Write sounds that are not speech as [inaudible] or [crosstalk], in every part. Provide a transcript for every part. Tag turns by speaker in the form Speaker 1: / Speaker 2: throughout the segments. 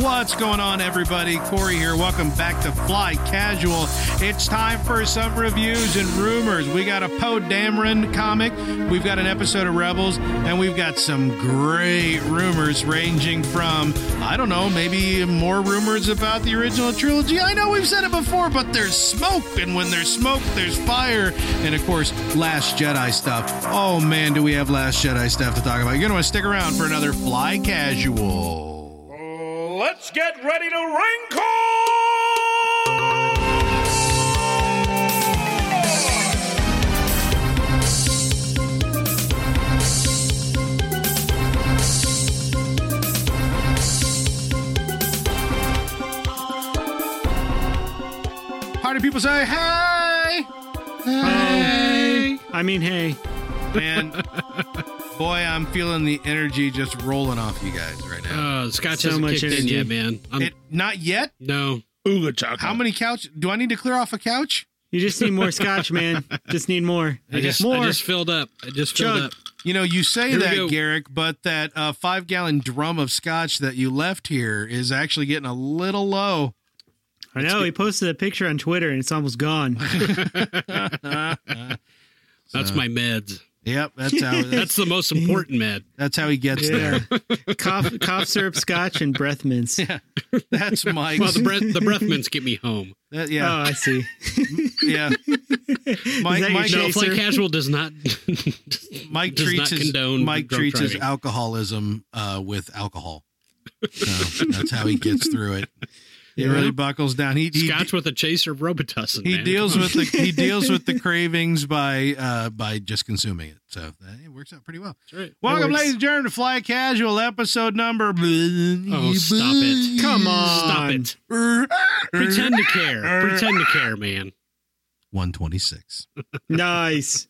Speaker 1: What's going on, everybody? Corey here. Welcome back to Fly Casual. It's time for some reviews and rumors. We got a Poe Dameron comic, we've got an episode of Rebels, and we've got some great rumors ranging from, I don't know, maybe more rumors about the original trilogy. I know we've said it before, but there's smoke, and when there's smoke, there's fire. And of course, Last Jedi stuff. Oh man, do we have Last Jedi stuff to talk about? You're going to want to stick around for another Fly Casual.
Speaker 2: Let's get ready to wrinkle!
Speaker 1: How do people say hey? Hey.
Speaker 3: I mean, hey,
Speaker 1: Man, [laughs] boy, I'm feeling the energy just rolling off you guys right now.
Speaker 4: Uh, Scotch
Speaker 3: So
Speaker 4: hasn't
Speaker 3: much
Speaker 4: kicked in
Speaker 3: energy.
Speaker 4: yet, man. I'm,
Speaker 1: It, not yet.
Speaker 4: no,
Speaker 2: Ooga chocolate.
Speaker 1: How many couch? Do I need to clear off a couch?
Speaker 3: you just need more scotch,
Speaker 4: [laughs]
Speaker 3: man. Just need more.
Speaker 4: I just,
Speaker 3: more.
Speaker 4: I just filled up. I just filled
Speaker 3: Chug.
Speaker 4: up.
Speaker 1: You know, you say
Speaker 4: Here we
Speaker 1: that,
Speaker 4: go.
Speaker 1: Garrick, but that uh, five gallon drum of scotch that you left here is actually getting a little low.
Speaker 3: I know. He posted a picture on Twitter, and it's almost gone.
Speaker 1: Uh,
Speaker 4: That's my meds.
Speaker 1: Yep, that's how that's,
Speaker 4: That's the most important med.
Speaker 1: that's how he gets there.
Speaker 4: [laughs]
Speaker 3: cough, cough syrup, scotch, and breath mints.
Speaker 1: That's Mike's.
Speaker 4: Well, the breath the breath mints get me
Speaker 1: [laughs]
Speaker 4: home.
Speaker 1: that-
Speaker 3: Oh,
Speaker 1: yeah,
Speaker 3: I
Speaker 4: [laughs]
Speaker 3: see.
Speaker 1: yeah. Mike,
Speaker 3: that your
Speaker 1: Mike,
Speaker 4: No,
Speaker 3: Chaser.
Speaker 4: Fly Casual does not. [laughs]
Speaker 1: Mike
Speaker 4: does
Speaker 1: treats
Speaker 4: not
Speaker 1: his
Speaker 4: condone
Speaker 1: Mike
Speaker 4: drunk
Speaker 1: treats his
Speaker 4: driving.
Speaker 1: alcoholism uh, with alcohol. So that's how he gets through it. He really buckles down. He he,
Speaker 4: Scotch with a chaser of Robitussin.
Speaker 1: he
Speaker 4: man.
Speaker 1: deals with the he deals with the cravings by uh, by just consuming it. So that, it works out pretty well.
Speaker 4: That's right.
Speaker 1: Welcome,
Speaker 3: works.
Speaker 1: ladies and gentlemen, to Fly Casual episode number.
Speaker 4: Oh, stop it!
Speaker 3: Come on.
Speaker 4: stop it! Pretend to care. Pretend to care, man.
Speaker 1: One twenty six.
Speaker 3: Nice.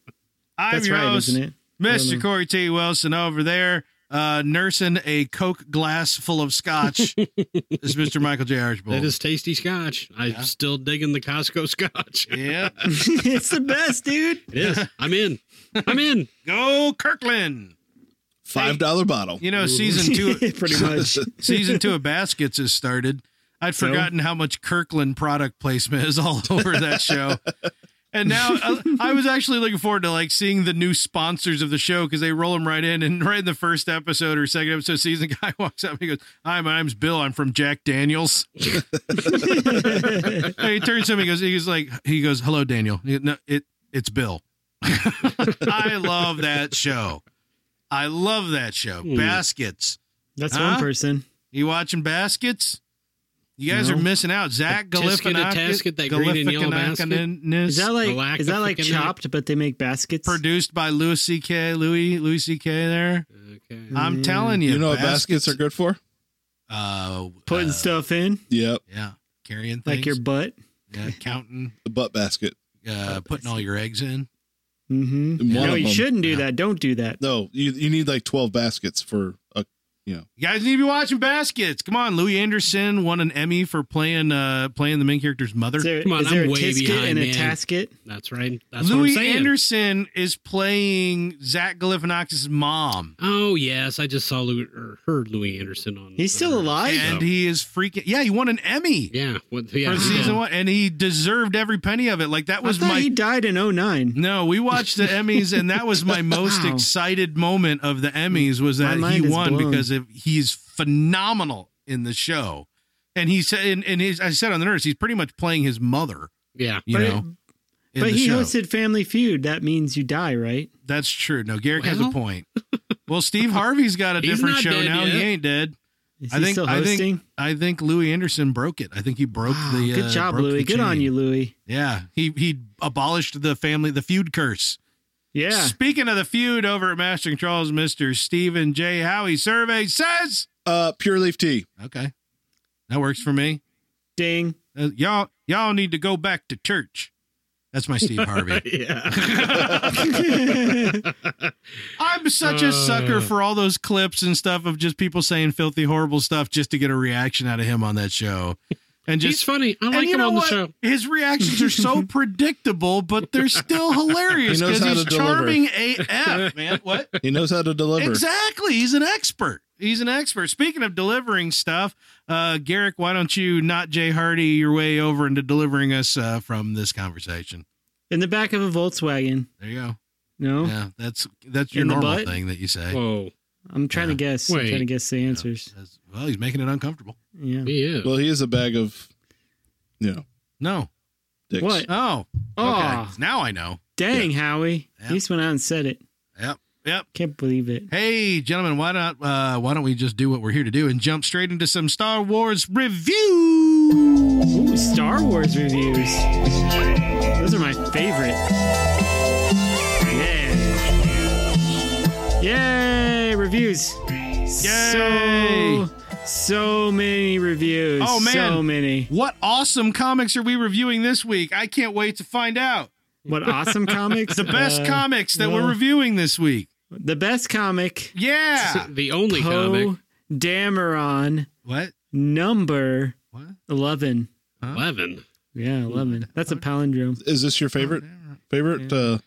Speaker 1: I'm
Speaker 3: That's
Speaker 1: your
Speaker 3: right,
Speaker 1: host,
Speaker 3: isn't it? [laughs]
Speaker 1: Mr.
Speaker 3: Hello.
Speaker 1: Corey T. Wilson over there, uh, nursing a Coke glass full of
Speaker 4: [laughs]
Speaker 1: scotch. is Mr. Michael J. Archibald.
Speaker 4: That is tasty Scotch. I'm still digging the Costco [laughs] Scotch.
Speaker 1: [laughs] yeah.
Speaker 3: it's the best, dude.
Speaker 4: It is. I'm in. I'm in.
Speaker 1: Go Kirkland.
Speaker 5: Five dollar bottle.
Speaker 1: You know, season
Speaker 4: [laughs]
Speaker 1: two
Speaker 3: [laughs] Pretty much.
Speaker 1: season two of Baskets has started. I'd
Speaker 3: So?
Speaker 1: forgotten how much Kirkland product placement is all [laughs] over that show. And now uh, I was actually looking forward to like seeing the new sponsors of the show because they roll them right in. And right in the first episode or second episode season, [laughs] the guy walks up and he goes, "Hi, my name's Bill. I'm from Jack Daniels." and he turns to him. He goes, "He goes like he goes, hello, Daniel. He goes, no, it it's Bill." [laughs] I love that show. I love that show.
Speaker 4: Hmm.
Speaker 1: Baskets.
Speaker 3: That's
Speaker 1: Huh?
Speaker 3: one person.
Speaker 1: You watching baskets? You guys
Speaker 3: No.
Speaker 1: are missing out. Zach
Speaker 4: tisket, a tasket,
Speaker 1: Galifianakis.
Speaker 4: that green and yellow basket?
Speaker 1: Galifianakis,
Speaker 3: Is that like
Speaker 4: Galactic
Speaker 3: is that like
Speaker 4: fucking night.
Speaker 3: chopped, but they make baskets?
Speaker 1: produced by Louis C.K. Louis Louis C.K. There,
Speaker 4: Okay.
Speaker 1: I'm
Speaker 3: Mm.
Speaker 1: telling you.
Speaker 5: You know what baskets are good for?
Speaker 1: Uh,
Speaker 3: Putting
Speaker 1: uh,
Speaker 3: stuff in,
Speaker 5: Yep,
Speaker 1: yeah, carrying things,
Speaker 3: like your butt.
Speaker 1: yeah, counting,
Speaker 5: the butt basket.
Speaker 1: uh, putting all your eggs in.
Speaker 3: Mm-hmm.
Speaker 5: One
Speaker 3: no,
Speaker 5: of
Speaker 3: you
Speaker 5: them.
Speaker 3: shouldn't do
Speaker 1: Yeah.
Speaker 3: that. Don't do that.
Speaker 5: No, you you need like twelve baskets for a
Speaker 1: You guys need to be watching baskets. Come on, Louis Anderson won an Emmy for playing uh playing the main character's mother.
Speaker 3: Is there,
Speaker 4: Come on,
Speaker 3: is there
Speaker 4: I'm
Speaker 3: a
Speaker 4: way
Speaker 3: tisket
Speaker 4: behind,
Speaker 3: and a
Speaker 4: man.
Speaker 3: tasket?
Speaker 4: That's right. That's what I'm
Speaker 1: Louis
Speaker 4: saying.
Speaker 1: Anderson is playing Zach Galifianakis' mom.
Speaker 4: Oh yes, I just saw Louis, or heard Louis Anderson on. uh,
Speaker 3: He's still
Speaker 4: on-
Speaker 3: alive?
Speaker 1: And he is freaking yeah, he won an Emmy.
Speaker 4: Yeah. What, yeah.
Speaker 1: for season one, and he deserved every penny of it. Like that was
Speaker 3: I thought
Speaker 1: my.
Speaker 3: he died in 09.
Speaker 1: no, we watched the Emmys, and that was
Speaker 3: [laughs]
Speaker 1: my most
Speaker 3: Wow.
Speaker 1: excited moment of the Emmys was
Speaker 3: My
Speaker 1: that he
Speaker 3: mind is
Speaker 1: won
Speaker 3: blown.
Speaker 1: because of, he's phenomenal in the show, and he said, and, and his, I said on the nurse, he's pretty much playing his mother,
Speaker 4: Yeah.
Speaker 1: you
Speaker 3: But-
Speaker 1: know. in
Speaker 3: But
Speaker 1: the
Speaker 3: he
Speaker 1: show.
Speaker 3: hosted Family Feud. That means you die, right?
Speaker 1: That's true. No, Garrick has a
Speaker 4: Well.
Speaker 1: point. Well,
Speaker 3: [laughs]
Speaker 1: Steve Harvey's got a
Speaker 4: He's
Speaker 1: different
Speaker 4: not
Speaker 1: show
Speaker 4: dead
Speaker 1: now. He
Speaker 4: yet.
Speaker 1: ain't dead.
Speaker 3: Is
Speaker 1: I
Speaker 3: he
Speaker 1: think-
Speaker 3: still
Speaker 1: I think-
Speaker 3: hosting?
Speaker 1: I think Louis Anderson broke it. I think he broke
Speaker 3: Wow,
Speaker 1: the.
Speaker 3: Ah, good
Speaker 1: uh,
Speaker 3: job,
Speaker 1: broke the
Speaker 3: Louis. Good on
Speaker 1: chain.
Speaker 3: you, Louis.
Speaker 1: Yeah, he he abolished the family, the feud curse.
Speaker 3: Yeah.
Speaker 1: Speaking of the feud over at Master Controls, Mr. Stephen J. Howie survey says.
Speaker 5: uh pure leaf tea.
Speaker 1: Okay. That works for me. [laughs]
Speaker 3: Ding.
Speaker 1: Uh, y'all, y'all need to go back to church. That's my Steve Harvey. I'm such a sucker for all those clips and stuff of just people saying filthy, horrible stuff just to get a reaction out of him on that show. and
Speaker 4: [laughs] He's
Speaker 1: just
Speaker 4: funny. I like
Speaker 1: and you
Speaker 4: him
Speaker 1: know
Speaker 4: on the
Speaker 1: what?
Speaker 4: show.
Speaker 1: His reactions are so predictable, but they're still hilarious
Speaker 5: He knows
Speaker 1: because
Speaker 5: how
Speaker 1: he's
Speaker 5: to deliver.
Speaker 1: charming AF, man. What?
Speaker 5: He knows how to deliver.
Speaker 1: Exactly. He's an expert. He's an expert. Speaking of delivering stuff, uh, Garrick, why don't you not Jay Hardy your way over into delivering us uh, from this conversation?
Speaker 3: In the back of a Volkswagen.
Speaker 1: There you go.
Speaker 3: No,
Speaker 1: Yeah, that's that's your
Speaker 3: Oh. In the
Speaker 1: normal
Speaker 3: butt?
Speaker 1: thing that you say.
Speaker 4: Whoa,
Speaker 3: I'm trying to guess. I'm
Speaker 4: Wait.
Speaker 3: trying to guess the answers.
Speaker 1: That's- well, he's making it uncomfortable.
Speaker 3: Yeah.
Speaker 4: he is.
Speaker 5: Well, he is a bag of, you know,
Speaker 1: No.
Speaker 5: dicks.
Speaker 3: What?
Speaker 1: Oh.
Speaker 3: Oh.
Speaker 1: Okay. Now I know.
Speaker 3: Dang, Howie.
Speaker 1: Yeah.
Speaker 3: He just went out and said it.
Speaker 1: Yep. Yep.
Speaker 3: Can't believe it.
Speaker 1: Hey, gentlemen, why not? Uh, why don't we just do what we're here to do and jump straight into some Star Wars review?
Speaker 3: Ooh, Star Wars reviews. Those are my favorite. Yeah. Yay, reviews.
Speaker 1: Yay.
Speaker 3: So, so many reviews.
Speaker 1: Oh, man.
Speaker 3: So many.
Speaker 1: What awesome comics are we reviewing this week? I can't wait to find out.
Speaker 3: What awesome comics.
Speaker 1: The best
Speaker 3: Uh,
Speaker 1: comics that
Speaker 3: well-
Speaker 1: we're reviewing this week.
Speaker 3: The best comic.
Speaker 1: Yeah.
Speaker 4: the only
Speaker 3: Poe
Speaker 4: comic.
Speaker 3: Dameron,
Speaker 1: What?
Speaker 3: number
Speaker 1: What?
Speaker 3: 11.
Speaker 4: Eleven.
Speaker 3: Yeah, 11. That's a palindrome.
Speaker 5: Is this your favorite? Favorite uh,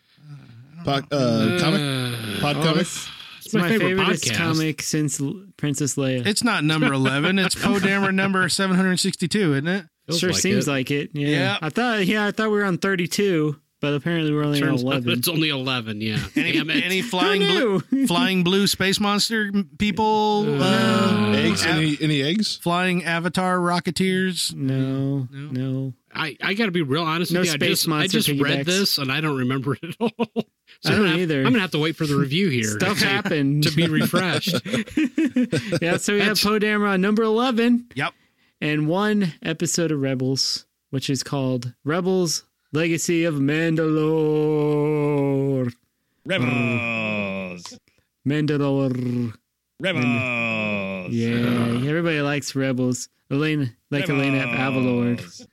Speaker 5: po- uh, comic?
Speaker 4: Uh,
Speaker 5: Pod
Speaker 3: Oh,
Speaker 5: comic?
Speaker 3: it's, it's
Speaker 4: my
Speaker 3: my,
Speaker 4: favorite
Speaker 3: favorite
Speaker 4: podcast.
Speaker 3: comic since L- Princess Leia.
Speaker 1: It's not number 11. It's Poe Dameron number 762, isn't it?
Speaker 4: feels
Speaker 3: sure seems
Speaker 4: it.
Speaker 3: like it. Yeah.
Speaker 1: Yeah.
Speaker 3: I thought yeah, I thought we were on 32, but apparently we're only
Speaker 4: Turns
Speaker 3: on
Speaker 4: out
Speaker 3: 11.
Speaker 4: It's only eleven. Yeah.
Speaker 1: Any,
Speaker 4: Damn it.
Speaker 1: any flying
Speaker 3: Who
Speaker 1: blue,
Speaker 4: [laughs]
Speaker 1: flying blue space monster people?
Speaker 4: Uh,
Speaker 1: uh,
Speaker 5: Eggs?
Speaker 1: av-
Speaker 5: Any, any eggs?
Speaker 1: flying avatar rocketeers?
Speaker 3: No,
Speaker 1: No.
Speaker 3: no.
Speaker 4: I, I got to be real honest
Speaker 3: No
Speaker 4: with you. I
Speaker 3: space
Speaker 4: just, I
Speaker 3: monster
Speaker 4: just
Speaker 3: piggybacks.
Speaker 4: read this and I don't remember [laughs] it at all. So
Speaker 3: I
Speaker 4: I'm
Speaker 3: don't
Speaker 4: gonna have-
Speaker 3: either.
Speaker 4: I'm gonna have to wait for the review here.
Speaker 3: Stuff
Speaker 4: [laughs] to,
Speaker 3: happened.
Speaker 4: to be [laughs]
Speaker 3: [laughs]
Speaker 4: refreshed.
Speaker 3: yeah, so we have
Speaker 4: That's-
Speaker 3: Poe Dameron number 11
Speaker 1: Yep.
Speaker 3: and one episode of Rebels, which is called Rebels Legacy of Mandalore.
Speaker 2: Rebels.
Speaker 3: Mandalore.
Speaker 2: Rebels.
Speaker 3: Yeah, everybody likes Rebels. Elena, like Elena Avalor.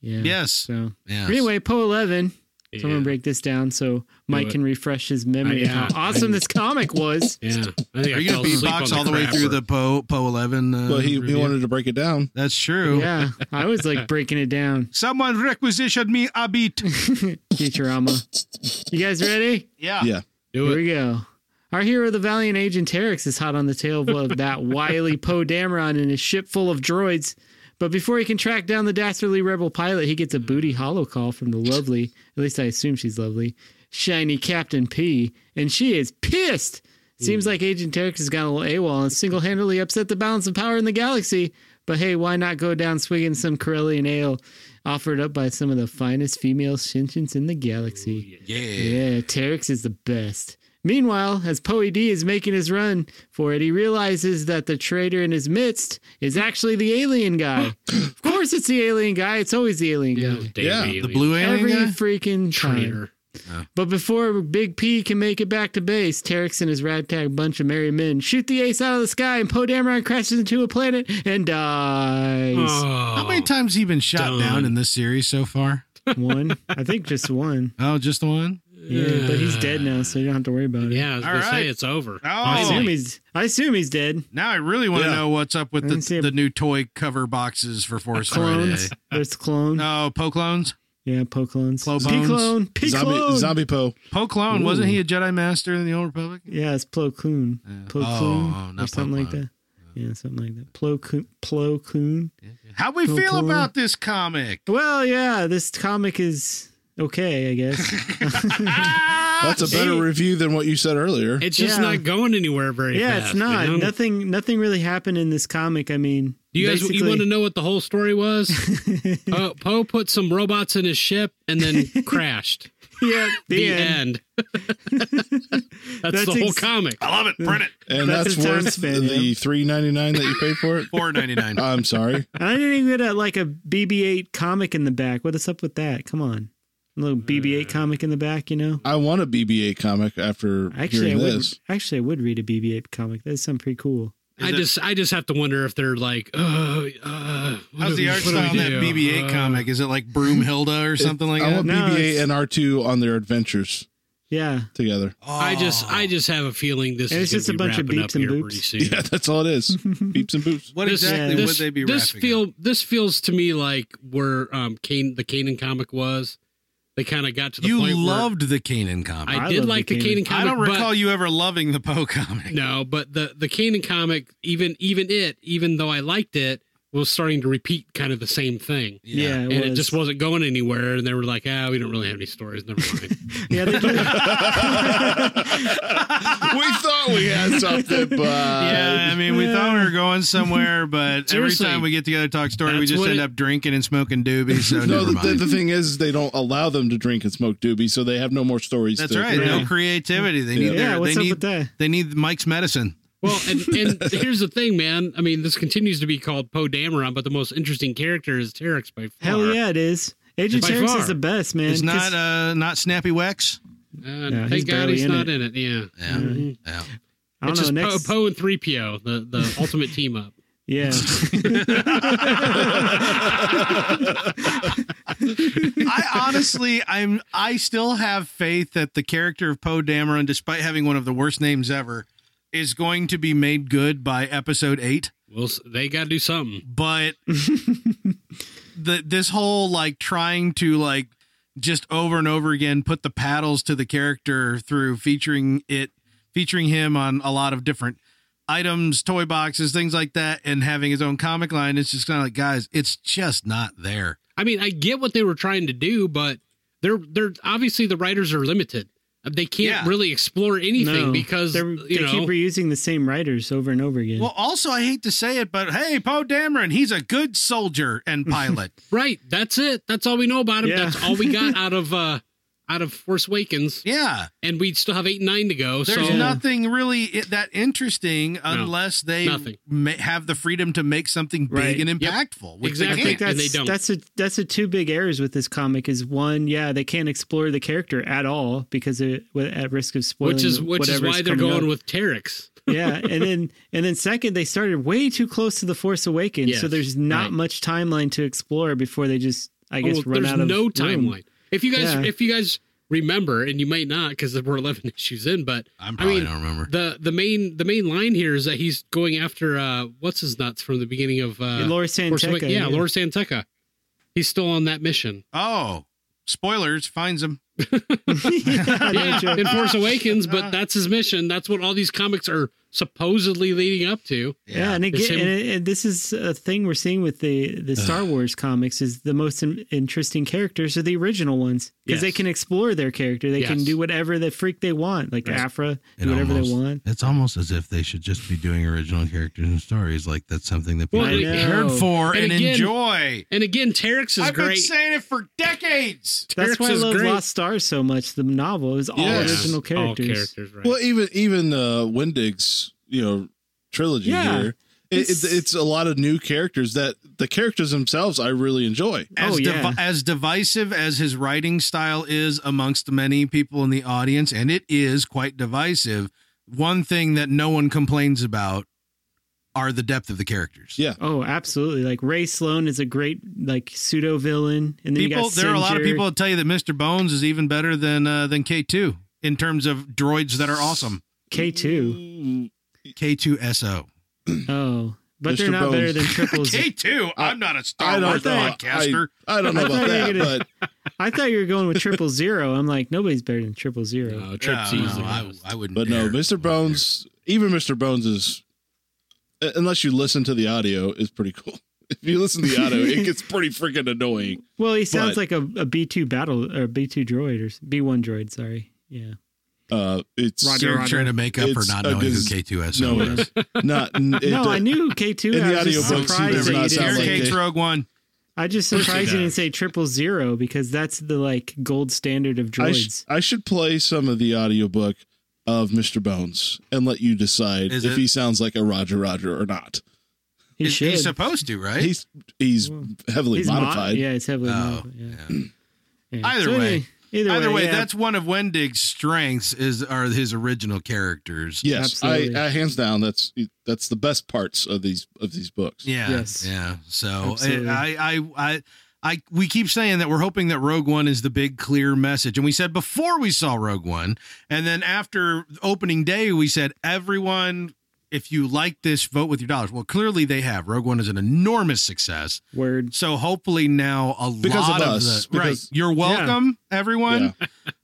Speaker 3: Yeah.
Speaker 1: Yes.
Speaker 3: So
Speaker 1: yes.
Speaker 3: anyway, Poe 11 So I'm
Speaker 4: yeah.
Speaker 3: gonna break this down so Mike
Speaker 4: it.
Speaker 3: can refresh his memory
Speaker 4: Uh,
Speaker 3: of how
Speaker 4: yeah.
Speaker 3: awesome this comic
Speaker 4: [laughs]
Speaker 3: was.
Speaker 4: yeah. I think
Speaker 1: Are you going to beatbox all the way through the Poe Poe 11? Uh,
Speaker 5: Well, he, he
Speaker 1: review?
Speaker 5: wanted to break it down.
Speaker 1: That's true.
Speaker 3: Yeah, I was
Speaker 4: [laughs]
Speaker 3: like breaking it down.
Speaker 1: Someone requisitioned me a beat.
Speaker 3: Futurama. You guys ready?
Speaker 1: Yeah.
Speaker 5: Yeah.
Speaker 3: Here
Speaker 4: Do it.
Speaker 3: we go. Our hero, the valiant agent Terex, is hot on the tail of that
Speaker 4: [laughs]
Speaker 3: wily Poe Dameron and his ship full of droids. But before he can track down the dastardly rebel pilot, he gets a booty hollow call from the lovely, at least I assume she's lovely, shiny Captain P, and she is pissed.
Speaker 1: Hmm.
Speaker 3: Seems like Agent Terex has got a little AWOL and single handedly upset the balance of power in the galaxy. But hey, why not go down swigging some Corellian ale offered up by some of the finest female shinshins in the galaxy?
Speaker 1: Yeah.
Speaker 3: Yeah, Terex is the best. Meanwhile, as Poe D is making his run for it, he realizes that the traitor in his midst is actually the
Speaker 1: [gasps]
Speaker 3: alien guy. of course, it's the alien guy. It's always the alien guy.
Speaker 5: Yeah,
Speaker 1: The blue alien
Speaker 3: Every
Speaker 1: guy?
Speaker 3: freaking time.
Speaker 4: traitor.
Speaker 3: But before Big P can make it back to base, Terex and his ragtag bunch of merry men shoot the ace out of the sky, and Poe Dameron crashes into a planet and dies.
Speaker 4: Oh.
Speaker 1: How many times has he been shot
Speaker 4: done.
Speaker 1: down in this series so far?
Speaker 3: [laughs] One, I think, just one.
Speaker 1: Oh, just the one?
Speaker 3: Yeah, but he's dead now, so you don't have to worry about it.
Speaker 4: Yeah, I was
Speaker 1: All
Speaker 4: gonna
Speaker 1: right.
Speaker 4: say it's over.
Speaker 3: I assume
Speaker 1: Oh,
Speaker 3: he's. I assume he's dead.
Speaker 1: now I really want to
Speaker 5: Yeah.
Speaker 1: know what's up with
Speaker 3: I didn't see
Speaker 1: the,
Speaker 3: a-
Speaker 1: the new toy cover boxes for Force Friday.
Speaker 3: Clones. There's clones.
Speaker 1: No, Poe clones.
Speaker 3: Yeah, Poe clones.
Speaker 1: Clo
Speaker 3: P
Speaker 1: bones.
Speaker 3: clone. P
Speaker 5: Zombie,
Speaker 3: clone.
Speaker 5: zombie Poe.
Speaker 1: Poe clone. Wasn't he a Jedi Master in the Old Republic?
Speaker 3: Yeah, it's Plo Koon. Plo
Speaker 1: Oh,
Speaker 3: Koon.
Speaker 1: not
Speaker 3: or
Speaker 1: Plo
Speaker 3: something like
Speaker 1: Koon.
Speaker 3: that. Yeah, something like that. Plo Koon. Plo Koon.
Speaker 1: How we feel
Speaker 3: Clone.
Speaker 1: about this comic?
Speaker 3: Well, yeah, this comic is okay, I guess.
Speaker 5: That's a better
Speaker 3: Hey.
Speaker 5: review than what you said earlier.
Speaker 4: It's just
Speaker 3: Yeah.
Speaker 4: not going anywhere very
Speaker 3: yeah,
Speaker 4: fast,
Speaker 3: it's not.
Speaker 4: you know?
Speaker 3: Nothing nothing really happened in this comic. I mean,
Speaker 4: Do you guys you
Speaker 3: basically-
Speaker 4: want to know what the whole
Speaker 3: [laughs]
Speaker 4: story was? uh, Poe put some robots in his ship
Speaker 3: [laughs]
Speaker 4: and then crashed.
Speaker 3: Yeah, the,
Speaker 4: [laughs] the,
Speaker 3: end. [laughs]
Speaker 4: end. That's,
Speaker 3: That's
Speaker 4: the whole
Speaker 3: ex-
Speaker 4: comic.
Speaker 1: I love it. Print it.
Speaker 5: and
Speaker 3: that's
Speaker 5: that's,
Speaker 3: a time
Speaker 5: worth
Speaker 3: span,
Speaker 5: the three ninety nine that you paid [laughs] for it.
Speaker 1: [laughs] Four ninety nine.
Speaker 5: I'm sorry.
Speaker 3: And I didn't even get a, like a BB-8 comic in the back. What is up with that? Come on, a little
Speaker 4: Uh,
Speaker 3: BB-8 comic in the back. You know,
Speaker 5: I want a BBA comic after
Speaker 3: actually, I
Speaker 5: hearing
Speaker 3: would.
Speaker 5: this.
Speaker 3: Actually, I would read a BB-8 comic. That's something pretty cool.
Speaker 4: I
Speaker 1: it-
Speaker 4: just I just have to wonder if they're like, uh, uh, what
Speaker 1: How's
Speaker 4: do
Speaker 1: the
Speaker 4: we-
Speaker 1: art
Speaker 4: what do we
Speaker 1: style on that
Speaker 4: do?
Speaker 1: BB-8
Speaker 4: Uh,
Speaker 1: comic? Is it like Broomhilda or something like
Speaker 5: I
Speaker 1: that?
Speaker 5: want
Speaker 3: No,
Speaker 5: BBA
Speaker 3: it's-
Speaker 5: and R2 on their adventures.
Speaker 3: Yeah.
Speaker 5: together.
Speaker 4: I just I just have a feeling this
Speaker 3: And
Speaker 4: is
Speaker 3: it's just
Speaker 4: going
Speaker 3: a
Speaker 4: to be
Speaker 3: bunch of
Speaker 4: wrapping up
Speaker 3: beeps and
Speaker 4: here pretty
Speaker 3: boops.
Speaker 4: soon.
Speaker 5: Yeah, that's all it
Speaker 3: [laughs]
Speaker 5: is. Beeps and boops.
Speaker 1: Oh. What
Speaker 4: This-
Speaker 1: exactly
Speaker 4: this,
Speaker 1: would they be
Speaker 4: this
Speaker 1: wrapping
Speaker 4: feel
Speaker 1: up?
Speaker 4: this feels to me like where um Kane the Kanan comic was. They kind of got to the
Speaker 1: You
Speaker 4: point
Speaker 1: loved the Kanan comic.
Speaker 4: where I,
Speaker 3: I
Speaker 4: did
Speaker 3: love
Speaker 4: like
Speaker 3: the
Speaker 4: the
Speaker 3: Kanan.
Speaker 4: Kanan comic.
Speaker 1: I, don't
Speaker 4: but-
Speaker 1: recall you ever loving the Poe comic.
Speaker 4: No, but the the Kanan comic, even even it, even though I liked it, was starting to repeat kind of the same thing.
Speaker 3: Yeah. it
Speaker 4: and it
Speaker 3: was.
Speaker 4: just wasn't going anywhere, and they were like, "Ah, we don't really have any stories. Never
Speaker 1: [laughs]
Speaker 4: mind."
Speaker 3: Yeah,
Speaker 4: [laughs]
Speaker 3: they do.
Speaker 5: we thought we
Speaker 3: [laughs]
Speaker 5: had something, but
Speaker 1: Yeah, I mean, we thought we were going
Speaker 4: [laughs]
Speaker 1: somewhere, but every
Speaker 4: Seriously.
Speaker 1: time we get together to talk story, we
Speaker 4: That's
Speaker 1: just
Speaker 4: what
Speaker 1: end
Speaker 4: it-
Speaker 1: up drinking and smoking doobies.
Speaker 4: [laughs]
Speaker 1: So never
Speaker 5: no. The, the,
Speaker 1: mind.
Speaker 5: the thing is, they don't allow them to drink and smoke doobie, so they have no more stories.
Speaker 1: That's
Speaker 5: to
Speaker 1: right. No
Speaker 3: Yeah.
Speaker 1: creativity. They need
Speaker 3: yeah,
Speaker 1: their.
Speaker 3: what's
Speaker 1: they
Speaker 3: up
Speaker 1: need.
Speaker 3: with that?
Speaker 1: They need Mike's medicine.
Speaker 4: well, and and here's the thing, man. I mean, this continues to be called Poe Dameron, but the most interesting character is Terex by far.
Speaker 3: Hell yeah, it is. Agent
Speaker 4: By
Speaker 3: Terrence
Speaker 4: far.
Speaker 3: is the best, man.
Speaker 1: It's not
Speaker 3: 'cause-
Speaker 1: uh not Snappy Wex.
Speaker 4: Uh,
Speaker 3: Yeah, he's
Speaker 4: thank God
Speaker 3: barely
Speaker 4: he's
Speaker 3: in
Speaker 4: not
Speaker 3: it.
Speaker 4: in it. Yeah.
Speaker 1: Yeah.
Speaker 4: Mhm.
Speaker 1: Yeah.
Speaker 3: Uh, I don't
Speaker 4: It's
Speaker 3: know.
Speaker 4: just
Speaker 3: Next,
Speaker 4: Poe, Poe and 3PO, the,
Speaker 3: [laughs]
Speaker 4: the ultimate team up. [laughs]
Speaker 3: yeah,
Speaker 1: I honestly, I'm, I still have faith that the character of Poe Dameron, despite having one of the worst names ever, is going to be made good by episode eight.
Speaker 4: Well, s- they got to do something.
Speaker 1: But the this whole like trying to like just over and over again put the paddles to the character through featuring it, featuring him on a lot of different items, toy boxes, things like that, and having his own comic line. It's just kind of like, guys, it's just not there.
Speaker 4: I mean, I get what they were trying to do, but they're they're obviously the writers are limited. Uh, They can't
Speaker 1: Yeah.
Speaker 4: really explore anything
Speaker 3: No,
Speaker 4: because
Speaker 3: they're-
Speaker 4: you
Speaker 3: they
Speaker 4: know
Speaker 3: keep reusing the same writers over and over again.
Speaker 1: Well, also, I hate to say it, but hey, Poe Dameron, he's a good soldier
Speaker 4: [laughs]
Speaker 1: and pilot.
Speaker 4: Right. That's it. That's all we know about him.
Speaker 3: Yeah.
Speaker 4: That's all we
Speaker 3: [laughs]
Speaker 4: got out of uh out of Force Awakens.
Speaker 1: yeah.
Speaker 4: And we still have eight and nine to go.
Speaker 1: There's
Speaker 4: so
Speaker 1: nothing really i- that interesting unless they
Speaker 4: nothing.
Speaker 1: ma- have the freedom to make something big
Speaker 3: Right.
Speaker 1: and
Speaker 4: Yep.
Speaker 1: impactful. Which
Speaker 4: Exactly.
Speaker 1: They
Speaker 4: I think
Speaker 1: can't.
Speaker 4: and they don't.
Speaker 3: That's a that's a two big errors with this comic is one, yeah, they can't explore the character at all because they're wi- at risk of spoiling.
Speaker 4: which is which is
Speaker 3: whatever's
Speaker 4: why they're
Speaker 3: coming
Speaker 4: going
Speaker 3: up.
Speaker 4: with Terex.
Speaker 3: yeah, and then and then second, they started way too close to the Force Awakens, so
Speaker 4: Yes,
Speaker 3: there's not
Speaker 4: right.
Speaker 3: much timeline to explore before they just I guess
Speaker 4: Oh,
Speaker 3: run
Speaker 4: there's
Speaker 3: out of
Speaker 4: no
Speaker 3: room.
Speaker 4: timeline. If you guys
Speaker 3: Yeah.
Speaker 4: if you guys remember, and you might not because we're eleven [laughs] issues in, but
Speaker 1: I'm
Speaker 4: I
Speaker 1: probably
Speaker 4: mean,
Speaker 1: don't remember.
Speaker 4: the the main the main line here is that he's going after uh what's his nuts from the beginning of uh
Speaker 3: Laura
Speaker 4: Force Awak-
Speaker 3: Santeca,
Speaker 4: yeah, Laura Santeca. He's still on that mission.
Speaker 1: oh, spoilers finds him.
Speaker 3: [laughs] Yeah, no
Speaker 4: yeah,
Speaker 3: joke.
Speaker 4: in Force Awakens, but that's his mission. That's what all these comics are supposedly leading up to.
Speaker 3: Yeah, and,
Speaker 4: It's
Speaker 3: again,
Speaker 4: him-
Speaker 3: and, and this is a thing we're seeing with the the Star Wars comics is the most in- interesting characters are the original ones because they
Speaker 4: Yes.
Speaker 3: can explore their character. They can
Speaker 4: Yes.
Speaker 3: do whatever the freak they want, like Afra, do whatever they want.
Speaker 1: It's almost as if they should just be doing original characters and stories. Like that's something that
Speaker 4: Well,
Speaker 1: people
Speaker 4: people
Speaker 3: I know.
Speaker 1: heard for and,
Speaker 4: And again,
Speaker 1: enjoy.
Speaker 4: And again, Terex is
Speaker 1: I've been
Speaker 4: great.
Speaker 1: saying it for decades.
Speaker 3: That's
Speaker 4: Terex
Speaker 3: why I
Speaker 4: is
Speaker 3: love
Speaker 4: great.
Speaker 3: Lost Stars so much. The novel is all
Speaker 5: Yes.
Speaker 3: original characters.
Speaker 4: All characters, right.
Speaker 5: Well, even even uh, Wendig's you know trilogy
Speaker 3: Yeah.
Speaker 5: here, it,
Speaker 3: It's-
Speaker 5: it's, it's a lot of new characters that the characters themselves I really enjoy.
Speaker 1: As,
Speaker 3: Oh, yeah.
Speaker 1: devi- as divisive as his writing style is amongst many people in the audience, and it is quite divisive, one thing that no one complains about are the depth of the characters.
Speaker 5: Yeah.
Speaker 3: Oh, absolutely! Like Ray Sloan is a great like pseudo villain, and then you
Speaker 1: People,
Speaker 3: got
Speaker 1: there are a lot of
Speaker 3: Sinjar.
Speaker 1: people that tell you that Mr. Bones is even better than uh, than K two in terms of droids that are awesome.
Speaker 3: K two.
Speaker 1: K two S O.
Speaker 3: Oh, but they're
Speaker 5: Mr.
Speaker 3: not better
Speaker 1: [laughs]
Speaker 5: Bones.
Speaker 3: than Triple Z.
Speaker 1: Mm. K two. I'm not a
Speaker 5: I
Speaker 1: Star Wars
Speaker 5: don't know. I,
Speaker 1: podcaster.
Speaker 5: I don't
Speaker 3: [laughs]
Speaker 5: know
Speaker 3: I
Speaker 5: about
Speaker 3: thought you were
Speaker 5: that,
Speaker 3: gonna-
Speaker 5: but
Speaker 3: I thought you were going with Triple Zero. I'm like nobody's better than Triple Zero.
Speaker 4: no,
Speaker 1: Yeah,
Speaker 4: Oh, Trip C's
Speaker 1: no,
Speaker 4: the
Speaker 1: I,
Speaker 4: best.
Speaker 1: I wouldn't.
Speaker 5: but no,
Speaker 1: dare.
Speaker 5: Mr. Bones, even Mr. Bones is, uh, unless you listen to the audio, is pretty cool. [laughs] If you listen to the audio, it gets pretty freaking annoying.
Speaker 3: Well, he sounds
Speaker 5: But-
Speaker 3: like a, a B two battle or B two droid or B one droid. Sorry, yeah.
Speaker 5: Uh, it's
Speaker 3: Roger,
Speaker 1: You're
Speaker 3: Roger.
Speaker 1: trying to make up for
Speaker 5: It's
Speaker 1: not
Speaker 5: a
Speaker 1: knowing who
Speaker 5: dis-
Speaker 1: K two S O
Speaker 5: no,
Speaker 1: is.
Speaker 5: it's not. n-
Speaker 3: [laughs]
Speaker 5: It,
Speaker 3: no, I knew K two.
Speaker 5: in
Speaker 3: I
Speaker 5: the
Speaker 3: was just
Speaker 5: audiobooks, he
Speaker 3: surprised
Speaker 5: does
Speaker 3: that
Speaker 5: not
Speaker 3: you
Speaker 5: sound
Speaker 3: didn't
Speaker 5: like
Speaker 3: say.
Speaker 1: Staircase
Speaker 5: it.
Speaker 1: Rogue One.
Speaker 3: I just
Speaker 4: course he
Speaker 3: surprised you didn't
Speaker 4: does.
Speaker 3: say triple zero because that's the like gold standard of
Speaker 5: I,
Speaker 3: droids.
Speaker 5: sh- I should play some of the audiobook of Mr. Bones and let you decide
Speaker 1: Is
Speaker 5: if
Speaker 1: it-
Speaker 5: he sounds like a Roger Roger or not.
Speaker 3: he
Speaker 1: He's-
Speaker 3: should.
Speaker 1: He's supposed to, right?
Speaker 5: He's he's heavily
Speaker 3: He's mod-
Speaker 5: modified.
Speaker 3: yeah, it's heavily
Speaker 1: Oh,
Speaker 3: modified. Yeah. [clears throat] Yeah.
Speaker 1: Either
Speaker 3: So
Speaker 1: way.
Speaker 3: anyway, either,
Speaker 1: Either way,
Speaker 3: yeah.
Speaker 1: that's one of Wendig's strengths is are his original characters.
Speaker 5: Yes, I,
Speaker 3: Absolutely.
Speaker 5: I hands down that's that's the best parts of these of these books.
Speaker 1: Yeah.
Speaker 3: Yes.
Speaker 1: Yeah. So eh,
Speaker 3: Absolutely.
Speaker 1: I, I I I we keep saying that we're hoping that Rogue One is the big clear message, and we said before we saw Rogue One, and then after opening day, we said everyone. If you like this, vote with your dollars. Well, clearly they have. Rogue One is an enormous success.
Speaker 3: Word.
Speaker 1: So hopefully now a
Speaker 5: Because
Speaker 1: lot
Speaker 5: of
Speaker 1: of,
Speaker 5: us,
Speaker 1: the right.
Speaker 5: because-
Speaker 1: You're welcome, everyone.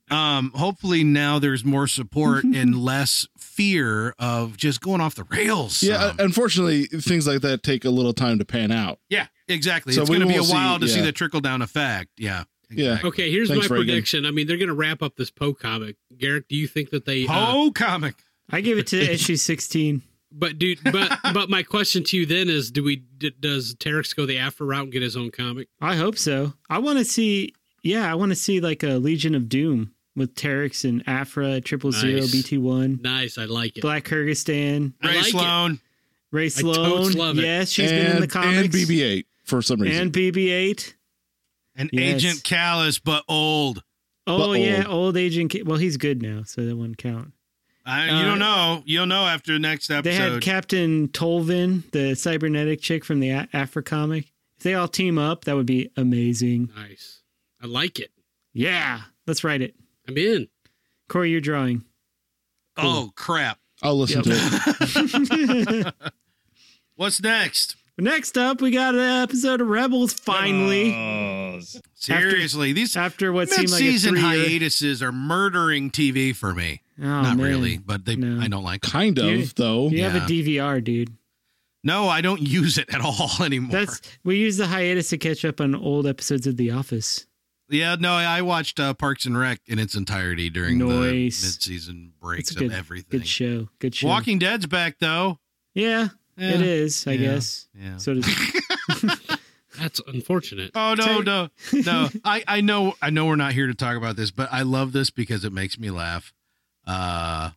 Speaker 1: um, hopefully now there's more
Speaker 5: [laughs]
Speaker 1: support and less fear of just going off the rails.
Speaker 5: Yeah, uh,
Speaker 1: some.
Speaker 5: unfortunately, things like that take a little time to pan out.
Speaker 1: yeah, exactly.
Speaker 5: So
Speaker 1: it's
Speaker 5: we
Speaker 1: going to be a
Speaker 5: will see-
Speaker 1: while to see
Speaker 5: yeah.
Speaker 1: the trickle down effect. Yeah,
Speaker 5: Yeah.
Speaker 1: exactly.
Speaker 4: Okay, here's
Speaker 5: Thanks,
Speaker 4: my
Speaker 5: Reagan.
Speaker 4: prediction. I mean, they're going to wrap up this Poe comic. Garrick, do you think that they? uh,
Speaker 1: Oh, comic.
Speaker 3: I give it to
Speaker 1: [laughs]
Speaker 3: issue 16.
Speaker 4: but dude, but but my question to you then is: Do we? D- does Terex go the after route and get his own comic?
Speaker 3: I hope so. I want to see, yeah, I want to see like a Legion of Doom with Terex and Afra, Triple Zero,
Speaker 4: Nice.
Speaker 3: BT1,
Speaker 4: Nice, I like it.
Speaker 3: Black Kyrgyzstan,
Speaker 4: I
Speaker 1: Ray
Speaker 4: like it.
Speaker 1: Sloan.
Speaker 3: Ray
Speaker 4: totes
Speaker 3: Sloan.
Speaker 4: love it.
Speaker 3: yes, she's
Speaker 5: and,
Speaker 3: been in the comics.
Speaker 5: And BB-8 for some reason.
Speaker 3: And BB-8.
Speaker 1: and
Speaker 3: Yes.
Speaker 1: Agent Callus, but old.
Speaker 3: Oh
Speaker 5: But
Speaker 3: yeah, old agent. Ca- Well, he's good now, so that wouldn't count.
Speaker 1: I,
Speaker 3: Uh,
Speaker 1: you don't know. You'll know after next episode.
Speaker 3: They had Captain Tolvin, the cybernetic chick from the A- Afro comic. If they all team up, that would be amazing.
Speaker 4: Nice, I like it.
Speaker 3: Yeah, let's write it.
Speaker 4: I'm in.
Speaker 3: Corey, you're drawing. [laughs]
Speaker 1: oh crap!
Speaker 5: I'll listen to it.
Speaker 1: What's next?
Speaker 3: Next up, we got an episode of Rebels finally.
Speaker 1: Seriously, these
Speaker 3: After what seemed like a
Speaker 1: mid-season
Speaker 3: three-year-
Speaker 1: hiatuses are murdering TV for me.
Speaker 3: Oh,
Speaker 1: Not
Speaker 3: man.
Speaker 1: really, but they
Speaker 3: No.
Speaker 1: I don't like.
Speaker 5: Kind of,
Speaker 3: You-
Speaker 5: though.
Speaker 3: You have
Speaker 1: Yeah.
Speaker 3: a DVR, dude.
Speaker 1: No, I don't use it at all [laughs] anymore.
Speaker 3: That's we use the hiatus to catch up on old episodes of The Office.
Speaker 1: yeah, no, I watched uh, Parks and Rec in its entirety during the
Speaker 3: Nice.
Speaker 1: mid-season breaks
Speaker 3: It's a
Speaker 1: of
Speaker 3: good,
Speaker 1: everything.
Speaker 3: good show. Good show.
Speaker 1: Walking Dead's back though.
Speaker 3: yeah,
Speaker 1: Yeah.
Speaker 3: it is. I
Speaker 1: Yeah.
Speaker 3: guess.
Speaker 1: Yeah.
Speaker 3: So does
Speaker 4: That's unfortunate.
Speaker 1: Oh no,
Speaker 3: Take- [laughs]
Speaker 1: no, [laughs] no! I, I know, I know. We're not here to talk about this, but I love this because it makes me laugh. Uh,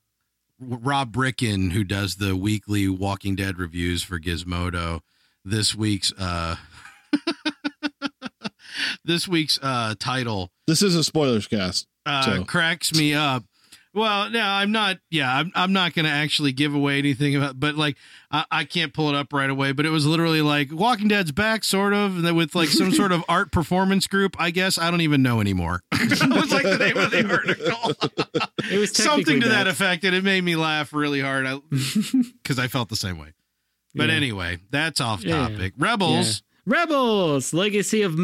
Speaker 1: W- Rob Bricken, who does the weekly Walking Dead reviews for Gizmodo, this week's uh, [laughs] this week's uh title
Speaker 5: This is a spoilers cast.
Speaker 1: uh,
Speaker 5: So-
Speaker 1: cracks me up. Well, no, I'm not. Yeah, I'm. I'm not going to actually give away anything about. But like, I, I can't pull it up right away. But it was literally like Walking Dead's back, sort of, and then with like some sort of art performance group. I guess I don't even know anymore. [laughs] that was like the name of the article,
Speaker 3: it was
Speaker 1: something to that
Speaker 3: technically
Speaker 1: effect, and it made me laugh really hard
Speaker 3: [laughs]
Speaker 1: because I, felt the same way. But
Speaker 3: Yeah.
Speaker 1: anyway, that's off
Speaker 3: Yeah.
Speaker 1: topic. Rebels.
Speaker 3: Rebels, Legacy of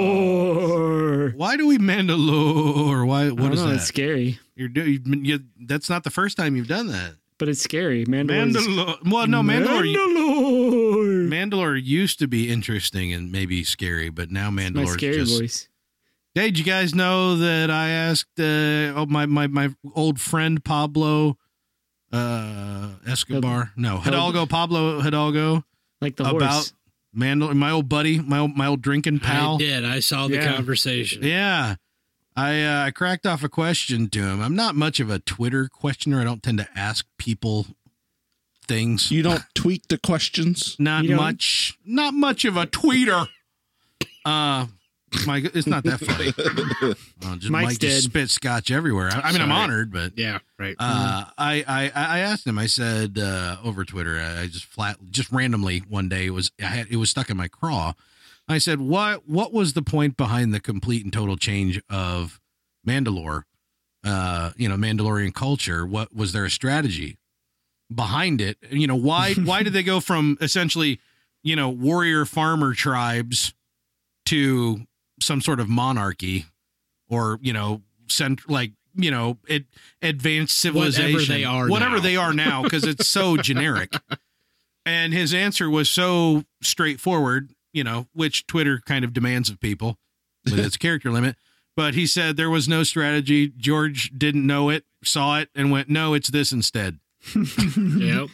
Speaker 3: Mandalore.
Speaker 1: Why do we Mandalore? Why?
Speaker 3: I don't
Speaker 1: What is
Speaker 3: know, It's
Speaker 1: that?
Speaker 3: scary,
Speaker 1: You're, do- you've been- you That's not the first time you've done that.
Speaker 3: but it's scary. Mandalore. is-
Speaker 1: Mandalore. Well, no, Mandalore.
Speaker 3: Mandalore.
Speaker 1: Mandalore used to be interesting and maybe scary, but now
Speaker 3: My
Speaker 1: Mandalore's
Speaker 3: scary
Speaker 1: just.
Speaker 3: voice.
Speaker 1: Hey, did you guys know that I asked uh, oh, my my my old friend Pablo uh, Escobar? No, Hidalgo. Pablo Hidalgo
Speaker 3: Like the
Speaker 1: about [laughs]
Speaker 3: horse.
Speaker 1: Mandalore. My old buddy, my old, my old drinking
Speaker 4: I
Speaker 1: pal.
Speaker 4: did. I saw the
Speaker 3: Yeah.
Speaker 4: conversation.
Speaker 1: Yeah. I uh, I cracked off a question to him. I'm not much of a Twitter questioner. I don't tend to ask people things.
Speaker 5: You don't tweet the
Speaker 1: [laughs]
Speaker 5: questions.
Speaker 1: not
Speaker 3: You don't-
Speaker 1: much not much of a tweeter uh Mike, it's not that
Speaker 5: [laughs]
Speaker 1: funny. Uh, just,
Speaker 3: Mike's
Speaker 1: Mike just
Speaker 3: dead.
Speaker 1: spit scotch everywhere. I, I mean, I'm
Speaker 4: Sorry.
Speaker 1: honored, but
Speaker 4: Yeah, right.
Speaker 1: uh, I, I I asked him. I said uh, over Twitter. I, I just flat, just randomly one day it was I had, it was stuck in my craw. I said, "What what was the point behind the complete and total change of Mandalore? Uh, you know, Mandalorian culture. What was there a strategy behind it? You know, why why did they go from essentially, you know, warrior farmer tribes to some sort of monarchy, or you know, cent- like you know, it advanced
Speaker 4: Whatever
Speaker 1: civilization,
Speaker 4: they are
Speaker 1: whatever
Speaker 4: now.
Speaker 1: they are now, because it's
Speaker 4: [laughs]
Speaker 1: so generic." And his answer was so straightforward, you know, which Twitter kind of demands of people with
Speaker 4: [laughs]
Speaker 1: its character limit. But he said there was no strategy. George didn't know it, saw it, and went, no, it's this instead.
Speaker 4: yep.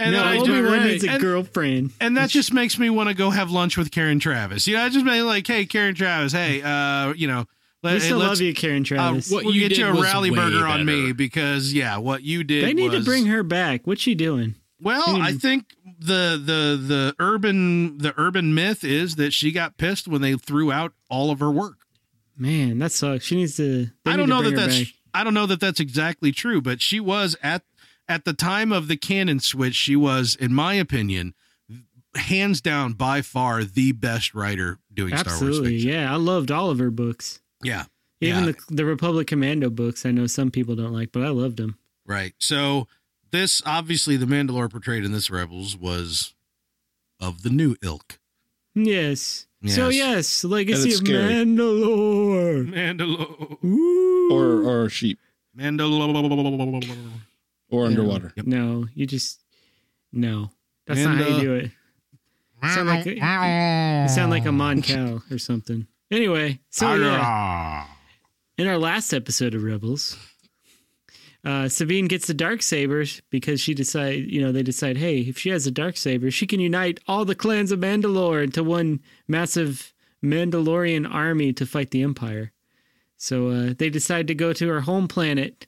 Speaker 1: And,
Speaker 3: no,
Speaker 1: then I
Speaker 3: Obi
Speaker 1: do-
Speaker 3: Wan
Speaker 1: right.
Speaker 3: needs a
Speaker 1: and,
Speaker 3: girlfriend.
Speaker 1: and that just makes me want to go have lunch with Karen Travis. You know, I just made like, hey, Karen Travis, hey, uh, you know, let,
Speaker 3: we
Speaker 1: hey,
Speaker 3: still
Speaker 1: let's
Speaker 3: love you, Karen
Speaker 1: uh,
Speaker 3: Travis.
Speaker 4: what
Speaker 1: we'll
Speaker 4: you
Speaker 1: get
Speaker 4: did
Speaker 1: you a
Speaker 4: was
Speaker 1: rally
Speaker 4: way
Speaker 1: burger on me
Speaker 4: better.
Speaker 1: because, yeah, what you did.
Speaker 3: they need
Speaker 1: was-
Speaker 3: to bring her back. What's she doing?
Speaker 1: Well,
Speaker 3: Hmm.
Speaker 1: I think the the the urban the urban myth is that she got pissed when they threw out all of her work.
Speaker 3: Man, that sucks. She needs to.
Speaker 1: I
Speaker 3: they
Speaker 1: don't
Speaker 3: need to
Speaker 1: know that
Speaker 3: bring her
Speaker 1: that's
Speaker 3: back.
Speaker 1: I don't know that that's exactly true, but she was at at the time of the canon switch, she was, in my opinion, hands down by far the best writer doing Star Wars
Speaker 3: Absolutely.
Speaker 1: fiction.
Speaker 3: Yeah. I loved all of her books.
Speaker 1: Yeah.
Speaker 3: Even
Speaker 1: Yeah.
Speaker 3: the the Republic Commando books, I know some people don't like, but I loved them.
Speaker 1: Right. So this obviously the Mandalore portrayed in this Rebels was of the new ilk.
Speaker 3: Yes. So yes, Legacy
Speaker 5: it's
Speaker 3: of
Speaker 5: scary.
Speaker 3: Mandalore.
Speaker 1: Mandalore.
Speaker 3: Ooh.
Speaker 5: or or sheep
Speaker 1: Mandalore.
Speaker 5: or underwater.
Speaker 1: Yep.
Speaker 3: no, you just no. That's
Speaker 1: And,
Speaker 3: not how
Speaker 1: uh,
Speaker 3: you do it. You sound like a, you sound like a Mon Cal or something. Anyway, so yeah, in our last episode of Rebels, uh, Sabine gets the dark sabers because she decide you know they decide hey if she has a dark saber she can unite all the clans of Mandalore into one massive Mandalorian army to fight the Empire. So uh, they decide to go to her home planet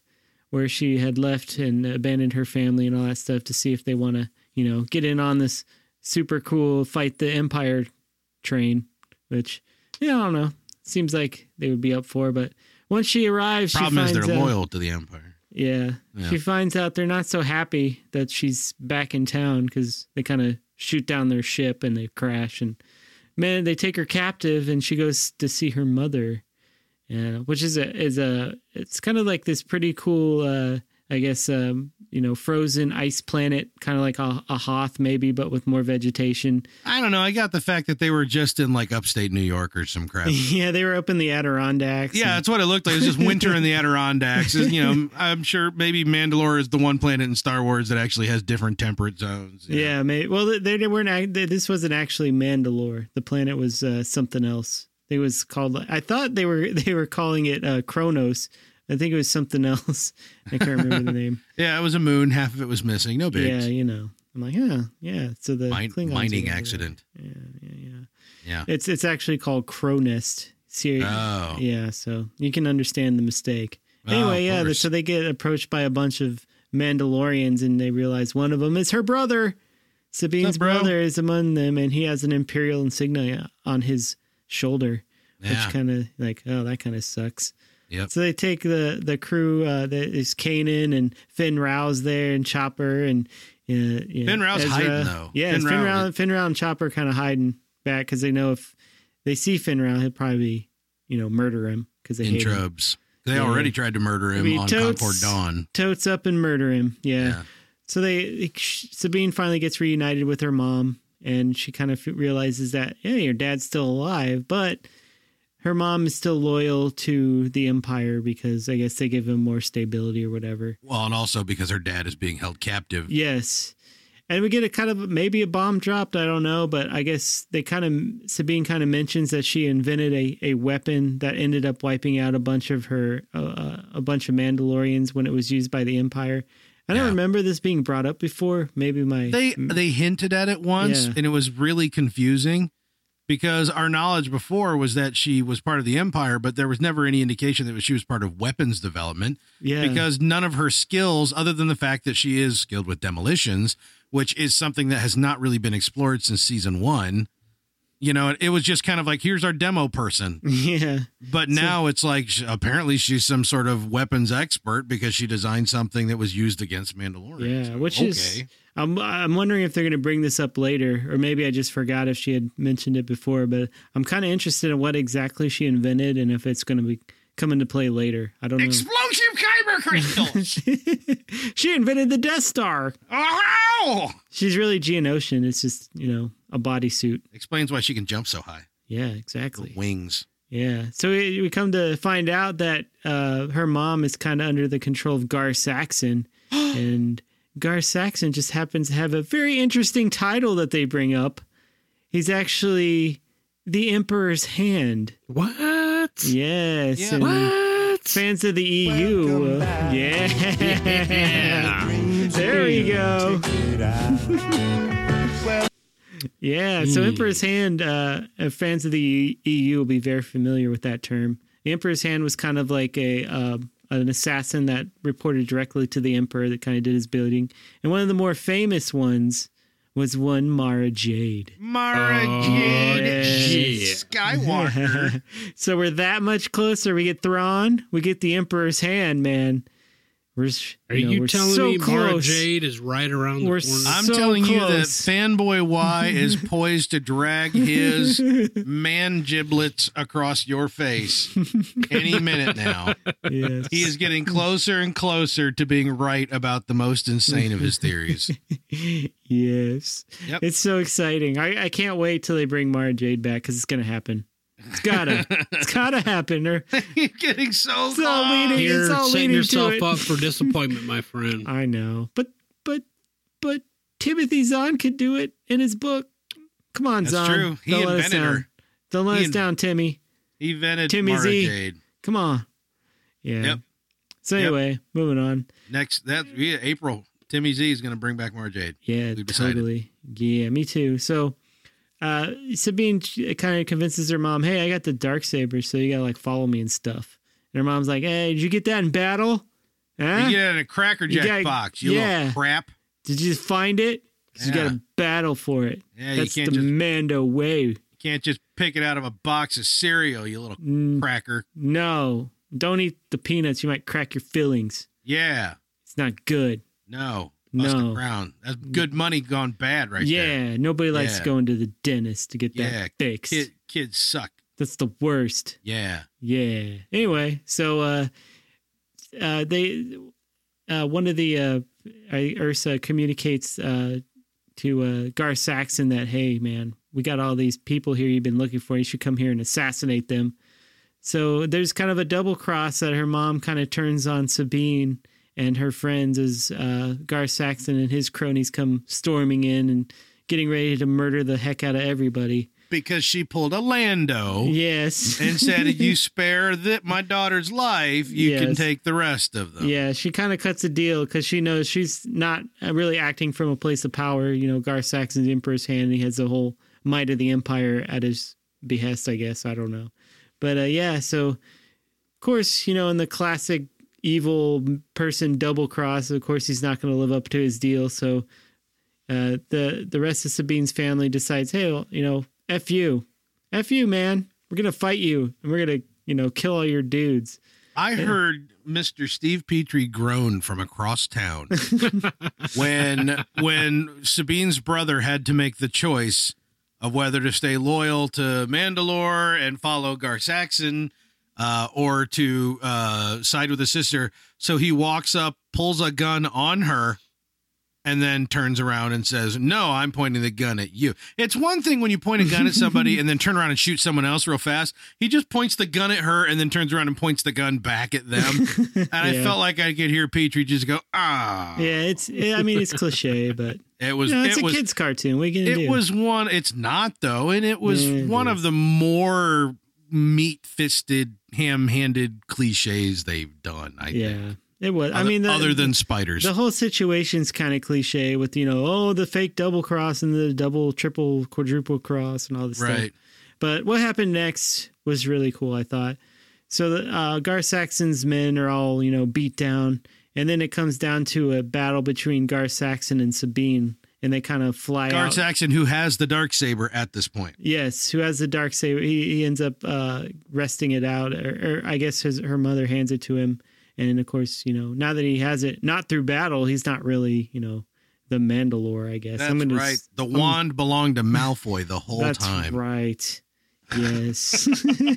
Speaker 3: where she had left and abandoned her family and all that stuff to see if they want to, you know, get in on this super cool fight the empire train, which yeah, I don't know. Seems like they would be up for, but once she arrives,
Speaker 1: Problem
Speaker 3: she
Speaker 1: is
Speaker 3: finds
Speaker 1: they're
Speaker 3: out-
Speaker 1: loyal to the Empire.
Speaker 3: yeah.
Speaker 1: Yeah.
Speaker 3: She finds out they're not so happy that she's back in town because they kind of shoot down their ship and they crash. And man, they take her captive and she goes to see her mother, yeah, which is a, is a, it's kind of like this pretty cool, uh, I guess, um, you know, frozen ice planet, kind of like a, a Hoth maybe, but with more vegetation.
Speaker 1: I don't know. I got the fact that they were just in like upstate New York or some
Speaker 3: [laughs]
Speaker 1: crap.
Speaker 3: yeah, they were up in the Adirondacks.
Speaker 1: Yeah,
Speaker 3: and-
Speaker 1: that's what it looked like. It was just winter
Speaker 3: [laughs]
Speaker 1: in the Adirondacks. And, you know, I'm sure maybe Mandalore is the one planet in Star Wars that actually has different temperate zones.
Speaker 3: yeah. maybe. Well, they- they weren't. ac- they- This wasn't actually Mandalore. The planet was uh, something else. It was called. I thought they were [laughs] they were calling it uh, Kronos. I think it was something else. I can't remember
Speaker 1: [laughs]
Speaker 3: the name.
Speaker 1: Yeah, it was a moon. Half of it was missing. No big
Speaker 3: Yeah, you know. I'm like, yeah, yeah. So the
Speaker 1: Min-
Speaker 3: Klingons
Speaker 1: mining
Speaker 3: are over
Speaker 1: accident.
Speaker 3: there. Yeah, yeah, yeah.
Speaker 1: Yeah.
Speaker 3: It's it's actually called Cronest. Ser-
Speaker 1: Oh.
Speaker 3: Yeah, so you can understand the mistake.
Speaker 1: Oh,
Speaker 3: Anyway,
Speaker 1: of
Speaker 3: yeah,
Speaker 1: course.
Speaker 3: so they get approached by a bunch of Mandalorians and they realize one of them is her brother. Sabine's
Speaker 1: Sup, bro?
Speaker 3: brother is among them and he has an imperial insignia on his shoulder,
Speaker 1: Yeah.
Speaker 3: which kind of like, oh, that kind of sucks.
Speaker 1: Yep.
Speaker 3: So they take the the crew uh, that is Kanan and Finn Rouse there and Chopper and uh, you know,
Speaker 1: Finn Rao's
Speaker 3: Ezra.
Speaker 1: hiding, though.
Speaker 3: Yeah,
Speaker 1: Finn
Speaker 3: Finn, Finn,
Speaker 1: Rao-
Speaker 3: Rao, Finn Rao and Chopper kind of hiding back because they know if they see Finn Rao, he'll probably you know murder him because they
Speaker 1: In
Speaker 3: hate him.
Speaker 1: Trubs. They
Speaker 3: Yeah.
Speaker 1: already tried to murder him
Speaker 3: I mean,
Speaker 1: on
Speaker 3: totes-
Speaker 1: Concord Dawn.
Speaker 3: Totes up and murder him. Yeah.
Speaker 1: Yeah.
Speaker 3: So they Sabine finally gets reunited with her mom, and she kind of realizes that yeah, your dad's still alive, but her mom is still loyal to the Empire because I guess they give him more stability or whatever.
Speaker 1: Well, and also because her dad is being held captive.
Speaker 3: Yes. And we get a kind of maybe a bomb dropped, I don't know, but I guess they kind of Sabine kind of mentions that she invented a, a weapon that ended up wiping out a bunch of her uh, uh, a bunch of Mandalorians when it was used by the Empire. I don't
Speaker 1: Yeah.
Speaker 3: remember this being brought up before. Maybe my
Speaker 1: They they hinted at it once,
Speaker 3: Yeah.
Speaker 1: and it was really confusing because our knowledge before was that she was part of the Empire, but there was never any indication that she was part of weapons development.
Speaker 3: yeah
Speaker 1: because none of her skills, other than the fact that she is skilled with demolitions, which is something that has not really been explored since season one. You know, it was just kind of like, here's our demo person.
Speaker 3: [laughs] yeah
Speaker 1: But now it's like, sh- apparently she's some sort of weapons expert because she designed something that was used against Mandalorians.
Speaker 3: yeah,
Speaker 1: So,
Speaker 3: which is
Speaker 1: okay.
Speaker 3: I'm I'm wondering if they're going to bring this up later, or maybe I just forgot if she had mentioned it before. But I'm kind of interested in what exactly she invented and if it's going to be come into play later. I don't know.
Speaker 2: Explosive kyber
Speaker 3: [laughs]
Speaker 2: crystals.
Speaker 3: she invented the Death Star.
Speaker 2: oh,
Speaker 3: She's really Geonosian. It's just, you know, a bodysuit.
Speaker 1: explains why she can jump so high.
Speaker 3: Yeah,
Speaker 1: The
Speaker 3: exactly.
Speaker 1: wings.
Speaker 3: Yeah. So we, we come to find out that uh, her mom is kind of under the control of Gar Saxon. and Gar Saxon just happens to have a very interesting title that they bring up. He's actually the Emperor's Hand.
Speaker 4: What?
Speaker 3: Yes.
Speaker 1: Yeah.
Speaker 3: and
Speaker 4: What?
Speaker 3: Fans of the EU. [laughs] uh, yeah. There we go. [laughs] Yeah, so Emperor's Hand, uh, uh, fans of the EU will be very familiar with that term. The Emperor's Hand was kind of like a uh, an assassin that reported directly to the Emperor that kind of did his building. And one of the more famous ones was one Mara Jade.
Speaker 1: Mara
Speaker 3: Yes.
Speaker 1: Skywalker.
Speaker 3: [laughs] so we're that much closer. We get Thrawn, we get the Emperor's Hand, man. We're s-
Speaker 4: Are
Speaker 3: you, know,
Speaker 4: you
Speaker 3: we're
Speaker 4: telling
Speaker 3: so
Speaker 4: me Mara
Speaker 3: close. [laughs]
Speaker 4: Jade is right around the
Speaker 3: We're
Speaker 4: corner?
Speaker 1: I'm
Speaker 3: So
Speaker 1: telling you that
Speaker 3: close.
Speaker 1: fanboy Y is poised to drag his man giblets across your face any minute now.
Speaker 3: Yes.
Speaker 1: He is getting closer and closer to being right about the most insane of his theories.
Speaker 3: [laughs] yes.
Speaker 1: Yep.
Speaker 3: It's so exciting. I, I can't wait till they bring Mara Jade back because it's gonna happen.
Speaker 1: [laughs]
Speaker 3: It's gotta. it's gotta happen. Or
Speaker 1: You're getting so
Speaker 3: It's all
Speaker 1: close.
Speaker 3: leading-
Speaker 4: You're
Speaker 3: it's all leading
Speaker 4: setting
Speaker 3: to
Speaker 4: yourself
Speaker 3: it.
Speaker 4: up for disappointment, my friend.
Speaker 3: I know, but but but Timothy Zahn could do it in his book. Come on,
Speaker 1: That's
Speaker 3: Zahn.
Speaker 1: true. He
Speaker 3: Don't let us
Speaker 1: invented
Speaker 3: down.
Speaker 1: her.
Speaker 3: Don't let
Speaker 1: He
Speaker 3: us
Speaker 1: in-
Speaker 3: down, Timmy.
Speaker 1: He vented
Speaker 3: Timmy
Speaker 1: Mara
Speaker 3: Z.
Speaker 1: Jade.
Speaker 3: Come on. Yeah.
Speaker 1: Yep.
Speaker 3: So
Speaker 1: Yep.
Speaker 3: anyway, moving on.
Speaker 1: Next, that yeah, April. Timmy Z is going to bring back Mara Jade.
Speaker 3: Yeah,
Speaker 1: We've decided.
Speaker 3: totally. Yeah, me too. So uh Sabine kind of convinces her mom, "Hey, I got the dark saber, so you got to like follow me and stuff." And her mom's like, "Hey, did you get that in battle? Huh?
Speaker 1: You get it in a Cracker
Speaker 3: You
Speaker 1: Jack
Speaker 3: gotta-
Speaker 1: box, you
Speaker 3: yeah.
Speaker 1: little crap.
Speaker 3: Did you find it? 'Cause you
Speaker 1: Yeah.
Speaker 3: got to battle for it.
Speaker 1: Yeah,
Speaker 3: That's
Speaker 1: you
Speaker 3: the
Speaker 1: can't just
Speaker 3: Mando way.
Speaker 1: can't just pick it out of a box of cereal, you little
Speaker 3: Mm,
Speaker 1: cracker.
Speaker 3: no, don't eat the peanuts. You might crack your fillings.
Speaker 1: Yeah,
Speaker 3: It's not good.
Speaker 1: no, Buster
Speaker 3: No.
Speaker 1: Brown. That's good money gone bad right
Speaker 3: yeah,
Speaker 1: there.
Speaker 3: nobody likes
Speaker 1: Yeah.
Speaker 3: going to the dentist to get
Speaker 1: Yeah,
Speaker 3: that fixed.
Speaker 1: Kid, kids suck.
Speaker 3: That's the worst."
Speaker 1: Yeah,
Speaker 3: Yeah. Anyway, so uh, uh, they uh, one of the uh, I- Ursa communicates uh, to uh, Gar Saxon that hey man, we got all these people here you've been looking for. You should come here and assassinate them. So there's kind of a double cross that her mom kind of turns on Sabine and her friends as uh, Gar Saxon and his cronies come storming in and getting ready to murder the heck out of everybody.
Speaker 1: because she pulled a Lando
Speaker 3: Yes.
Speaker 1: Oh. and said, "If
Speaker 3: [laughs]
Speaker 1: you spare that my daughter's life, you can
Speaker 3: Yes.
Speaker 1: take the rest of them."
Speaker 3: Yeah, she kind of cuts a deal because she knows she's not uh, really acting from a place of power. You know, Gar Saxon's the Emperor's hand, and he has the whole might of the Empire at his behest, I guess. I don't know. But uh, yeah, so of course, you know, in the classic evil person double cross, of course, he's not going to live up to his deal. So uh, the, the rest of Sabine's family decides, hey, well, you know, F you. F you, man. We're going to fight you, and we're going to, you know, kill all your dudes.
Speaker 1: I heard Mr. Steve Petrie groan from across town when when Sabine's brother had to make the choice of whether to stay loyal to Mandalore and follow Gar Saxon uh, or to uh, side with his sister. So he walks up, pulls a gun on her, and then turns around and says, No, I'm pointing the gun at you. It's one thing when you point a gun at somebody and then turn around and shoot someone else real fast. He just points the gun at her and then turns around and points the gun back at
Speaker 3: [laughs]
Speaker 1: them. [laughs] And I
Speaker 3: Yeah.
Speaker 1: felt like I could hear Petrie just go, Ah.
Speaker 3: Yeah, it's. Yeah, I mean, it's cliche, but
Speaker 1: It [laughs] was,
Speaker 3: no, it's
Speaker 1: it
Speaker 3: a
Speaker 1: was,
Speaker 3: kids' cartoon. We can do.
Speaker 1: it was one, it's not though. And it was
Speaker 3: Yeah, it
Speaker 1: one
Speaker 3: is.
Speaker 1: of the more meat fisted, ham handed cliches they've done. I think.
Speaker 3: yeah, it was. I
Speaker 1: Other-
Speaker 3: mean, the,
Speaker 1: other than spiders.
Speaker 3: the whole situation's kind of cliche with you know, oh, the fake double cross and the double, triple, quadruple cross and all this stuff.
Speaker 1: right.
Speaker 3: But what happened next was really cool, I thought. So the, uh, Gar Saxon's men are all, you know, beat down. And then it comes down to a battle between Gar Saxon and Sabine. And they kind of fly
Speaker 1: Gar
Speaker 3: out.
Speaker 1: Saxon, who has the dark saber at this point.
Speaker 3: Yes, who has the dark saber? He, he ends up uh, resting it out, or, or I guess his her mother hands it to him. And of course, you know, now that he has it, not through battle, he's not really, you know, the Mandalore. I guess
Speaker 1: That's
Speaker 3: I'm gonna
Speaker 1: right.
Speaker 3: s-
Speaker 1: The
Speaker 3: I'm-
Speaker 1: wand belonged to Malfoy
Speaker 3: [laughs]
Speaker 1: the whole
Speaker 3: That's
Speaker 1: time.
Speaker 3: right.
Speaker 1: [laughs]
Speaker 3: Yes. [laughs]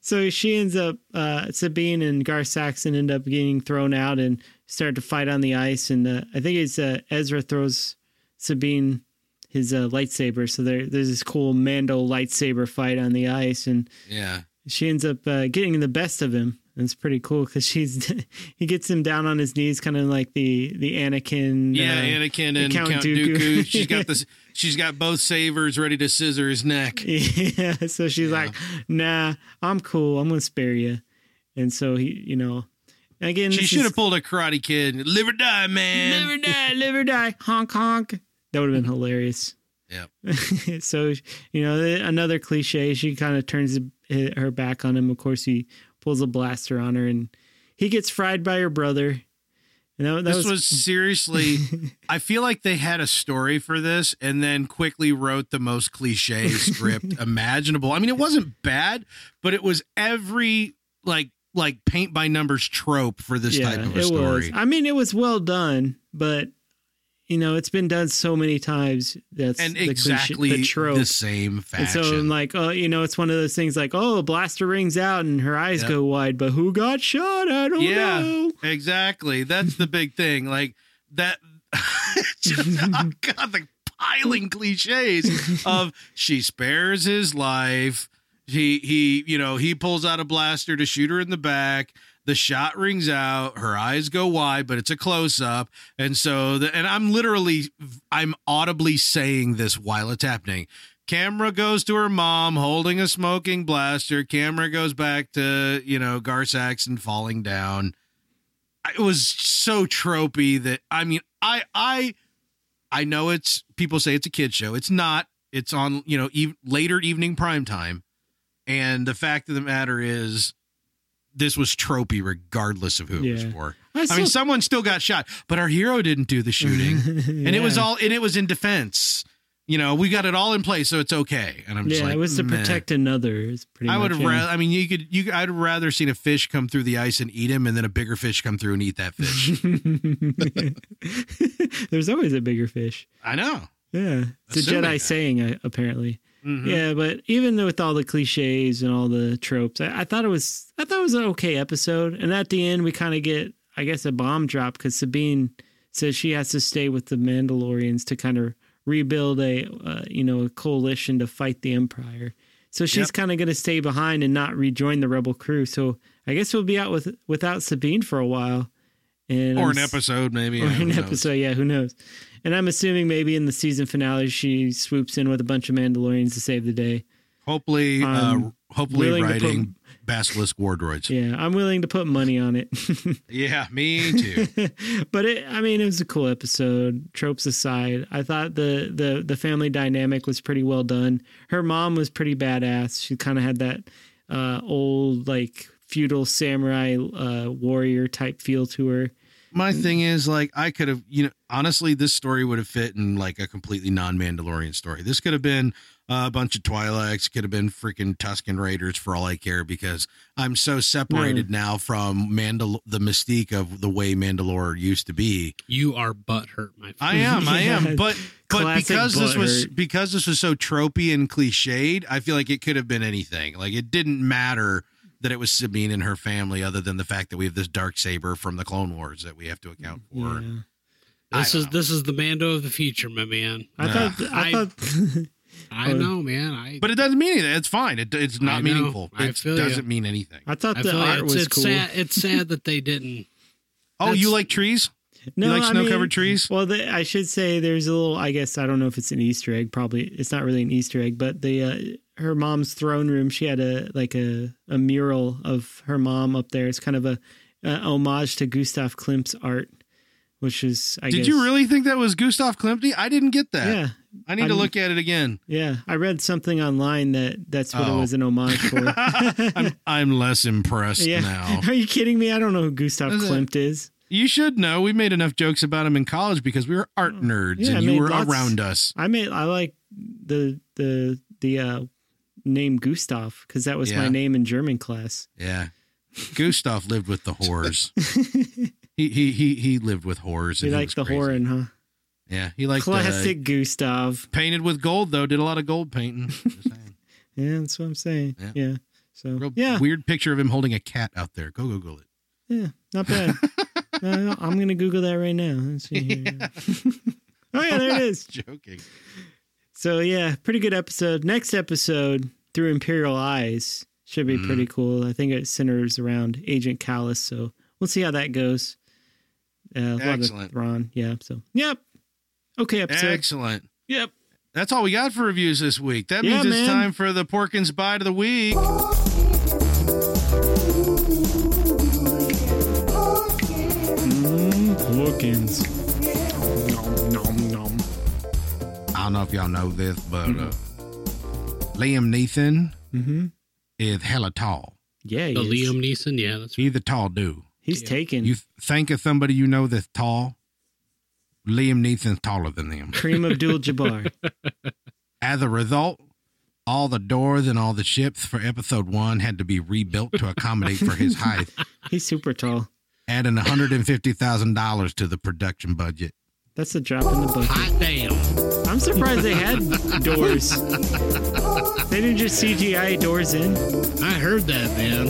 Speaker 3: so she ends up uh, Sabine and Gar Saxon end up getting thrown out and start to fight on the ice. And uh, I think it's uh, Ezra throws Sabine his uh, lightsaber. So there, there's this cool Mando lightsaber fight on the ice, and
Speaker 1: Yeah.
Speaker 3: she ends up uh, getting the best of him. And it's pretty cool because she's [laughs] he gets him down on his knees, kind of like the the Anakin.
Speaker 1: Yeah,
Speaker 3: uh,
Speaker 1: Anakin and Count,
Speaker 3: Count
Speaker 1: Dooku.
Speaker 3: Dooku.
Speaker 1: She's
Speaker 3: [laughs]
Speaker 1: got this she's got both sabers ready to scissor his neck.
Speaker 3: Yeah. So she's
Speaker 1: Yeah.
Speaker 3: like, nah, I'm cool. I'm going to spare you. And so he, you know, again,
Speaker 1: She
Speaker 3: this
Speaker 1: should
Speaker 3: is-
Speaker 1: have pulled a karate kid. Live or die, man.
Speaker 3: live or die, live or die, honk, honk. That would have been hilarious.
Speaker 1: Yep.
Speaker 3: [laughs] so, you know, another cliche, she kind of turns her back on him. Of course, he pulls a blaster on her and he gets fried by her brother. And that, that
Speaker 1: this was,
Speaker 3: [laughs]
Speaker 1: seriously I feel like they had a story for this and then quickly wrote the most
Speaker 3: [laughs]
Speaker 1: cliche script imaginable. I mean, it wasn't bad, but it was every like like paint by numbers trope for this type of a
Speaker 3: it
Speaker 1: story.
Speaker 3: was. I mean, it was well done, but you know, it's been done so many times. That's
Speaker 1: and
Speaker 3: the cliche-
Speaker 1: exactly
Speaker 3: the trope.
Speaker 1: the same
Speaker 3: and so
Speaker 1: faction.
Speaker 3: I'm like, oh, you know, it's one of those things like, oh, blaster rings out and her eyes
Speaker 1: Yep.
Speaker 3: go wide, but who got shot? I don't
Speaker 1: Yeah.
Speaker 3: know.
Speaker 1: exactly. That's the big thing. Like that. [laughs] just, oh God, the piling cliches of she spares his life. He he, you know, he pulls out a blaster to shoot her in the back. The shot rings out. Her eyes go wide, but it's a close up, and so the, and I'm literally, I'm audibly saying this while it's happening. Camera goes to her mom holding a smoking blaster. Camera goes back to, you know, Garsax and falling down. It was so tropey that I mean, I I I know it's people say it's a kid show. It's not. It's on, you know, ev- later evening prime time. And the fact of the matter is this was tropey regardless of who it was
Speaker 3: Yeah.
Speaker 1: for.
Speaker 3: I,
Speaker 1: I mean, someone still got shot, but our hero didn't do the [laughs]
Speaker 3: Mm-hmm.
Speaker 1: shooting and it was all and it was in defense. You know, we got it all in place, so it's okay. And I'm just
Speaker 3: Yeah,
Speaker 1: like,
Speaker 3: it was to
Speaker 1: "Meh."
Speaker 3: protect another. Is pretty.
Speaker 1: I
Speaker 3: much
Speaker 1: would have.
Speaker 3: it.
Speaker 1: Ra- I mean, you could. You, I'd rather seen a fish come through the ice and eat him, and then a bigger fish come through and eat that
Speaker 3: [laughs]
Speaker 1: fish.
Speaker 3: There's always a bigger fish.
Speaker 1: I know.
Speaker 3: Yeah, it's
Speaker 1: Assuming
Speaker 3: a Jedi
Speaker 1: that.
Speaker 3: saying uh, apparently.
Speaker 1: Mhm.
Speaker 3: Yeah, but even though with all the cliches and all the tropes, I, I thought it was I thought it was an okay episode. And at the end, we kind of get I guess a bomb drop because Sabine says she has to stay with the Mandalorians to kind of rebuild a uh, you know a coalition to fight the Empire. So she's
Speaker 1: Yep.
Speaker 3: kind of going to stay behind and not rejoin the rebel crew. So I guess we'll be out with without Sabine for a while. And
Speaker 1: Or
Speaker 3: I'm
Speaker 1: an
Speaker 3: s-
Speaker 1: episode, maybe.
Speaker 3: or
Speaker 1: I don't
Speaker 3: an
Speaker 1: know.
Speaker 3: episode. Yeah, who knows? And I'm assuming maybe in the season finale, she swoops in with a bunch of Mandalorians to save the day.
Speaker 1: Hopefully, uh,
Speaker 3: I'm
Speaker 1: hopefully
Speaker 3: Um, willing to
Speaker 1: writing basilisk war droids. Yeah.
Speaker 3: Yeah, I'm willing to put money on it. [laughs]
Speaker 1: me too.
Speaker 3: but it, I mean, it was a cool episode. Tropes aside, I thought the the the family dynamic was pretty well done. Her mom was pretty badass. She kind of had that uh, old like feudal samurai uh, warrior type feel to her.
Speaker 1: My thing is like I could have, you know, honestly, this story would have fit in like a completely non-Mandalorian story. This could have been a bunch of Twi'leks, could have been freaking Tusken Raiders for all I care because I'm so separated now from Mandal the mystique of the way Mandalore used to be.
Speaker 4: You are butthurt, my friend.
Speaker 1: I am, I
Speaker 3: Yeah.
Speaker 1: am, but but
Speaker 3: Classic
Speaker 1: because this was
Speaker 3: butthurt.
Speaker 1: because this was so tropey and cliched, I feel like it could have been anything. Like it didn't matter that it was Sabine and her family, other than the fact that we have this dark saber from the Clone Wars that we have to account for.
Speaker 3: Yeah.
Speaker 1: I
Speaker 4: This
Speaker 1: don't
Speaker 4: is
Speaker 1: know.
Speaker 4: this is the Mando of the future, my man.
Speaker 3: I
Speaker 1: Nah.
Speaker 3: thought I,
Speaker 4: I-
Speaker 3: thought [laughs]
Speaker 4: I
Speaker 3: Oh.
Speaker 4: know, man. I
Speaker 1: But it doesn't mean anything. It's fine. It, it's not
Speaker 4: I know.
Speaker 1: meaningful.
Speaker 4: I
Speaker 1: It
Speaker 4: feel ya.
Speaker 1: doesn't mean anything.
Speaker 3: I
Speaker 4: [laughs]
Speaker 3: thought
Speaker 4: I
Speaker 3: the
Speaker 4: feel
Speaker 3: art was
Speaker 4: it's, it's
Speaker 3: cool.
Speaker 4: sad. It's sad that
Speaker 1: [laughs]
Speaker 4: they didn't.
Speaker 1: oh, you
Speaker 4: that's-
Speaker 1: like trees? you like
Speaker 3: I
Speaker 1: snow covered
Speaker 3: mean,
Speaker 1: trees?
Speaker 3: Well, the, I should say there's a little. I guess I don't know if it's an Easter egg. Probably it's not really an Easter egg, but the uh, her mom's throne room. She had a like a a mural of her mom up there. It's kind of a, a homage to Gustav Klimt's art, which is. I
Speaker 1: Did
Speaker 3: guess,
Speaker 1: you really think that was Gustav Klimt? I didn't get that.
Speaker 3: Yeah,
Speaker 1: I need
Speaker 3: I
Speaker 1: to
Speaker 3: didn't-
Speaker 1: look at it again.
Speaker 3: yeah. I read something online that that's what
Speaker 1: Oh.
Speaker 3: it was an homage
Speaker 1: [laughs]
Speaker 3: for. [laughs]
Speaker 1: I'm, I'm less impressed
Speaker 3: yeah.
Speaker 1: now.
Speaker 3: Are you kidding me? I don't know who Gustav
Speaker 1: Is it-
Speaker 3: Klimt is.
Speaker 1: You should know. We made enough jokes about him in college because we were art nerds
Speaker 3: Yeah, I
Speaker 1: and you
Speaker 3: made
Speaker 1: were
Speaker 3: lots-
Speaker 1: around us.
Speaker 3: I mean, I like the the the uh, name Gustav because that was
Speaker 1: Yeah.
Speaker 3: my name in German class.
Speaker 1: Yeah. Gustav lived with the whores.
Speaker 3: [laughs]
Speaker 1: he, he he he lived with whores.
Speaker 3: You
Speaker 1: and he
Speaker 3: like
Speaker 1: was
Speaker 3: the
Speaker 1: crazy.
Speaker 3: horn, huh?
Speaker 1: Yeah, he liked
Speaker 3: Classic Gustav.
Speaker 1: The, painted with gold though. Did a lot of gold painting. Just saying.
Speaker 3: Yeah, that's what I'm saying.
Speaker 1: Yeah.
Speaker 3: Yeah. So
Speaker 1: Real
Speaker 3: yeah,
Speaker 1: weird picture of him holding a cat out there. Go Google it. [laughs]
Speaker 3: yeah, not bad. Uh, I'm gonna Google that right now. Let's see here. [laughs] oh yeah, there it is.
Speaker 1: Joking.
Speaker 3: So yeah, pretty good episode. Next episode, Through Imperial Eyes, should be
Speaker 1: Mm.
Speaker 3: pretty cool. I think it centers around Agent Callus, so we'll see how that goes. Uh, a lot of
Speaker 1: Excellent.
Speaker 3: Thrawn. Yeah. So yep. Okay. Episode.
Speaker 1: Excellent.
Speaker 3: yep.
Speaker 1: That's all we got for reviews this week. That
Speaker 3: Yeah,
Speaker 1: means it's
Speaker 3: man.
Speaker 1: time for the Porkins Bite of the Week.
Speaker 3: Hawkins.
Speaker 1: I don't know if y'all know this, but uh, Liam Neeson
Speaker 3: Mm-hmm.
Speaker 1: is hella tall.
Speaker 3: Yeah. He
Speaker 4: The
Speaker 3: is.
Speaker 4: Liam Neeson, yeah, that's
Speaker 1: He's a tall dude.
Speaker 3: He's
Speaker 4: Yeah.
Speaker 3: taken. [laughs]
Speaker 1: You think of somebody you know that's tall, Liam Neeson's taller than them.
Speaker 3: Kareem Abdul Jabbar.
Speaker 1: As a result, All the doors and all the ships for episode one had to be rebuilt to accommodate for his [laughs] height,
Speaker 3: He's super tall.
Speaker 1: adding $150,000 to the production budget.
Speaker 3: That's a drop in the bucket.
Speaker 4: Hot damn.
Speaker 3: I'm surprised they had doors. They didn't just CGI doors in.
Speaker 4: I heard that, man.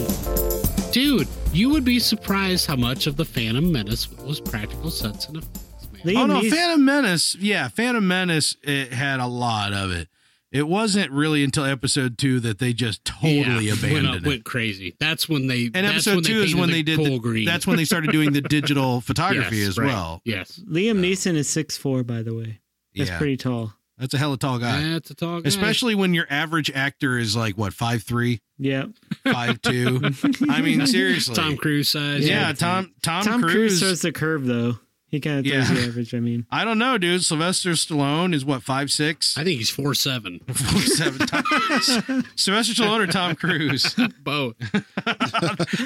Speaker 4: Dude, you would be surprised how much of the Phantom Menace was practical sets and effects, man.
Speaker 3: Liam
Speaker 1: oh no,
Speaker 3: Nees-
Speaker 1: Phantom Menace. Yeah, Phantom Menace. It had a lot of it. It wasn't really until episode two that they just totally
Speaker 4: Yeah, went, up-
Speaker 1: abandoned it.
Speaker 4: went crazy. That's when they.
Speaker 1: And
Speaker 4: that's
Speaker 1: episode
Speaker 4: when they
Speaker 1: two is
Speaker 4: painted
Speaker 1: when
Speaker 4: the
Speaker 1: they did.
Speaker 4: coal
Speaker 1: The,
Speaker 4: green.
Speaker 1: That's when they started doing the
Speaker 4: [laughs]
Speaker 1: digital
Speaker 4: Yes,
Speaker 1: photography as
Speaker 4: right.
Speaker 1: well.
Speaker 4: Yes,
Speaker 3: Liam Neeson is six four, by the way. That's
Speaker 1: yeah,
Speaker 3: pretty tall.
Speaker 1: that's a hella tall guy.
Speaker 4: that's a tall guy.
Speaker 1: Especially when your average actor is like what five three,
Speaker 3: Yeah.
Speaker 4: [laughs]
Speaker 1: five two. I mean,
Speaker 3: [laughs]
Speaker 1: seriously.
Speaker 4: Tom Cruise size.
Speaker 1: Yeah, Tom Tom,
Speaker 3: Tom Cruise
Speaker 1: Cruise.
Speaker 3: throws the curve though. He kind of throws
Speaker 1: Yeah.
Speaker 3: the average. I mean,
Speaker 1: I don't know, dude. Sylvester Stallone is what five six,
Speaker 4: I think he's four seven.
Speaker 1: four seven. Tom- Sylvester Stallone or Tom Cruise? [laughs]
Speaker 4: Both.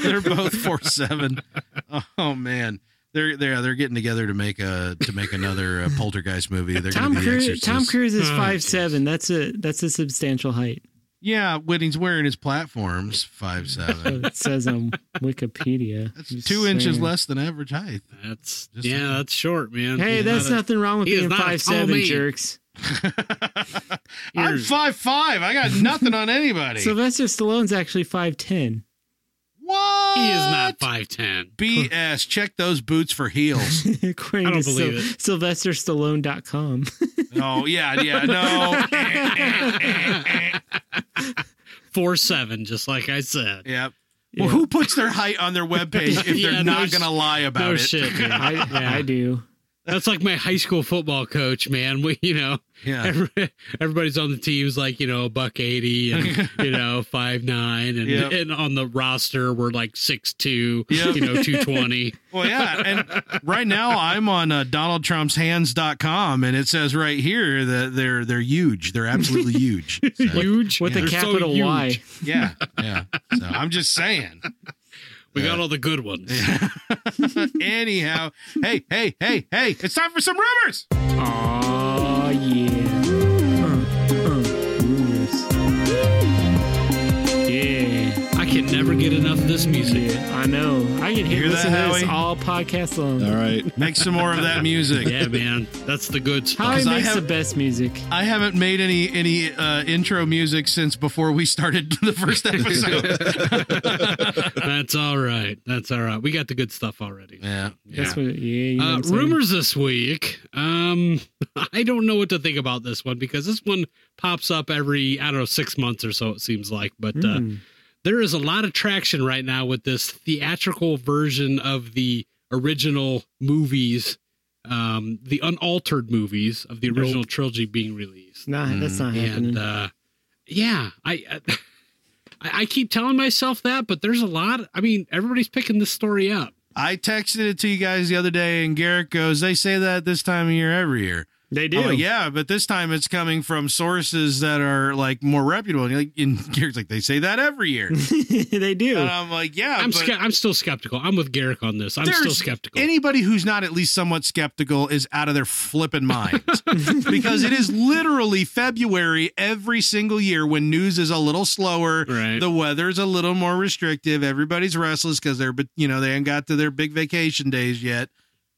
Speaker 1: they're both four seven. Oh man, they're they're they're getting together to make a to make another uh, poltergeist movie. [laughs] They're
Speaker 3: Tom
Speaker 1: gonna be
Speaker 3: Cruise.
Speaker 1: exorcists.
Speaker 3: Tom Cruise is
Speaker 4: Oh,
Speaker 3: five seven. That's a that's a substantial height.
Speaker 1: Yeah, when he's wearing his platforms, five
Speaker 3: That's
Speaker 1: seven.
Speaker 3: what It
Speaker 1: [laughs]
Speaker 3: says on Wikipedia.
Speaker 1: That's
Speaker 3: Just
Speaker 1: two inches
Speaker 3: saying.
Speaker 1: less than average height. [laughs]
Speaker 4: That's
Speaker 1: Just
Speaker 4: yeah.
Speaker 1: saying.
Speaker 4: That's short, man.
Speaker 3: Hey,
Speaker 4: He's
Speaker 3: that's
Speaker 4: a-
Speaker 3: nothing wrong with
Speaker 4: he is
Speaker 3: being
Speaker 4: not a tall
Speaker 3: five seven
Speaker 4: man.
Speaker 3: jerks.
Speaker 1: I'm
Speaker 4: Here's-
Speaker 1: five five. I got nothing on anybody.
Speaker 3: Sylvester Stallone's actually five ten. [laughs]
Speaker 1: what?
Speaker 4: He is not five ten.
Speaker 1: BS. Check those boots for heels.
Speaker 3: According
Speaker 4: I don't
Speaker 3: to Syl-
Speaker 4: believe
Speaker 3: SylvesterStallone.com.
Speaker 1: oh yeah, yeah. No.
Speaker 4: Four seven, just like I said.
Speaker 1: yep. Well, who puts their height on their webpage if
Speaker 4: [laughs] Yeah,
Speaker 1: they're
Speaker 4: no
Speaker 1: not
Speaker 4: sh-
Speaker 1: going to lie about
Speaker 4: No
Speaker 1: it?
Speaker 4: shit. dude.
Speaker 3: I, I
Speaker 4: [laughs]
Speaker 3: do.
Speaker 4: That's like my high school football coach, man. We, you know,
Speaker 1: Yeah.
Speaker 4: [laughs] every, everybody's on the teams like you know a buck
Speaker 1: [laughs]
Speaker 4: eighty and you know five nine, and
Speaker 1: Yep.
Speaker 4: and on the roster we're like six two,
Speaker 1: Yep.
Speaker 4: you know
Speaker 1: [laughs]
Speaker 4: two twenty.
Speaker 1: Well, yeah. And right now I'm on uh, DonaldTrump'sHands.com, and it says right here that they're they're huge. They're
Speaker 4: [laughs]
Speaker 1: absolutely huge. So,
Speaker 4: huge
Speaker 3: With
Speaker 1: Yeah.
Speaker 3: a
Speaker 4: They're so
Speaker 3: capital
Speaker 4: huge.
Speaker 3: Y.
Speaker 1: yeah, yeah. So I'm just saying. [laughs]
Speaker 4: We got all the good ones.
Speaker 1: Anyhow, hey, hey, hey, hey! It's time for some rumors.
Speaker 3: Oh Uh, yeah. Uh, uh, rumors. Yeah.
Speaker 4: I can never get enough of this music.
Speaker 3: Yeah, I know. I can hear,
Speaker 1: Hear
Speaker 3: listen
Speaker 1: that,
Speaker 3: to this
Speaker 1: Howie?
Speaker 3: all podcast long.
Speaker 5: All right.
Speaker 1: Make some more of that music.
Speaker 4: Yeah, man, that's the good stuff.
Speaker 3: Howie
Speaker 1: Because I
Speaker 3: makes the
Speaker 1: have-
Speaker 3: best music.
Speaker 1: I haven't made any any uh, intro music since before we started [laughs] the first episode.
Speaker 4: [laughs] That's all right. That's all right. We got the good stuff already.
Speaker 1: yeah,
Speaker 3: That's what. Yeah. You know
Speaker 4: Uh,
Speaker 3: what I'm
Speaker 4: rumors this week. Um, [laughs] I don't know what to think about this one because this one pops up every I don't know six months or so it seems like. But
Speaker 3: saying?
Speaker 4: uh, there is a lot of traction right now with this theatrical version of the original movies, um, the unaltered movies of the original trilogy being released.
Speaker 3: Nah, that's not happening.
Speaker 4: and uh, yeah, I, [laughs] I I keep telling myself that, but there's a lot. I mean, everybody's picking this story up.
Speaker 1: I texted it to you guys the other day, and Garrett goes, "They say that this time of year every year."
Speaker 3: they do.
Speaker 1: I'm
Speaker 4: oh,
Speaker 1: like, yeah, but this time it's coming from sources that are like more reputable. And, you're like, [laughs] and Garrett's like, they say that every year.
Speaker 3: [laughs] they do.
Speaker 4: Uh,
Speaker 1: And I'm like, yeah,
Speaker 4: I'm
Speaker 1: but
Speaker 4: sce- I'm still skeptical. I'm with Garrick on this. I'm
Speaker 1: there's-
Speaker 4: still skeptical.
Speaker 1: Anybody who's not at least somewhat skeptical is out of their flipping
Speaker 4: [laughs]
Speaker 1: mind because it is literally February every single year when news is a little slower.
Speaker 4: Right.
Speaker 1: The weather's a little more restrictive. Everybody's restless because they're, but you know, they ain't got to their big vacation days yet.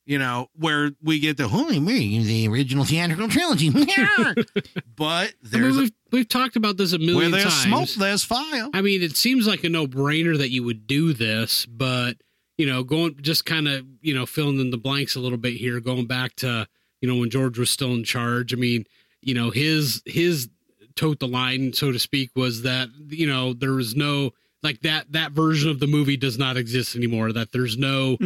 Speaker 1: You know, where we get the holy me, the original theatrical trilogy. [laughs] but
Speaker 4: I mean,
Speaker 1: there's a
Speaker 4: we've we've talked about this a
Speaker 1: Where
Speaker 4: million
Speaker 1: there's smoke,
Speaker 4: times.
Speaker 1: there's fire.
Speaker 4: I mean, it seems like a no brainer that you would do this, but you know, going just kind of you know filling in the blanks a little bit here, going back to you know when George was still in charge. I mean, you know, his his tote the line, so to speak, was that you know there was no like that that version of the movie does not exist anymore. That there's no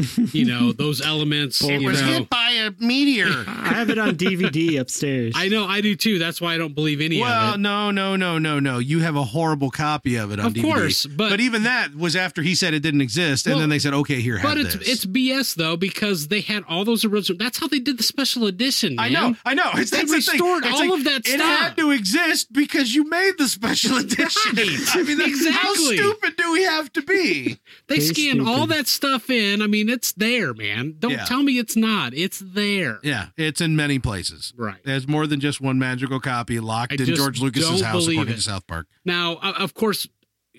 Speaker 1: [laughs]
Speaker 4: you know those elements.
Speaker 3: It
Speaker 4: you
Speaker 3: was
Speaker 4: know,
Speaker 1: by a meteor.
Speaker 3: I have
Speaker 4: [laughs]
Speaker 3: it on DVD upstairs.
Speaker 4: I know, I do too. That's why I don't believe any
Speaker 1: well,
Speaker 4: of it.
Speaker 1: no, no, no, no, no. You have a horrible copy of it on
Speaker 4: Of
Speaker 1: DVD.
Speaker 4: course, but-
Speaker 1: even that was after he said it didn't exist, and
Speaker 4: Well,
Speaker 1: then they said, "Okay, here, have
Speaker 4: But it's
Speaker 1: this."
Speaker 4: it's BS though because they had all those original. That's how they did the special edition.
Speaker 1: I
Speaker 4: man.
Speaker 1: know, I know. It's,
Speaker 4: They
Speaker 1: that's the thing.
Speaker 4: restored
Speaker 1: It's
Speaker 4: all of that
Speaker 1: It
Speaker 4: stuff.
Speaker 1: had to exist because you made the special edition. [laughs] I mean, that- how
Speaker 4: Exactly.
Speaker 1: stupid stupid do we have to
Speaker 4: [laughs]
Speaker 1: be?
Speaker 4: They
Speaker 3: They're
Speaker 4: scan all
Speaker 3: stupid.
Speaker 4: that stuff in. I mean, it's there, man. Don't
Speaker 1: Yeah.
Speaker 4: tell me it's not. It's there.
Speaker 1: yeah, it's in many places.
Speaker 4: Right.
Speaker 1: There's more than just one magical copy locked
Speaker 4: I
Speaker 1: in
Speaker 4: just
Speaker 1: George Lucas's
Speaker 4: don't
Speaker 1: house,
Speaker 4: believe
Speaker 1: according
Speaker 4: it.
Speaker 1: to South Park.
Speaker 4: Now, o- of course,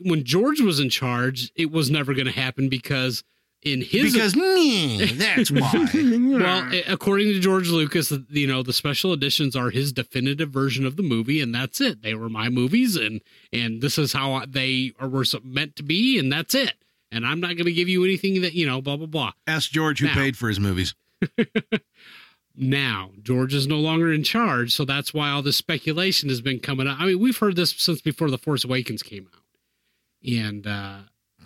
Speaker 4: when George was in charge, it was never going to happen because in his
Speaker 1: because me,
Speaker 4: [laughs]
Speaker 1: that's [laughs] why.
Speaker 6: Hmm.
Speaker 4: well, a- according to George Lucas, you know, the special editions are his definitive version of the movie and that's it. They were my movies and and this is how I- they are were so- meant to be and that's it. And I'm not going to give you anything that, you know, blah blah blah.
Speaker 1: Ask George who
Speaker 4: Now.
Speaker 1: paid for his movies.
Speaker 4: now. George is no longer in charge, so that's why all this speculation has been coming out. I mean, we've heard this since before The Force Awakens came out, and uh,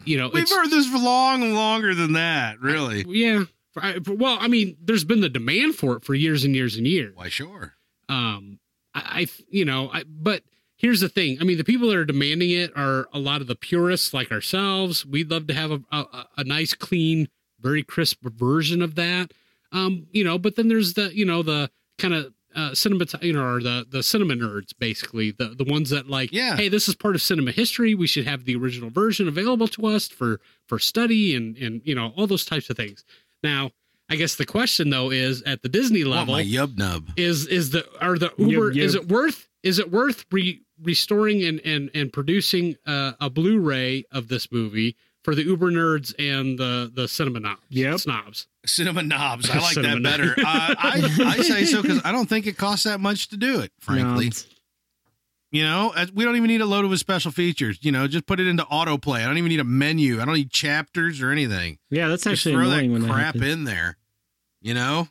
Speaker 4: you know,
Speaker 6: We've
Speaker 4: it's,
Speaker 6: heard this for long, longer than that.
Speaker 1: Really?
Speaker 4: yeah. I- well, I mean, there's been the demand for it for years and years and years.
Speaker 1: Why, sure.
Speaker 4: Um, I, I you know, I, but here's the thing. I mean, the people that are demanding it are a lot of the purists like ourselves. We'd love to have a, a, a nice, clean, very crisp version of that. Um, you know, but then there's the, you know, the kind of uh, cinema, you know, or the the cinema nerds, basically the the ones that like,
Speaker 1: Yeah.
Speaker 4: hey, this is part of cinema history. We should have the original version available to us for for study and and you know all those types of things. Now, I guess the question though is at the Disney
Speaker 1: Want
Speaker 4: level,
Speaker 1: Oh, my yub nub.
Speaker 4: is is the are the Uber
Speaker 3: yep.
Speaker 4: is it worth is it worth re, restoring and and and producing uh, a Blu-ray of this movie for the Uber nerds and the the cinema knobs?
Speaker 3: Yep.
Speaker 4: snobs.
Speaker 1: Cinema knobs.
Speaker 4: [laughs]
Speaker 1: I like
Speaker 4: Cinema
Speaker 1: that better. uh, I, I say so because I don't think it costs that much to do it, frankly.
Speaker 3: Knobs.
Speaker 1: You know, as- we don't even need a load of special features. You know, just put it into autoplay. I don't even need a menu. I don't need chapters or anything.
Speaker 3: Yeah, that's
Speaker 1: Just
Speaker 3: actually
Speaker 1: throw
Speaker 3: annoying when
Speaker 1: that
Speaker 3: that
Speaker 1: crap
Speaker 3: happens.
Speaker 1: in there. You know,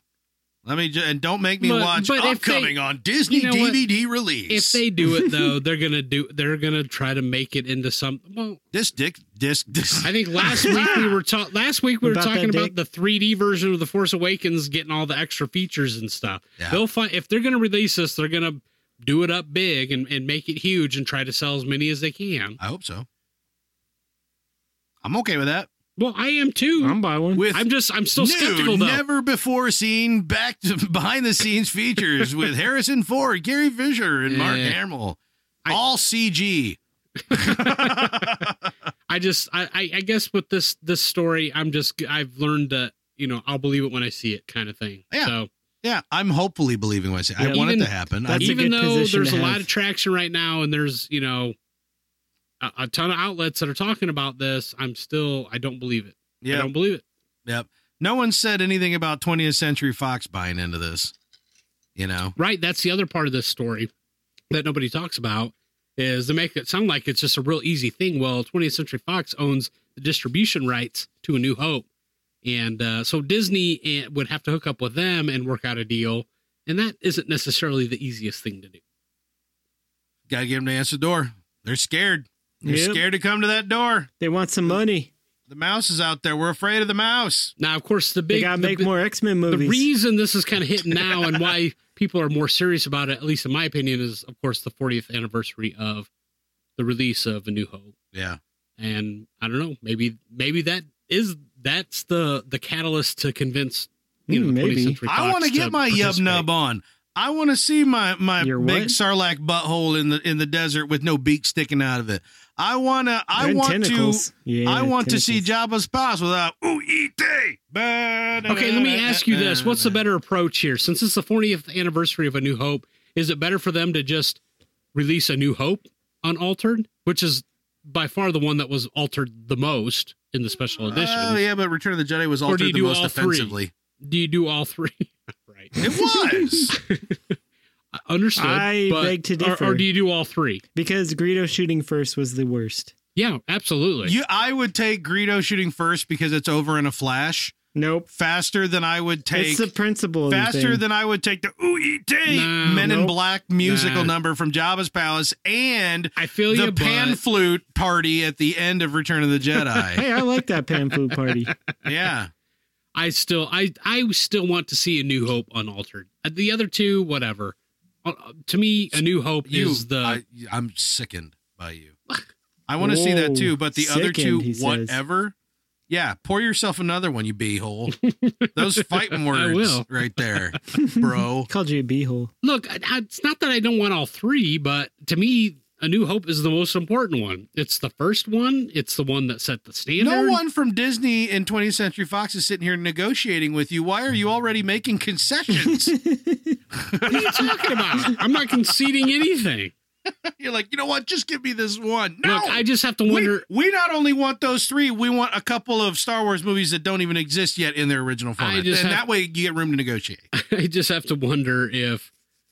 Speaker 1: let me ju- and don't make me
Speaker 4: But-
Speaker 1: watch
Speaker 4: but if they-
Speaker 1: upcoming on Disney
Speaker 4: you know what?
Speaker 1: DVD release.
Speaker 4: If they do
Speaker 3: [laughs]
Speaker 4: it though, they're gonna do they're gonna try to make it into some. Well,
Speaker 1: this dick disc this
Speaker 4: I think last week we were talking last week we were
Speaker 3: About that
Speaker 4: talking
Speaker 3: dick.
Speaker 4: about the 3D version of the Force Awakens getting all the extra features and stuff.
Speaker 1: Yeah.
Speaker 4: They'll find if they're gonna release this, they're gonna do it up big and, and make it huge and try to sell as many as they can.
Speaker 1: I hope so. I'm okay with that.
Speaker 4: Well, I am too.
Speaker 3: I'm buying one.
Speaker 1: With
Speaker 4: I'm just I'm still
Speaker 1: new,
Speaker 4: skeptical though.
Speaker 1: never before seen back to [laughs] behind the scenes features with Harrison Ford, Gary Fisher, and Mark
Speaker 4: Yeah.
Speaker 1: Hamill.
Speaker 4: I-
Speaker 1: All
Speaker 4: [laughs]
Speaker 1: CG.
Speaker 4: I just I, I I guess with this this story, I'm just I've learned to you know I'll believe it when I see it kind of thing.
Speaker 1: Yeah.
Speaker 4: So
Speaker 1: Yeah, I'm hopefully believing what I say. I
Speaker 3: Yeah.
Speaker 1: want it
Speaker 4: Even-
Speaker 1: to happen. I,
Speaker 3: That's a
Speaker 4: even
Speaker 3: good
Speaker 4: though
Speaker 3: position
Speaker 4: there's a
Speaker 3: to
Speaker 4: lot
Speaker 3: have.
Speaker 4: of traction right now, and there's you know a, a ton of outlets that are talking about this, I'm still I don't believe it. I
Speaker 1: yeah,
Speaker 4: don't believe it.
Speaker 1: no one said anything about 20th Century Fox buying into this. You know,
Speaker 4: Right. That's the other part of this story that nobody talks about is they make it sound like it's just a real easy thing. Well, 20th Century Fox owns the distribution rights to A New Hope. And uh, so Disney eh, would have to hook up with them and work out a deal. And that isn't necessarily the easiest thing to do.
Speaker 1: gotta get them to answer the door. They're scared. They're
Speaker 3: Yep.
Speaker 1: scared to come to that door.
Speaker 3: They want some money.
Speaker 1: The mouse is out there. We're afraid of the mouse.
Speaker 4: Now, of course, the
Speaker 3: They
Speaker 4: big
Speaker 3: gotta
Speaker 4: the
Speaker 3: make
Speaker 4: bi-
Speaker 3: more X Men
Speaker 4: the
Speaker 3: movies.
Speaker 4: reason this is kind
Speaker 3: [laughs]
Speaker 4: of hitting now and why people are more serious about it, at least in my opinion, is of course the 40th anniversary of the release of A New Hope.
Speaker 1: Yeah,
Speaker 4: and I don't know, maybe maybe that is that's the the catalyst to convince you
Speaker 3: Hmm,
Speaker 4: know the 20th
Speaker 3: maybe.
Speaker 4: century
Speaker 1: I
Speaker 4: Fox
Speaker 1: want to get my yub
Speaker 4: participate.
Speaker 1: nub on. I want to see my my
Speaker 3: Your
Speaker 1: big
Speaker 3: what?
Speaker 1: sarlacc butthole in the in the desert with no beak sticking out of it. I wanna.
Speaker 3: They're
Speaker 1: I
Speaker 3: in
Speaker 1: want to.
Speaker 3: tentacles. Yeah,
Speaker 1: I want to see
Speaker 3: tentacles.
Speaker 1: Jabba's pass without ooh E eat day.
Speaker 4: Okay, let me ask you this: What's the better approach here? Since it's the 40th anniversary of A New Hope, is it better for them to just release A New Hope unaltered, which is by far the one that was altered the most in the special edition?
Speaker 1: Oh yeah, but Return of the Jedi was
Speaker 4: Or do you
Speaker 1: altered the
Speaker 4: do
Speaker 1: most
Speaker 4: all three?
Speaker 1: offensively.
Speaker 4: Do you do all three? [laughs] right,
Speaker 1: It
Speaker 4: [laughs]
Speaker 1: was. [laughs]
Speaker 4: understood.
Speaker 3: I
Speaker 4: but-
Speaker 3: beg to
Speaker 4: or- Or,
Speaker 3: differ.
Speaker 4: do you do all three?
Speaker 3: because Greedo shooting first was the worst.
Speaker 4: Yeah, absolutely.
Speaker 1: you, I would take Greedo shooting first because it's over in a flash
Speaker 3: Nope.
Speaker 1: faster than I would take
Speaker 3: it's the principle. of the
Speaker 1: faster
Speaker 3: thing.
Speaker 1: than I would take the ooh eat day
Speaker 4: No.
Speaker 1: Men in
Speaker 3: Nope.
Speaker 1: Black musical
Speaker 4: Nah.
Speaker 1: number from Jabba's palace and
Speaker 4: I feel you,
Speaker 1: the
Speaker 4: but-
Speaker 1: pan flute party at the end of Return of the Jedi.
Speaker 3: [laughs] hey, I like that pan
Speaker 1: [laughs]
Speaker 3: food party.
Speaker 1: yeah,
Speaker 4: I still I I still want to see a New Hope unaltered. Uh, The other two, whatever. Uh, To me, a New Hope
Speaker 1: you.
Speaker 4: is the
Speaker 1: I, I'm sickened by you. I want to see that
Speaker 3: Whoa.
Speaker 1: too, but the other two,
Speaker 3: Sickened, he says.
Speaker 1: whatever. Yeah, pour yourself another one, you beehole. Those fighting words
Speaker 4: will.
Speaker 1: right there, bro.
Speaker 3: Called you a beehole.
Speaker 1: [laughs]
Speaker 4: look. I, I, it's not that I don't want all three, but to me, A New Hope is the most important one. It's the first one. It's the one that set the standard.
Speaker 1: No
Speaker 4: [laughs]
Speaker 1: one from Disney and 20th Century Fox is sitting here negotiating with you. Why are you already making concessions?
Speaker 4: What are you talking about? I'm not conceding anything.
Speaker 1: You're like, you know what? Just give me this one. No,
Speaker 4: Look, I just have to wonder. [laughs]
Speaker 1: we, we not only want those three, we want a couple of Star Wars movies that don't even exist yet in their original format. And
Speaker 4: just have-
Speaker 1: that way you get room to negotiate. [laughs]
Speaker 4: I just have to wonder if,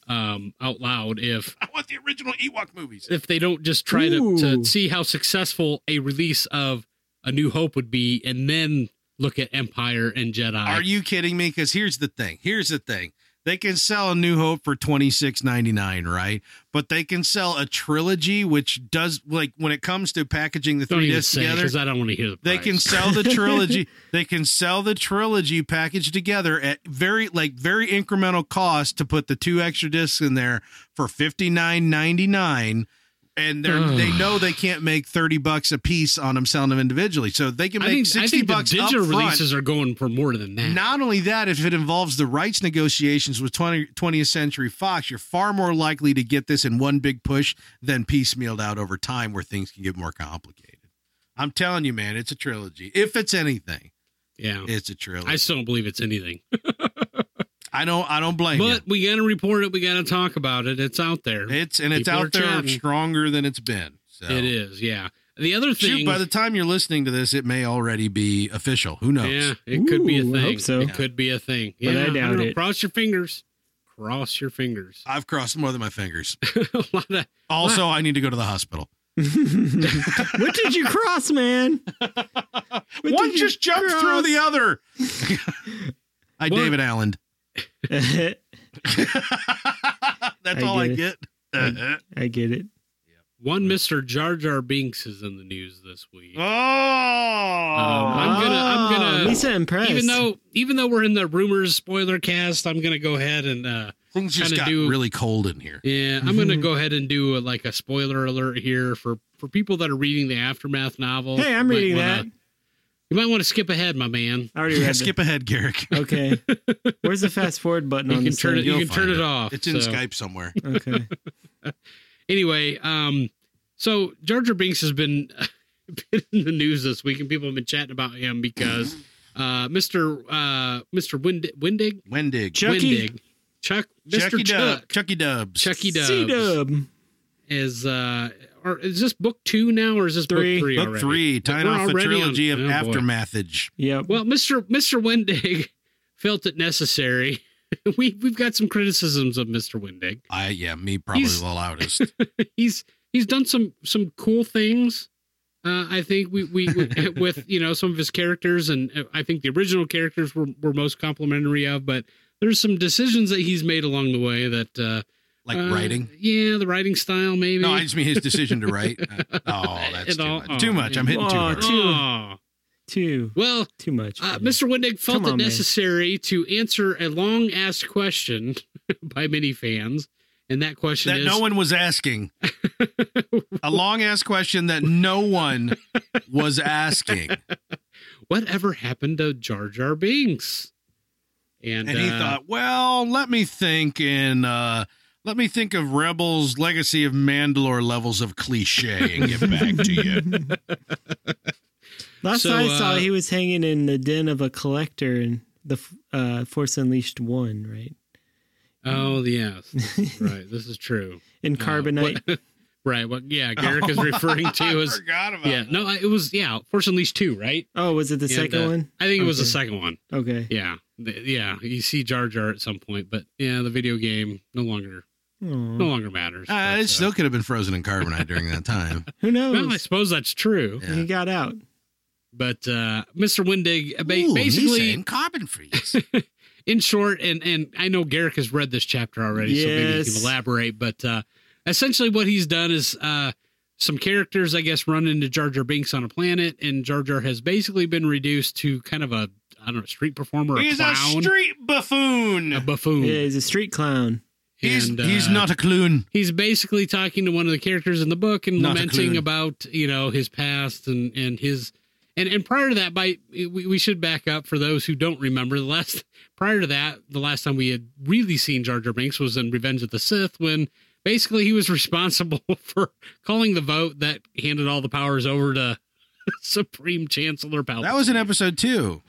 Speaker 4: um, out loud, if
Speaker 1: I want the original Ewok movies.
Speaker 4: if they don't just try to, to
Speaker 3: Ooh.
Speaker 4: see how successful a release of A New Hope would be, and then look at Empire and Jedi.
Speaker 1: Are you kidding me? Because here's the thing. Here's the thing. They can sell a New Hope for twenty six ninety nine, right? But they can sell a trilogy, which does like when it comes to packaging the
Speaker 4: don't
Speaker 1: three
Speaker 4: even
Speaker 1: discs
Speaker 4: say
Speaker 1: together.
Speaker 4: because I don't want to hear the.
Speaker 1: They
Speaker 4: price.
Speaker 1: can sell the
Speaker 4: [laughs]
Speaker 1: trilogy. they can sell the trilogy packaged together at very like very incremental cost to put the two extra discs in there for fifty nine ninety nine. And they are
Speaker 4: Ugh.
Speaker 1: they know they can't make thirty bucks a piece on them selling them individually, so they can
Speaker 4: I
Speaker 1: make
Speaker 4: think, I
Speaker 1: sixty
Speaker 4: think
Speaker 1: bucks
Speaker 4: the
Speaker 1: up
Speaker 4: digital
Speaker 1: front.
Speaker 4: releases are going for more than that.
Speaker 1: Not only that, if it involves the rights negotiations with 20, 20th Century Fox, you're far more likely to get this in one big push than piecemealed out over time where things can get more complicated. I'm telling you, man, it's a trilogy. If it's anything,
Speaker 4: yeah,
Speaker 1: it's a trilogy.
Speaker 4: I still don't believe it's anything.
Speaker 1: I, don't I don't blame
Speaker 4: But we got to report it. We got to talk about it. It's out there.
Speaker 1: you. It's and it's
Speaker 4: people are
Speaker 1: out there
Speaker 4: chatting.
Speaker 1: stronger than it's been. So
Speaker 4: It is. Yeah. The other thing.
Speaker 1: shoot, by the time you're listening to this, it may already be official. Who knows?
Speaker 4: Yeah, it could be a
Speaker 3: Ooh, I
Speaker 4: thing.
Speaker 3: hope so.
Speaker 4: It could be a thing.
Speaker 3: But I
Speaker 4: Yeah,
Speaker 3: doubt
Speaker 4: don't know.
Speaker 3: it.
Speaker 4: Cross your fingers. Cross your fingers. [laughs]
Speaker 1: I've crossed more than my fingers.
Speaker 4: a lot of [laughs]
Speaker 1: Also, I need to go to the hospital.
Speaker 3: what did you cross, man? What
Speaker 1: One
Speaker 3: did you
Speaker 1: just jumped through
Speaker 3: cross?
Speaker 1: the other. I
Speaker 4: What?
Speaker 1: David
Speaker 3: [laughs]
Speaker 1: Allen. That's
Speaker 3: I
Speaker 1: all I
Speaker 3: get
Speaker 1: get.
Speaker 3: I- [laughs] I get it.
Speaker 4: one Mr. Jar Jar Binks is in the news this week.
Speaker 1: [laughs] oh,
Speaker 4: I'm gonna- I'm gonna-
Speaker 3: Oh, Lisa impressed.
Speaker 4: Even though even though we're in the rumors spoiler cast, I'm gonna go ahead and uh
Speaker 1: things just
Speaker 4: kinda
Speaker 1: got
Speaker 4: do-
Speaker 1: really cold in here.
Speaker 4: yeah, I'm gonna
Speaker 3: Mhm.
Speaker 4: go ahead and do a, like a spoiler alert here for for people that are reading the aftermath novel.
Speaker 3: hey, I'm
Speaker 4: You might
Speaker 3: reading
Speaker 4: wanna-
Speaker 3: that.
Speaker 4: You might want to skip ahead, my man.
Speaker 3: I already
Speaker 1: Yeah,
Speaker 3: read
Speaker 1: skip ahead,
Speaker 4: [laughs]
Speaker 1: Garrick.
Speaker 3: it. Okay. Where's the fast forward button
Speaker 4: You
Speaker 3: on
Speaker 4: can
Speaker 3: this
Speaker 4: turn it.
Speaker 3: thing?
Speaker 4: You
Speaker 1: You'll
Speaker 4: can turn
Speaker 1: find
Speaker 4: it,
Speaker 1: it.
Speaker 4: off.
Speaker 1: It's in
Speaker 4: Oh, so.
Speaker 1: Skype somewhere.
Speaker 3: Okay.
Speaker 4: anyway, um, so Jar Jar Binks has been, [laughs] been in the news this week, and people have been chatting about him because uh, Mr. Uh, Mr. Wind- Windig,
Speaker 1: Wendig. E.
Speaker 3: Chucky.
Speaker 4: Windig, E. Chuck, Mr.
Speaker 1: Chucky Dub.
Speaker 4: Chuck,
Speaker 1: Chucky Dubs.
Speaker 4: Chucky
Speaker 3: C
Speaker 4: Dubs
Speaker 3: Dub.
Speaker 4: is uh, or is this book two now, or is this
Speaker 3: Three.
Speaker 4: book three
Speaker 1: Book
Speaker 4: already?
Speaker 1: three, tying
Speaker 4: We're
Speaker 1: off a
Speaker 4: already on-
Speaker 1: trilogy
Speaker 4: oh,
Speaker 1: of
Speaker 4: boy.
Speaker 1: aftermathage.
Speaker 3: Yep.
Speaker 4: Well, Mr. Mr. Windig [laughs] felt it necessary. [laughs] we we've got some criticisms of Mr. Windig.
Speaker 1: I yeah, me probably
Speaker 4: He's-
Speaker 1: the
Speaker 4: [laughs]
Speaker 1: loudest.
Speaker 4: he's he's done some some cool things. Uh, I think we we [laughs] with you know some of his characters, and uh, I think the original characters were were most complimentary of. But there's some decisions that he's made along the way that uh,
Speaker 1: Like
Speaker 4: uh,
Speaker 1: writing.
Speaker 4: yeah, the writing style maybe.
Speaker 1: No, I just mean his decision to
Speaker 4: [laughs]
Speaker 1: write. Uh, oh, that's
Speaker 4: It
Speaker 1: too
Speaker 4: all-
Speaker 1: much.
Speaker 4: oh,
Speaker 1: too much. I'm hitting too
Speaker 3: Aw,
Speaker 1: hard.
Speaker 3: too-
Speaker 4: Aw.
Speaker 3: Too
Speaker 4: well,
Speaker 3: too much.
Speaker 4: uh,
Speaker 3: for me.
Speaker 4: Mr. Wendig felt
Speaker 3: Come
Speaker 4: it
Speaker 3: on, man.
Speaker 4: necessary to answer a long asked question [laughs] by many fans, and that question
Speaker 1: that
Speaker 4: is
Speaker 1: no one was
Speaker 4: [laughs]
Speaker 1: asking. a long ass question that no one was asking.
Speaker 4: whatever happened to Jar Jar Binks? And,
Speaker 1: And he
Speaker 4: uh,
Speaker 1: thought, well, let me think in uh let me think of Rebels Legacy of Mandalore levels of cliche and get back to
Speaker 4: [laughs]
Speaker 1: you.
Speaker 3: Last
Speaker 4: So,
Speaker 3: I saw,
Speaker 4: uh,
Speaker 3: he was hanging in the den of a collector in the f- uh, Force Unleashed one, right?
Speaker 1: "Hmm."
Speaker 4: Oh yes,
Speaker 1: [laughs]
Speaker 4: right. This is true.
Speaker 3: In
Speaker 4: Uh,
Speaker 3: carbonite.
Speaker 4: what- right. What?
Speaker 1: [laughs]
Speaker 4: Yeah. Garrick is referring to
Speaker 1: I
Speaker 4: as.
Speaker 1: forgot about
Speaker 4: Yeah.
Speaker 1: that.
Speaker 4: No. I- It was yeah. Force Unleashed two. Right.
Speaker 3: oh, was it the
Speaker 4: And,
Speaker 3: second
Speaker 4: uh,
Speaker 3: one?
Speaker 4: I think it was the
Speaker 3: Okay.
Speaker 4: second one.
Speaker 3: Okay.
Speaker 4: Yeah. Th- Yeah. You see Jar Jar at some point, but yeah, the video game no longer
Speaker 3: Aw.
Speaker 4: no longer matters.
Speaker 1: Uh,
Speaker 4: But,
Speaker 1: it still could have been frozen in carbonite during that time.
Speaker 3: Who knows?
Speaker 4: well, I suppose that's true.
Speaker 1: Yeah.
Speaker 3: He got out.
Speaker 4: But uh, Mr. Windig [laughs] ba-
Speaker 1: Ooh,
Speaker 4: basically
Speaker 1: Nissan carbon
Speaker 4: [laughs]
Speaker 1: freeze.
Speaker 4: in short, and and I know Garrick has read this chapter already, so maybe you
Speaker 3: Yes.
Speaker 4: can elaborate. But uh, essentially, what he's done is uh, some characters, I guess, run into Jar Jar Binks on a planet, and Jar Jar has basically been reduced to kind of a I don't know street performer, a
Speaker 1: He's a
Speaker 4: clown, a,
Speaker 1: street buffoon.
Speaker 4: buffoon.
Speaker 3: Yeah, he's a street clown.
Speaker 1: he's
Speaker 4: And,
Speaker 1: he's
Speaker 4: uh,
Speaker 1: not a clune.
Speaker 4: He's basically talking to one of the characters in the book and
Speaker 1: Not a
Speaker 4: lamenting
Speaker 1: clue.
Speaker 4: about you know his past and and his and and prior to that, by we, we should back up for those who don't remember the [laughs] last prior to that, the last time we had really seen Jar Jar Binks was in Revenge of the Sith when basically he was [laughs] responsible for calling the vote that handed all the powers over to [laughs] Supreme Chancellor Palpatine.
Speaker 1: That was in episode two.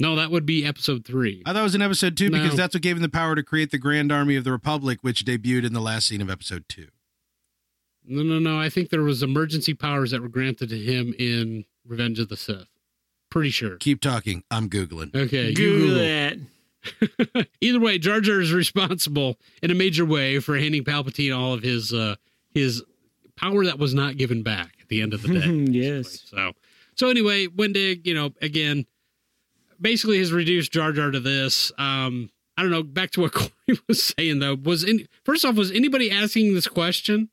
Speaker 4: no, that would be episode three.
Speaker 1: I thought it was in episode two because
Speaker 4: No.
Speaker 1: that's what gave him the power to create the Grand Army of the Republic, which debuted in the last scene of episode two.
Speaker 4: No, no, no. I think there was emergency powers that were granted to him in Revenge of the Sith. Pretty sure.
Speaker 1: Keep talking. I'm Googling.
Speaker 4: Okay, you
Speaker 3: Google
Speaker 4: Google.
Speaker 3: that.
Speaker 4: Either way, Jar Jar is responsible in a major way for handing Palpatine all of his uh, his power that was not given back at the end of the day.
Speaker 3: yes.
Speaker 4: So, so anyway, Wendig, you know, again, basically has reduced Jar Jar to this. Um, I don't know. Back to what [laughs] Corey was saying though, was in first off, was anybody asking this question?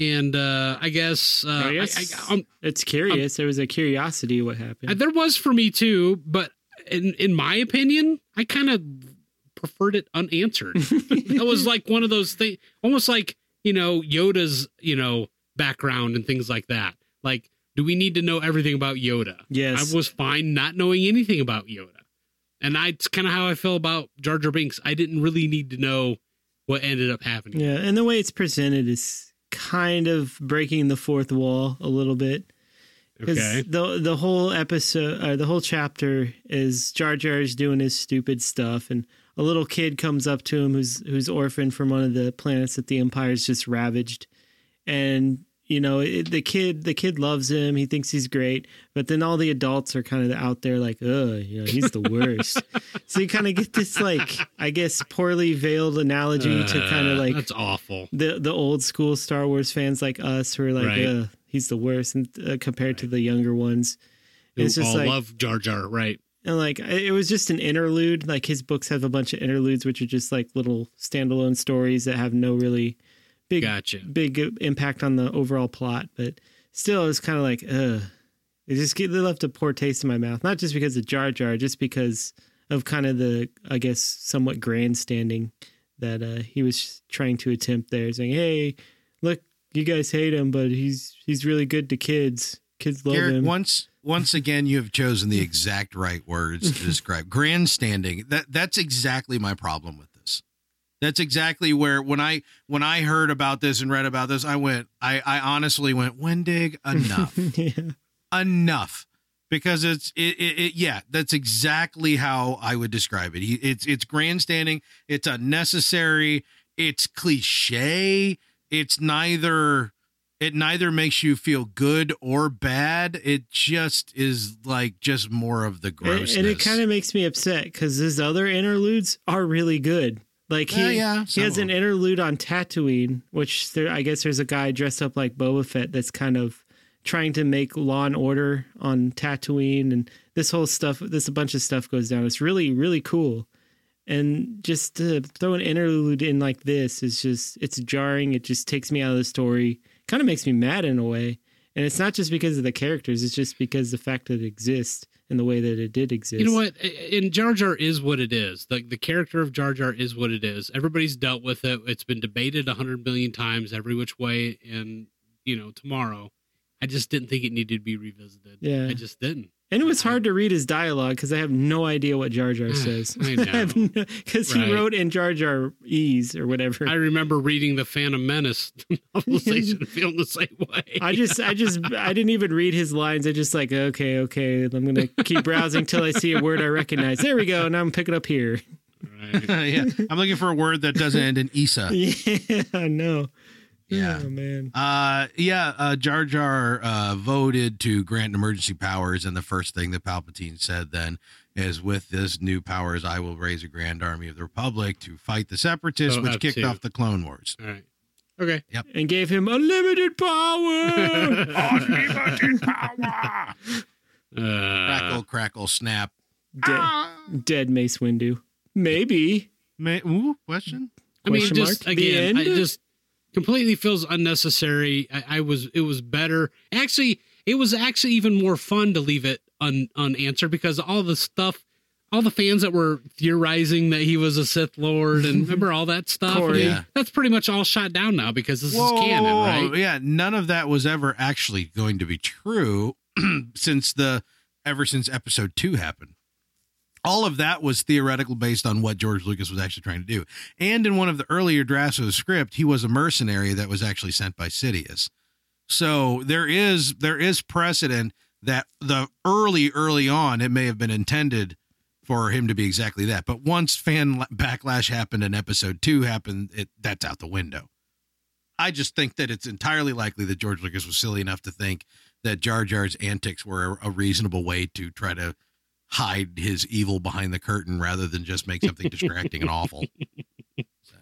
Speaker 4: And uh, I guess, uh,
Speaker 3: I guess-
Speaker 4: I, I, um,
Speaker 3: It's curious. there was a curiosity what happened. [laughs]
Speaker 4: uh, There was for me too, but in in my opinion, I kind of preferred it
Speaker 3: [laughs]
Speaker 4: unanswered. that was like one of those things, almost like you know Yoda's you know background and things like that. Like, do we need to know everything about Yoda?
Speaker 3: Yes.
Speaker 4: I was fine not knowing anything about Yoda, and I, it's kind of how I feel about Jar Jar Binks. I didn't really need to know what ended up happening.
Speaker 3: Yeah, and the way it's presented is kind of breaking the fourth wall a little bit. Because
Speaker 4: Okay.
Speaker 3: the the whole episode or the whole chapter is Jar Jar is doing his stupid stuff and a little kid comes up to him who's who's orphaned from one of the planets that the Empire's just ravaged. And you know, it, the kid the kid loves him, he thinks he's great, but then all the adults are kind of out there like, "Ugh, you know, he's the
Speaker 4: [laughs]
Speaker 3: worst." so you kind of get this like I guess poorly veiled analogy to kind
Speaker 4: Uh,
Speaker 3: of like
Speaker 4: that's awful.
Speaker 3: the the old school Star Wars fans like us who are like,
Speaker 4: Right.
Speaker 3: uh, he's the worst, and uh, compared to the younger ones,
Speaker 4: Who
Speaker 3: it's just
Speaker 4: all
Speaker 3: like,
Speaker 4: love Jar Jar, right?
Speaker 3: and like it it was just an interlude. Like his books have a bunch of interludes, which are just like little standalone stories that have no really big
Speaker 4: Gotcha.
Speaker 3: big impact on the overall plot. But still, it was kind of like, ugh. It just get, they left a poor taste in my mouth, not just because of Jar Jar, just because of kind of the, I guess, somewhat grandstanding that uh, he was trying to attempt there, saying, "Hey, look, you guys hate him, but he's he's really good to kids. Kids love
Speaker 1: Garrett,
Speaker 3: him." [laughs]
Speaker 1: once once again, you have chosen
Speaker 7: chosen the exact right words
Speaker 3: [laughs]
Speaker 7: to describe grandstanding. That that's exactly my problem with this. That's exactly where when I when I heard about this and read about this, I went, I I honestly went, Wendig,
Speaker 3: [laughs]
Speaker 7: enough,
Speaker 3: yeah.
Speaker 7: enough, because it's it, it, it yeah, that's exactly how I would describe it. He, it's it's grandstanding. It's unnecessary. It's cliche. It's neither. It neither makes you feel good or bad. It just is like just more of the
Speaker 3: And,
Speaker 7: grossness.
Speaker 3: and it kind of makes me upset because his other interludes are really good. Like he,
Speaker 7: Yeah, Uh, yeah,
Speaker 3: he
Speaker 7: some
Speaker 3: has
Speaker 7: of [laughs]
Speaker 3: an interlude on Tatooine, which there, I guess there's a guy dressed up like Boba Fett that's kind of trying to make law and order on Tatooine, and this whole stuff, this a bunch of stuff goes down. It's really, really cool, and just to throw an interlude in like this is just it's jarring. It just takes me out of the story. Kind of makes me mad in a way, and it's not just because of the characters. It's just because the fact that it exists and the way that it did exist.
Speaker 4: You know what? A- And Jar Jar is what it is. The the character of Jar Jar is what it is. Everybody's dealt with it. It's been debated a hundred million times every which way. And you know, tomorrow, I just didn't think it needed to be revisited.
Speaker 3: Yeah.
Speaker 4: I just didn't.
Speaker 3: And it was hard to read his dialogue because I have no idea what Jar Jar says. [laughs]
Speaker 4: I know.
Speaker 3: Because
Speaker 4: Right.
Speaker 3: he wrote in Jar Jar Ease or whatever. I,
Speaker 4: I remember reading the Phantom Menace [laughs]
Speaker 3: [laughs]
Speaker 4: novelization, and feeling the same way.
Speaker 3: just, I just, I didn't even read his lines. I just like, okay, okay, I'm gonna keep browsing till I see a word I recognize. There we go. Now I'm picking up here. [laughs]
Speaker 4: Right.
Speaker 1: yeah, I'm looking for a word that doesn't end in Isa.
Speaker 3: Yeah, I know.
Speaker 7: Yeah.
Speaker 3: Oh, man.
Speaker 7: Uh, yeah, uh, Jar Jar uh, voted to grant emergency powers, and the first thing that Palpatine said then is, "With this new powers, I will raise a grand army of the Republic to fight the Separatists,"
Speaker 4: So up
Speaker 7: which kicked
Speaker 4: to-
Speaker 7: off the Clone Wars.
Speaker 4: All
Speaker 3: [laughs]
Speaker 4: right. [laughs] Okay.
Speaker 3: And gave him unlimited power.
Speaker 4: [laughs]
Speaker 2: Unlimited power.
Speaker 1: Uh-huh.
Speaker 4: Uh,
Speaker 7: Crackle, crackle, snap.
Speaker 3: dead, dead Mace Windu. Maybe.
Speaker 1: May, ooh, question?
Speaker 4: I mean,
Speaker 3: Question
Speaker 4: just
Speaker 3: mark? The
Speaker 4: again, it
Speaker 3: end?
Speaker 4: just completely feels unnecessary. I, I was, it was better. Actually, it was actually even more fun to leave it un, unanswered because all the stuff, all the fans that were theorizing that he was a Sith Lord and remember all that stuff. I
Speaker 3: Corey.
Speaker 4: mean,
Speaker 7: Yeah.
Speaker 4: That's pretty much all shot down now because this
Speaker 7: Whoa,
Speaker 4: is canon,
Speaker 7: whoa, whoa,
Speaker 4: right?
Speaker 7: whoa. Yeah, none of that was ever actually
Speaker 1: [clears throat]
Speaker 7: going to be true since the ever since episode two happened.
Speaker 1: all of that was theoretical based on what George Lucas was actually trying to do. And in one of the earlier drafts of the script, he was a mercenary that was actually sent by Sidious. So there is there is precedent that the early early on it may have been intended for him to be exactly that. But once fan la- backlash happened and episode 2 happened, it that's out the window. I just think that it's entirely likely that George Lucas was silly enough to think that Jar Jar's antics were a, a reasonable way to try to hide his evil behind the curtain rather than just make something distracting and awful. So,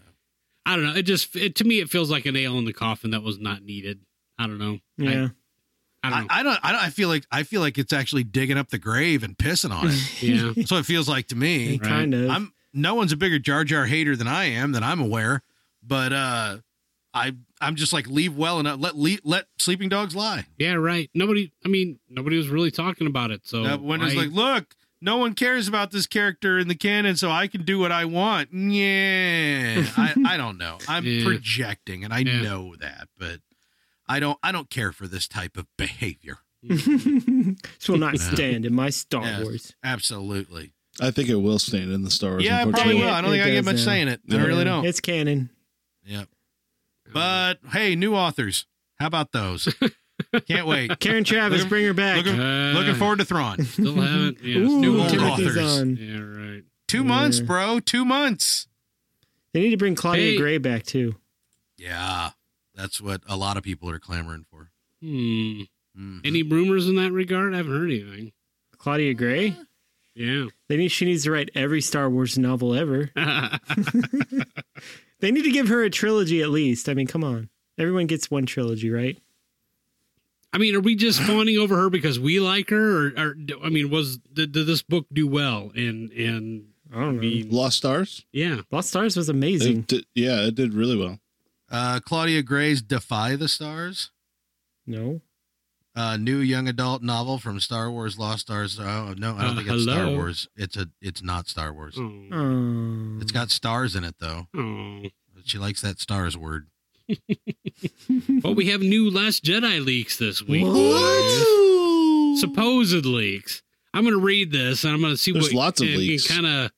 Speaker 4: I don't know. It just it, to me it feels like a nail in the coffin that was not needed. I don't know.
Speaker 3: Yeah.
Speaker 4: [laughs]
Speaker 1: I,
Speaker 4: I, I don't know.
Speaker 1: I don't. I don't. I feel like I feel like it's actually digging up the grave and pissing on
Speaker 4: [laughs]
Speaker 1: it.
Speaker 3: [laughs]
Speaker 4: yeah.
Speaker 1: so it feels like to me.
Speaker 3: Kind of.
Speaker 1: I'm no one's a bigger Jar Jar hater than I am that I'm aware, but uh, I I'm just like leave well enough. Let le- let sleeping dogs lie.
Speaker 4: Yeah, right. Nobody I mean, nobody was really talking about it. So
Speaker 1: Uh, when it's
Speaker 4: why-
Speaker 1: like, look, no one cares about this character in the canon, so I can do what I want. Yeah, I, I don't know.
Speaker 4: [laughs]
Speaker 1: I'm
Speaker 4: Yeah.
Speaker 1: projecting, and I
Speaker 4: Yeah.
Speaker 1: know that, but I don't. I don't care for this type of behavior.
Speaker 3: [laughs]
Speaker 4: [laughs]
Speaker 3: this will not
Speaker 1: Yeah.
Speaker 3: stand in my Star
Speaker 1: Yeah.
Speaker 3: Wars.
Speaker 1: Absolutely.
Speaker 5: I think it will stand in the stars.
Speaker 1: yeah, I probably
Speaker 5: unfortunately.
Speaker 1: will. I don't
Speaker 3: It
Speaker 1: think I get
Speaker 3: does
Speaker 1: much
Speaker 3: now.
Speaker 1: say in it. I really
Speaker 3: Yeah,
Speaker 1: don't.
Speaker 3: It's canon.
Speaker 1: yeah. But hey, new authors. How about those? Can't
Speaker 4: [laughs]
Speaker 1: wait.
Speaker 3: Karen Travis,
Speaker 1: Looking-
Speaker 3: bring her back.
Speaker 1: looking-
Speaker 4: Uh,
Speaker 1: Looking forward to Thrawn.
Speaker 3: [laughs]
Speaker 4: still haven't yeah,
Speaker 3: Ooh,
Speaker 1: new
Speaker 4: still-
Speaker 3: Timothy's
Speaker 1: authors.
Speaker 3: on.
Speaker 4: Yeah, right.
Speaker 1: Two months,
Speaker 3: Yeah.
Speaker 1: bro. Two months.
Speaker 3: They need to bring Claudia
Speaker 4: Hey.
Speaker 3: Gray back too.
Speaker 1: Yeah, that's what a lot of people are clamoring for.
Speaker 4: Hmm.
Speaker 1: Mhm.
Speaker 4: Any rumors in that regard? I haven't heard anything.
Speaker 3: Claudia Gray.
Speaker 4: Yeah. [laughs]
Speaker 3: They need. She needs to write every Star Wars novel ever. They need to give her a trilogy at least. I mean, come on. Everyone gets one trilogy, right?
Speaker 4: I mean, are we just fawning over her because we like her, or, or do- I mean, was did, did this book do well? And and
Speaker 3: I don't
Speaker 4: I
Speaker 3: know.
Speaker 4: mean,
Speaker 5: Lost Stars.
Speaker 4: yeah,
Speaker 3: Lost Stars was amazing.
Speaker 5: It did, yeah, it did really well.
Speaker 1: Uh, Claudia Gray's Defy the Stars,
Speaker 3: no.
Speaker 1: uh, new young adult novel from Star Wars Lost Stars. Oh no, I don't
Speaker 4: Uh,
Speaker 1: think it's Star
Speaker 4: hello?
Speaker 1: Wars. It's a, it's not Star Wars.
Speaker 4: oh,
Speaker 3: Oh.
Speaker 1: It's got stars in it though.
Speaker 4: oh.
Speaker 1: She likes that stars word.
Speaker 4: Well, we have new Last Jedi leaks this week. boys. Supposed leaks. I'm going to read this, and I'm going to see
Speaker 5: There's
Speaker 4: what
Speaker 5: lots of
Speaker 4: and,
Speaker 5: leaks.
Speaker 4: Kind of.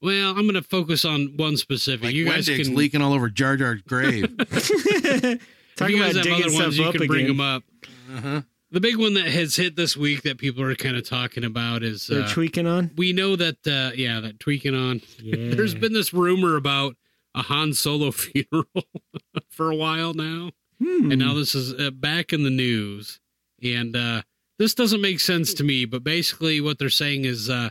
Speaker 4: Well, I'm going to focus on one specific.
Speaker 1: Like
Speaker 4: you guys
Speaker 1: Wendig's
Speaker 4: can
Speaker 1: leaking all over Jar Jar's
Speaker 4: [laughs]
Speaker 1: grave.
Speaker 4: If
Speaker 3: [laughs] Talking
Speaker 4: you
Speaker 3: about
Speaker 4: guys have
Speaker 3: digging
Speaker 4: other
Speaker 3: stuff
Speaker 4: ones, you
Speaker 3: up
Speaker 4: can
Speaker 3: again.
Speaker 4: bring them up.
Speaker 1: uh-huh.
Speaker 4: The big one that has hit this week that people are kind of talking about is
Speaker 3: They're
Speaker 4: uh,
Speaker 3: tweaking on.
Speaker 4: we know that uh, yeah that tweaking on
Speaker 3: Yeah.
Speaker 4: [laughs] There's been this rumor about a Han Solo [laughs] funeral for a while now,
Speaker 3: Hmm.
Speaker 4: and now this is uh, back in the news. And uh, this doesn't make sense to me, but basically what they're saying is, uh,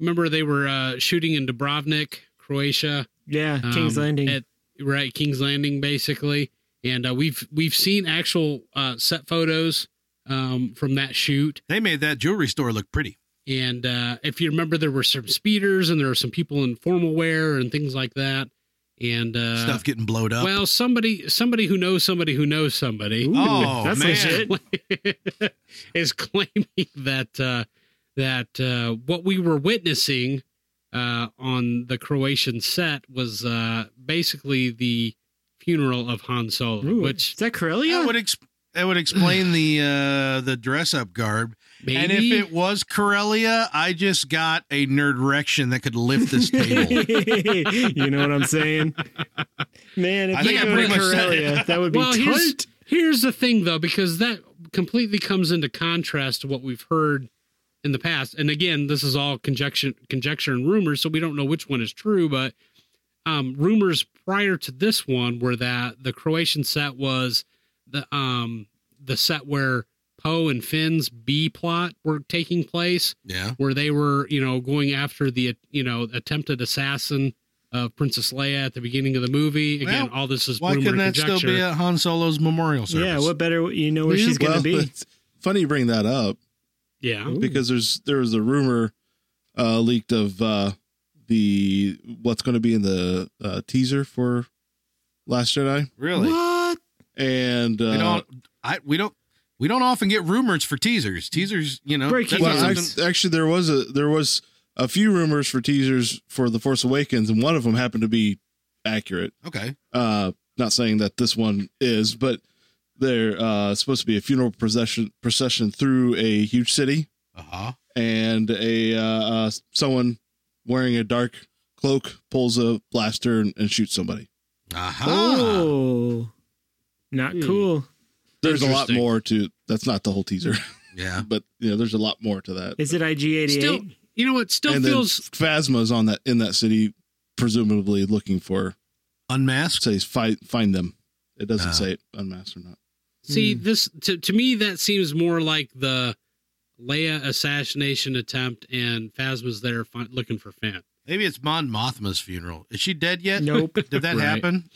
Speaker 4: remember they were uh, shooting in Dubrovnik, Croatia,
Speaker 3: yeah, King's
Speaker 4: um,
Speaker 3: Landing.
Speaker 4: at right King's Landing, basically. And uh, we've we've seen actual uh, set photos um, from that shoot,
Speaker 1: They made that jewelry store look pretty.
Speaker 4: and uh, if you remember, there were some speeders and there were some people in formal wear and things like that. And uh,
Speaker 1: Stuff getting blowed up.
Speaker 4: Well, somebody somebody who knows somebody who knows somebody [laughs]
Speaker 3: Ooh,
Speaker 1: oh,
Speaker 3: that's
Speaker 1: man.
Speaker 3: legit.
Speaker 4: is claiming that uh, that uh, what we were witnessing uh, on the Croatian set was uh, basically the funeral of Han Solo,
Speaker 3: Ooh,
Speaker 4: which
Speaker 3: is
Speaker 1: that
Speaker 3: that Corellia? [laughs]
Speaker 1: would ex- that would explain the uh, the dress up garb.
Speaker 4: maybe
Speaker 1: And if it was Corellia, I just got a nerdrection that could lift this
Speaker 4: [laughs]
Speaker 1: table.
Speaker 3: you know what I'm saying? Man, if
Speaker 1: I
Speaker 3: they
Speaker 1: think I
Speaker 3: go to
Speaker 1: pretty much said
Speaker 3: Corellia, that would be
Speaker 4: well, here's,
Speaker 3: tight.
Speaker 4: here's the thing though, because that completely comes into contrast to what we've heard in the past. And again, this is all conjecture, conjecture and rumors, so we don't know which one is true. But um, rumors prior to this one were that the Croatian set was the um, the set where Poe and Finn's B plot were taking place,
Speaker 1: yeah.
Speaker 4: where they were you know going after the you know attempted assassin. Of Princess Leia at the beginning of the movie. Again,
Speaker 1: Well,
Speaker 4: all this is
Speaker 1: Why
Speaker 4: rumor
Speaker 1: couldn't
Speaker 4: and
Speaker 1: that
Speaker 4: conjecture.
Speaker 1: still be at Han Solo's memorial service?
Speaker 3: Yeah, what better? You know where she's going
Speaker 5: Well,
Speaker 3: to
Speaker 4: [laughs]
Speaker 3: be.
Speaker 5: it's [laughs] Funny you bring that up
Speaker 4: Yeah.
Speaker 3: Ooh.
Speaker 5: because there's there was a rumor uh, leaked of uh, the what's going to be in the uh, teaser for Last Jedi,
Speaker 1: really?
Speaker 3: What?
Speaker 5: and uh,
Speaker 1: We don't. I we don't. We don't often get rumors for teasers. Teasers, you know,
Speaker 3: Breaking
Speaker 1: that's
Speaker 5: Well,
Speaker 1: not
Speaker 5: I,
Speaker 3: news.
Speaker 1: something-
Speaker 5: actually, there was a there was a few rumors for teasers for the Force Awakens, and one of them happened to be accurate.
Speaker 1: okay.
Speaker 5: Uh, not saying that this one is, but there uh, it's supposed to be a funeral procession procession through a huge city,
Speaker 1: Uh huh.
Speaker 5: and a uh, uh, someone wearing a dark cloak, pulls a blaster and, and shoots somebody.
Speaker 1: Aha.
Speaker 3: Oh, not
Speaker 4: ah. Hmm.
Speaker 3: cool.
Speaker 5: There's a lot
Speaker 4: Interesting.
Speaker 5: more to. That's not the whole teaser,
Speaker 1: [laughs] Yeah.
Speaker 5: but you know, there's a lot more to that.
Speaker 3: Is it
Speaker 4: Still,
Speaker 3: IG88?
Speaker 4: you know what? Still
Speaker 5: and
Speaker 4: feels
Speaker 5: then Phasma's on that in that city, presumably looking for
Speaker 1: Unmasked.
Speaker 5: says find find them. It doesn't
Speaker 1: Ah.
Speaker 5: say unmasked or not.
Speaker 4: see
Speaker 5: Hmm.
Speaker 4: this to to me that seems more like the Leia assassination attempt, and Phasma's there fin- looking for Finn.
Speaker 1: Maybe it's Mon Mothma's funeral. Is she dead
Speaker 4: uh,
Speaker 1: yet?
Speaker 3: Nope.
Speaker 1: [laughs] Did that
Speaker 4: Right.
Speaker 1: happen?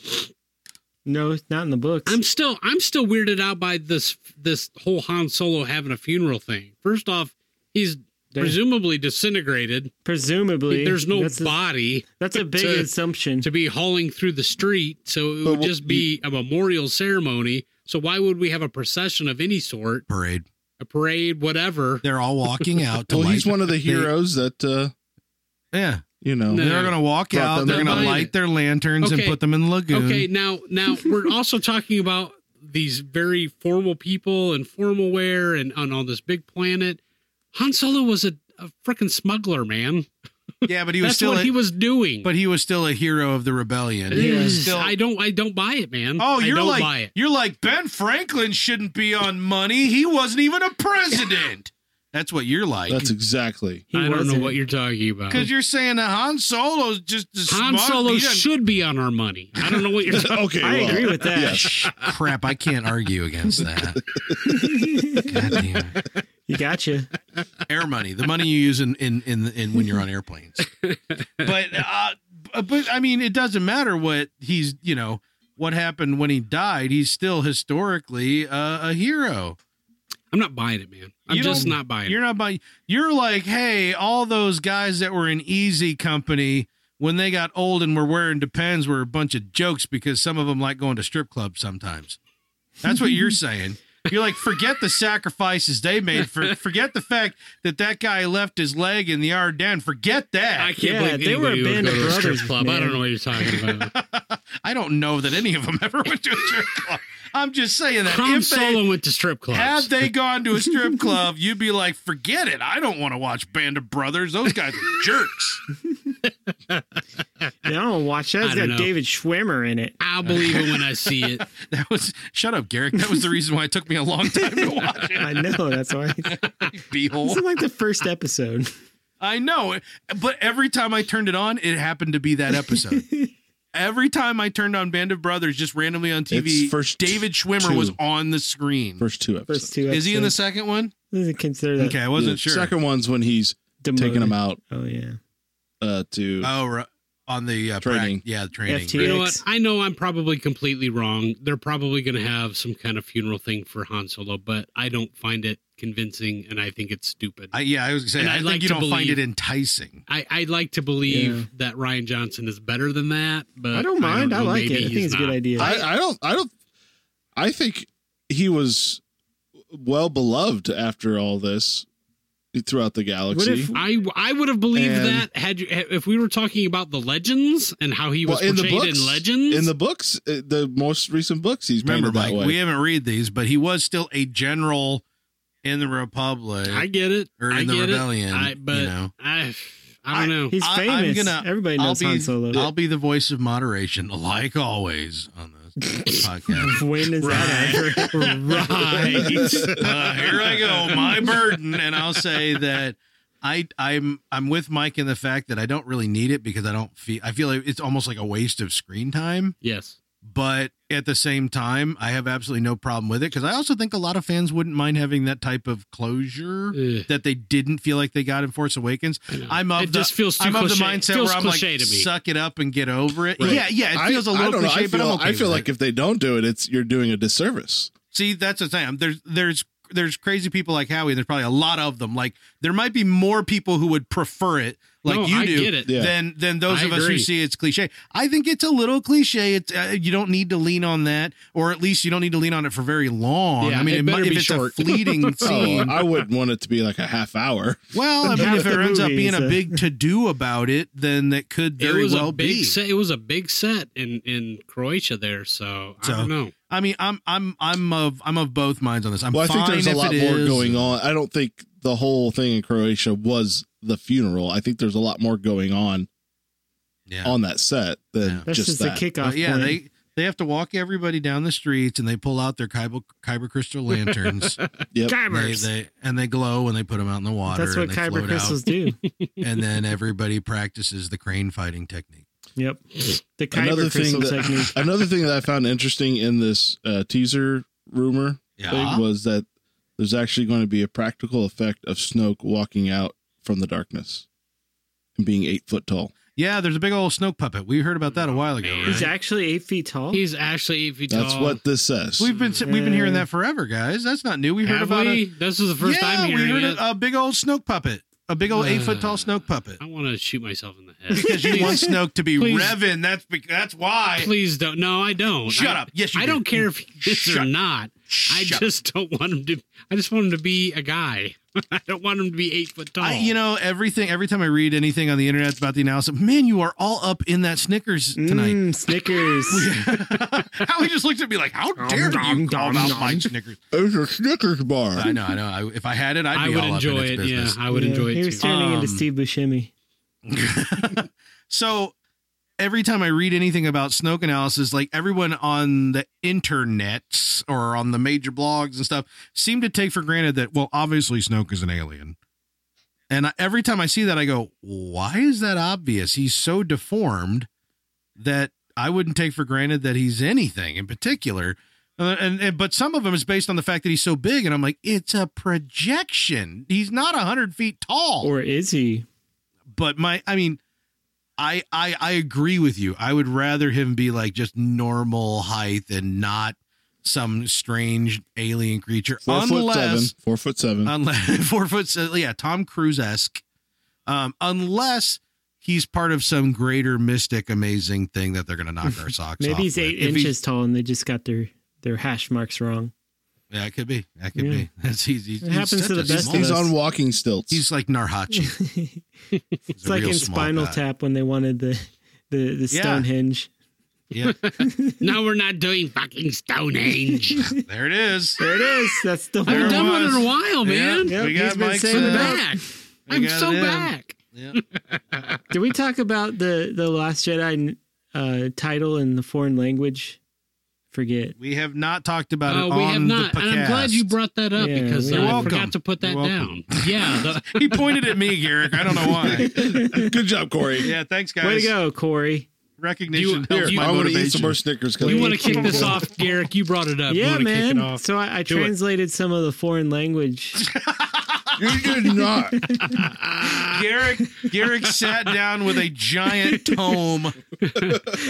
Speaker 3: No, it's not in the books.
Speaker 4: I'm still I'm still weirded out by this this whole Han Solo having a funeral thing. First off, he's
Speaker 3: There-
Speaker 4: presumably disintegrated.
Speaker 3: presumably,
Speaker 4: There's no
Speaker 3: that's a-
Speaker 4: body
Speaker 3: That's a big
Speaker 4: to-
Speaker 3: assumption.
Speaker 4: to be hauling through the street, so it
Speaker 5: But
Speaker 4: would
Speaker 5: what-
Speaker 4: just be a memorial ceremony. So why would we have a procession of any sort,
Speaker 1: Parade.
Speaker 4: a parade, whatever?
Speaker 1: They're all walking out. To
Speaker 5: Well, he's
Speaker 1: light- [laughs]
Speaker 5: one of the heroes that uh,
Speaker 1: Yeah.
Speaker 5: you know.
Speaker 4: No.
Speaker 1: They're gonna walk
Speaker 5: Brought
Speaker 1: out.
Speaker 5: them
Speaker 1: They're
Speaker 5: in.
Speaker 1: gonna
Speaker 4: They're
Speaker 1: light
Speaker 4: buying it.
Speaker 1: their lanterns and
Speaker 4: Okay.
Speaker 1: put them in the lagoon.
Speaker 4: Okay, now now we're also talking about these very formal people and formal wear and on all this big planet. Han Solo was a, a freaking smuggler, man.
Speaker 1: Yeah, but he was
Speaker 4: That's
Speaker 1: still.
Speaker 4: what
Speaker 1: a,
Speaker 4: he was doing.
Speaker 1: but he was still a hero of the rebellion. He
Speaker 4: It
Speaker 1: was
Speaker 4: is-
Speaker 1: still-
Speaker 4: I don't I don't buy
Speaker 1: [laughs]
Speaker 4: it, man.
Speaker 1: Oh,
Speaker 4: I
Speaker 1: you're
Speaker 4: don't
Speaker 1: like
Speaker 4: buy it.
Speaker 1: you're like Ben Franklin shouldn't be on money. He wasn't even a president. [laughs] That's what you're like. [laughs]
Speaker 5: That's exactly.
Speaker 3: He
Speaker 4: I don't know
Speaker 3: wasn't.
Speaker 4: what you're talking about.
Speaker 1: Because you're saying that Han Solo's just a
Speaker 4: Han
Speaker 1: smug-
Speaker 4: Solo
Speaker 1: he doesn't-
Speaker 4: should be on our money. I don't know what you're talking
Speaker 5: Okay,
Speaker 3: I
Speaker 5: well,
Speaker 3: agree with that.
Speaker 5: yes.
Speaker 1: [laughs] crap. I can't argue against that.
Speaker 5: [laughs]
Speaker 1: God damn it.
Speaker 3: You gotcha.
Speaker 1: Air money, the money you use in in in, in when you're on [laughs] airplanes. But uh, b- but I mean, it doesn't matter what he's you know what happened when he died. He's still historically uh, a hero.
Speaker 4: I'm not buying it, man. I'm
Speaker 1: You
Speaker 4: just
Speaker 1: don't-
Speaker 4: not buying
Speaker 1: You're
Speaker 4: it.
Speaker 1: not by. You're like, hey, all those guys that were in Easy Company when they got old and were wearing Depends were a bunch of jokes because some of them like going to strip clubs sometimes. That's what
Speaker 4: [laughs]
Speaker 1: you're saying. You're like, forget the sacrifices they made. For, forget the fact that that guy left his leg in the Ardennes. Forget
Speaker 4: I
Speaker 1: that.
Speaker 4: can't
Speaker 3: Yeah,
Speaker 4: believe
Speaker 3: they were a
Speaker 4: anybody would
Speaker 3: band
Speaker 4: go
Speaker 3: of
Speaker 4: to a strip
Speaker 3: brothers,
Speaker 4: club. I
Speaker 3: man.
Speaker 4: don't know what you're talking about.
Speaker 1: [laughs] [laughs] I don't know that any of them [laughs] ever went to a strip club. I'm just saying that.
Speaker 4: Han
Speaker 1: if they-
Speaker 4: Solo went to strip clubs.
Speaker 1: Had they gone to a strip club, you'd be like, forget it. I don't want to watch Band of Brothers. Those guys are jerks.
Speaker 3: I don't watch that.
Speaker 4: [laughs] I
Speaker 3: It's
Speaker 4: don't
Speaker 3: got
Speaker 4: know.
Speaker 3: David Schwimmer in it.
Speaker 4: I'll believe it when I
Speaker 1: [laughs]
Speaker 4: see it.
Speaker 1: [laughs] That was shut up, Garrick. That was the reason why it took me a long time to watch it.
Speaker 3: I know. That's
Speaker 4: [laughs]
Speaker 3: why.
Speaker 1: Beehole.
Speaker 3: This is like the first episode.
Speaker 1: I know, but every time I turned it on, it happened to be that episode. Every time I turned on Band of Brothers, just randomly on TV,
Speaker 5: It's first
Speaker 1: David Schwimmer
Speaker 5: two.
Speaker 1: was on the screen.
Speaker 5: First two episodes.
Speaker 3: [laughs] First two. Episodes.
Speaker 1: Is he in the second one?
Speaker 3: Doesn't consider that.
Speaker 1: Okay, I wasn't
Speaker 5: Yeah.
Speaker 1: sure.
Speaker 5: Second one's when he's
Speaker 3: demoted.
Speaker 5: taking him out
Speaker 3: Oh yeah.
Speaker 5: uh, to.
Speaker 1: Oh, right. on the uh, prac-
Speaker 5: Training.
Speaker 1: yeah, the training.
Speaker 3: FT.
Speaker 4: You know what?
Speaker 3: Yikes.
Speaker 4: I know I'm probably completely wrong. They're probably going to have some kind of funeral thing for Han Solo, but I don't find it convincing, and I think it's stupid.
Speaker 1: I, yeah, I was saying.
Speaker 4: And
Speaker 1: I
Speaker 4: I'd
Speaker 1: think
Speaker 4: like
Speaker 1: you
Speaker 4: to
Speaker 1: don't find
Speaker 4: believe-
Speaker 1: it enticing.
Speaker 4: I, I'd like to believe
Speaker 3: Yeah.
Speaker 4: that Ryan Johnson is better than that, but
Speaker 3: I don't mind. I,
Speaker 4: know.
Speaker 3: like
Speaker 4: Maybe
Speaker 3: it. I think
Speaker 4: he's
Speaker 3: it's a good
Speaker 4: not.
Speaker 3: idea.
Speaker 5: I, I don't. I don't. I think he was well beloved after all this throughout the
Speaker 3: what
Speaker 5: galaxy.
Speaker 3: if?
Speaker 4: I, I would have believed
Speaker 5: And-
Speaker 4: that had you, if we were talking about the legends and how he was
Speaker 5: well, in the
Speaker 4: portrayed
Speaker 5: books,
Speaker 4: in legends.
Speaker 5: in the books, uh, the most recent books, he's
Speaker 1: Remember,
Speaker 5: painted that
Speaker 1: Mike,
Speaker 5: way.
Speaker 1: we
Speaker 5: [laughs]
Speaker 1: haven't read these, but he was still a general in the Republic
Speaker 4: I get it.
Speaker 1: or in
Speaker 4: I
Speaker 1: the
Speaker 4: get
Speaker 1: rebellion.
Speaker 4: it. I, but
Speaker 1: you know,
Speaker 4: I, I don't know.
Speaker 3: He's
Speaker 1: I- I'm
Speaker 3: famous.
Speaker 1: gonna-
Speaker 3: Everybody knows
Speaker 1: I'll be
Speaker 3: Han Solo.
Speaker 1: I'll be the voice of moderation, like always, on
Speaker 5: [laughs]
Speaker 1: this podcast.
Speaker 3: [laughs] when is that ever?
Speaker 4: [laughs] [laughs]
Speaker 3: [laughs]
Speaker 4: right.
Speaker 1: Uh, here I go, my burden, and I'll say that. I, I'm I'm with Mike in the fact that I don't really need it because I don't feel I feel like it's almost like a waste of screen time.
Speaker 4: yes.
Speaker 1: but at the same time, I have absolutely no problem with it because I also think a lot of fans wouldn't mind having that type of closure
Speaker 4: Ugh.
Speaker 1: that they didn't feel like they got in Force Awakens. I'm of
Speaker 4: It
Speaker 1: the,
Speaker 4: just feels too
Speaker 1: I'm of the
Speaker 4: cliche-
Speaker 1: mindset
Speaker 4: feels
Speaker 1: where I'm like,
Speaker 4: cliche to me.
Speaker 1: suck it up and get over it.
Speaker 5: Right.
Speaker 1: Yeah, yeah, it feels a
Speaker 5: I- I
Speaker 1: little
Speaker 5: don't know.
Speaker 1: cliche,
Speaker 5: I feel,
Speaker 1: but I'm okay
Speaker 5: I feel
Speaker 1: with
Speaker 5: like
Speaker 1: it.
Speaker 5: if they don't do it, it's you're doing a disservice.
Speaker 1: see that's the thing. There's there's there's crazy people like Howie, and there's probably a lot of them. Like there might be more people who would prefer it, like
Speaker 4: No,
Speaker 1: you
Speaker 4: I
Speaker 1: do,
Speaker 4: get it.
Speaker 5: Yeah.
Speaker 1: than than those
Speaker 4: I
Speaker 1: of us who
Speaker 4: agree.
Speaker 1: see it's cliche. I think it's a little cliche. It's uh, you don't need to lean on that, or at least you don't need to lean on it for very long.
Speaker 4: Yeah,
Speaker 1: I mean,
Speaker 4: it
Speaker 1: it might,
Speaker 4: better
Speaker 1: if
Speaker 4: be
Speaker 1: it's
Speaker 4: short. [laughs]
Speaker 1: a fleeting
Speaker 5: Oh,
Speaker 1: scene,
Speaker 5: I wouldn't want it to be like a half hour.
Speaker 1: well, I mean,
Speaker 3: Half
Speaker 1: if it
Speaker 3: the
Speaker 1: ends up
Speaker 3: movie
Speaker 1: being
Speaker 3: is
Speaker 1: a
Speaker 3: a-
Speaker 1: big to do about it, then that could
Speaker 4: It
Speaker 1: very
Speaker 4: was
Speaker 1: well
Speaker 4: a big
Speaker 1: be.
Speaker 4: set. It was a big set in in Croatia there, so,
Speaker 1: So,
Speaker 4: I don't know.
Speaker 1: I mean, [laughs] I'm I'm I'm of I'm of both minds on this. I'm
Speaker 5: Well, I
Speaker 1: fine
Speaker 5: think there's a
Speaker 1: if
Speaker 5: lot
Speaker 1: it
Speaker 5: more
Speaker 1: is.
Speaker 5: going on. I don't think the whole thing in Croatia was the funeral. I think there's a lot more going on
Speaker 1: Yeah.
Speaker 5: on that set than
Speaker 1: Yeah.
Speaker 3: That's
Speaker 5: just
Speaker 3: just,
Speaker 5: that.
Speaker 3: the kickoff.
Speaker 1: But yeah,
Speaker 3: point.
Speaker 1: they they have to walk everybody down the streets and they pull out their kyber, kyber
Speaker 5: [laughs]
Speaker 1: crystal lanterns.
Speaker 5: Yep.
Speaker 1: they,
Speaker 3: Kybers.
Speaker 1: they, and they glow and they put them out in the water.
Speaker 3: That's what
Speaker 1: and they
Speaker 3: kyber
Speaker 1: float
Speaker 3: crystals
Speaker 1: Out,
Speaker 3: do.
Speaker 1: and
Speaker 4: [laughs]
Speaker 1: then everybody practices the crane fighting technique.
Speaker 3: Yep. The
Speaker 5: Another
Speaker 3: kyber
Speaker 5: thing
Speaker 3: crystal
Speaker 5: that-
Speaker 4: [laughs]
Speaker 3: technique.
Speaker 5: Another thing that I found interesting in this uh, teaser rumor
Speaker 1: Yeah.
Speaker 5: thing was that there's actually going to be a practical effect of Snoke walking out from the darkness and being eight foot tall.
Speaker 1: Yeah, there's a big old snow puppet. We heard about that a while ago.
Speaker 4: Man.
Speaker 1: right?
Speaker 3: He's actually eight feet tall.
Speaker 4: He's actually if you
Speaker 5: That's
Speaker 4: tell-
Speaker 5: what this says.
Speaker 1: Oh. We've been we've been hearing
Speaker 3: Yeah.
Speaker 1: that forever, guys. That's not new. We heard
Speaker 4: Have
Speaker 1: about
Speaker 4: we?
Speaker 1: it.
Speaker 4: This is the first
Speaker 1: yeah,
Speaker 4: time hearing
Speaker 1: we heard uh,
Speaker 4: it.
Speaker 1: a big old Snoke puppet, a big old eight foot tall Snoke puppet.
Speaker 4: I want to shoot myself in the head
Speaker 1: Because you want Snoke to be
Speaker 4: please.
Speaker 1: Revan. That's be- that's why.
Speaker 4: Please don't. No, I don't.
Speaker 1: Shut
Speaker 4: I-
Speaker 1: up. Yes, you
Speaker 4: I
Speaker 1: do.
Speaker 4: don't care if he is or
Speaker 1: Shut-
Speaker 4: not. I
Speaker 1: Shut up.
Speaker 4: just don't want him to. I just want him to be a guy. [laughs] I don't want him to be eight foot tall.
Speaker 1: I, you know everything. Every time I read anything on the internet about the analysis, man, you are all up in that Snickers
Speaker 4: [laughs]
Speaker 1: tonight.
Speaker 3: Mm, Snickers.
Speaker 1: How he just looked at me like, "How dare
Speaker 8: nom,
Speaker 1: you call
Speaker 8: nom,
Speaker 1: out
Speaker 8: nom.
Speaker 1: my Snickers?"
Speaker 5: it's a Snickers bar.
Speaker 1: I know, I know. I, if I had it, I'd
Speaker 4: I
Speaker 1: be
Speaker 4: would
Speaker 1: all
Speaker 4: enjoy
Speaker 1: up in
Speaker 4: it.
Speaker 1: its
Speaker 4: Yeah,
Speaker 1: business.
Speaker 4: I would
Speaker 3: Yeah,
Speaker 4: enjoy
Speaker 3: He
Speaker 4: it
Speaker 3: was
Speaker 4: too.
Speaker 3: turning
Speaker 1: Um,
Speaker 3: into Steve Buscemi.
Speaker 1: so every time I read anything about Snoke analysis, like everyone on the internets or on the major blogs and stuff seem to take for granted that, well, obviously Snoke is an alien. And I, every time I see that, I go, why is that obvious? He's so deformed that I wouldn't take for granted that he's anything in particular. Uh, and, and but some of them is based on the fact that he's so big, and I'm like, it's a projection. He's not hundred feet tall
Speaker 3: Or is he?
Speaker 1: but my i mean I, I i agree with you i would rather him be like just normal height and not some strange alien creature
Speaker 5: Four foot seven.
Speaker 1: unless
Speaker 5: Four foot
Speaker 1: [laughs]
Speaker 5: seven.
Speaker 1: unless four foot se- yeah tom cruise-esque um unless he's part of some greater mystic amazing thing that they're gonna knock
Speaker 3: [laughs]
Speaker 1: our socks off
Speaker 3: Maybe he's
Speaker 1: with.
Speaker 3: eight
Speaker 1: If he-
Speaker 3: inches tall and they just got their, their hash marks wrong. [laughs]
Speaker 1: yeah it could be that could
Speaker 3: Yeah.
Speaker 1: be [laughs] that's easy
Speaker 3: It happens to the best of
Speaker 5: He's
Speaker 3: us.
Speaker 5: on walking stilts.
Speaker 1: he's like narhachi
Speaker 3: it's like in Spinal Tap when they wanted the, the, the
Speaker 1: Yeah.
Speaker 3: Stonehenge.
Speaker 1: yeah
Speaker 4: no, we're not doing fucking Stonehenge.
Speaker 1: [laughs] there it is
Speaker 3: There it is. That's the
Speaker 4: I haven't
Speaker 1: There
Speaker 4: done
Speaker 3: whole.
Speaker 4: one in
Speaker 1: was.
Speaker 4: a while, man.
Speaker 3: Yeah.
Speaker 1: we
Speaker 3: Yep, he's
Speaker 1: got
Speaker 3: been
Speaker 1: Mike's,
Speaker 3: saying
Speaker 1: uh,
Speaker 3: it
Speaker 4: Back.
Speaker 1: We
Speaker 4: I'm
Speaker 1: got
Speaker 4: so
Speaker 1: it in.
Speaker 4: back.
Speaker 1: yeah.
Speaker 3: Did we talk about the, the Last Jedi uh, title in the foreign language? Forget.
Speaker 1: We have not talked about it.
Speaker 4: Uh, we
Speaker 1: on
Speaker 4: have not,
Speaker 1: the
Speaker 4: and I'm glad
Speaker 1: podcast.
Speaker 4: you brought that up
Speaker 3: Yeah,
Speaker 4: because uh,
Speaker 3: You're
Speaker 4: I
Speaker 1: welcome.
Speaker 4: forgot to put that
Speaker 1: You're
Speaker 4: down.
Speaker 1: welcome.
Speaker 4: Yeah,
Speaker 1: [laughs]
Speaker 4: the,
Speaker 1: he pointed at me, Garrick. I don't know why.
Speaker 5: [laughs] Good job, Corey.
Speaker 1: Yeah, thanks, guys.
Speaker 3: Way to go, Corey.
Speaker 1: Recognition
Speaker 4: You-
Speaker 1: helps
Speaker 4: you-
Speaker 1: my
Speaker 5: I want to
Speaker 1: motivation.
Speaker 5: eat some more
Speaker 1: [laughs]
Speaker 5: Snickers.
Speaker 3: You
Speaker 4: you want
Speaker 5: Cause
Speaker 3: wanna
Speaker 4: to kick
Speaker 3: kick
Speaker 4: this
Speaker 3: it
Speaker 4: off, Garrick? You brought it up. You
Speaker 3: yeah,
Speaker 4: wanna kick it
Speaker 3: man.
Speaker 4: off.
Speaker 3: So I, I
Speaker 4: it.
Speaker 3: translated some of the foreign language.
Speaker 5: you
Speaker 1: [laughs]
Speaker 5: did not.
Speaker 1: Garrick, Garrick sat down with a
Speaker 4: [laughs]
Speaker 1: giant tome,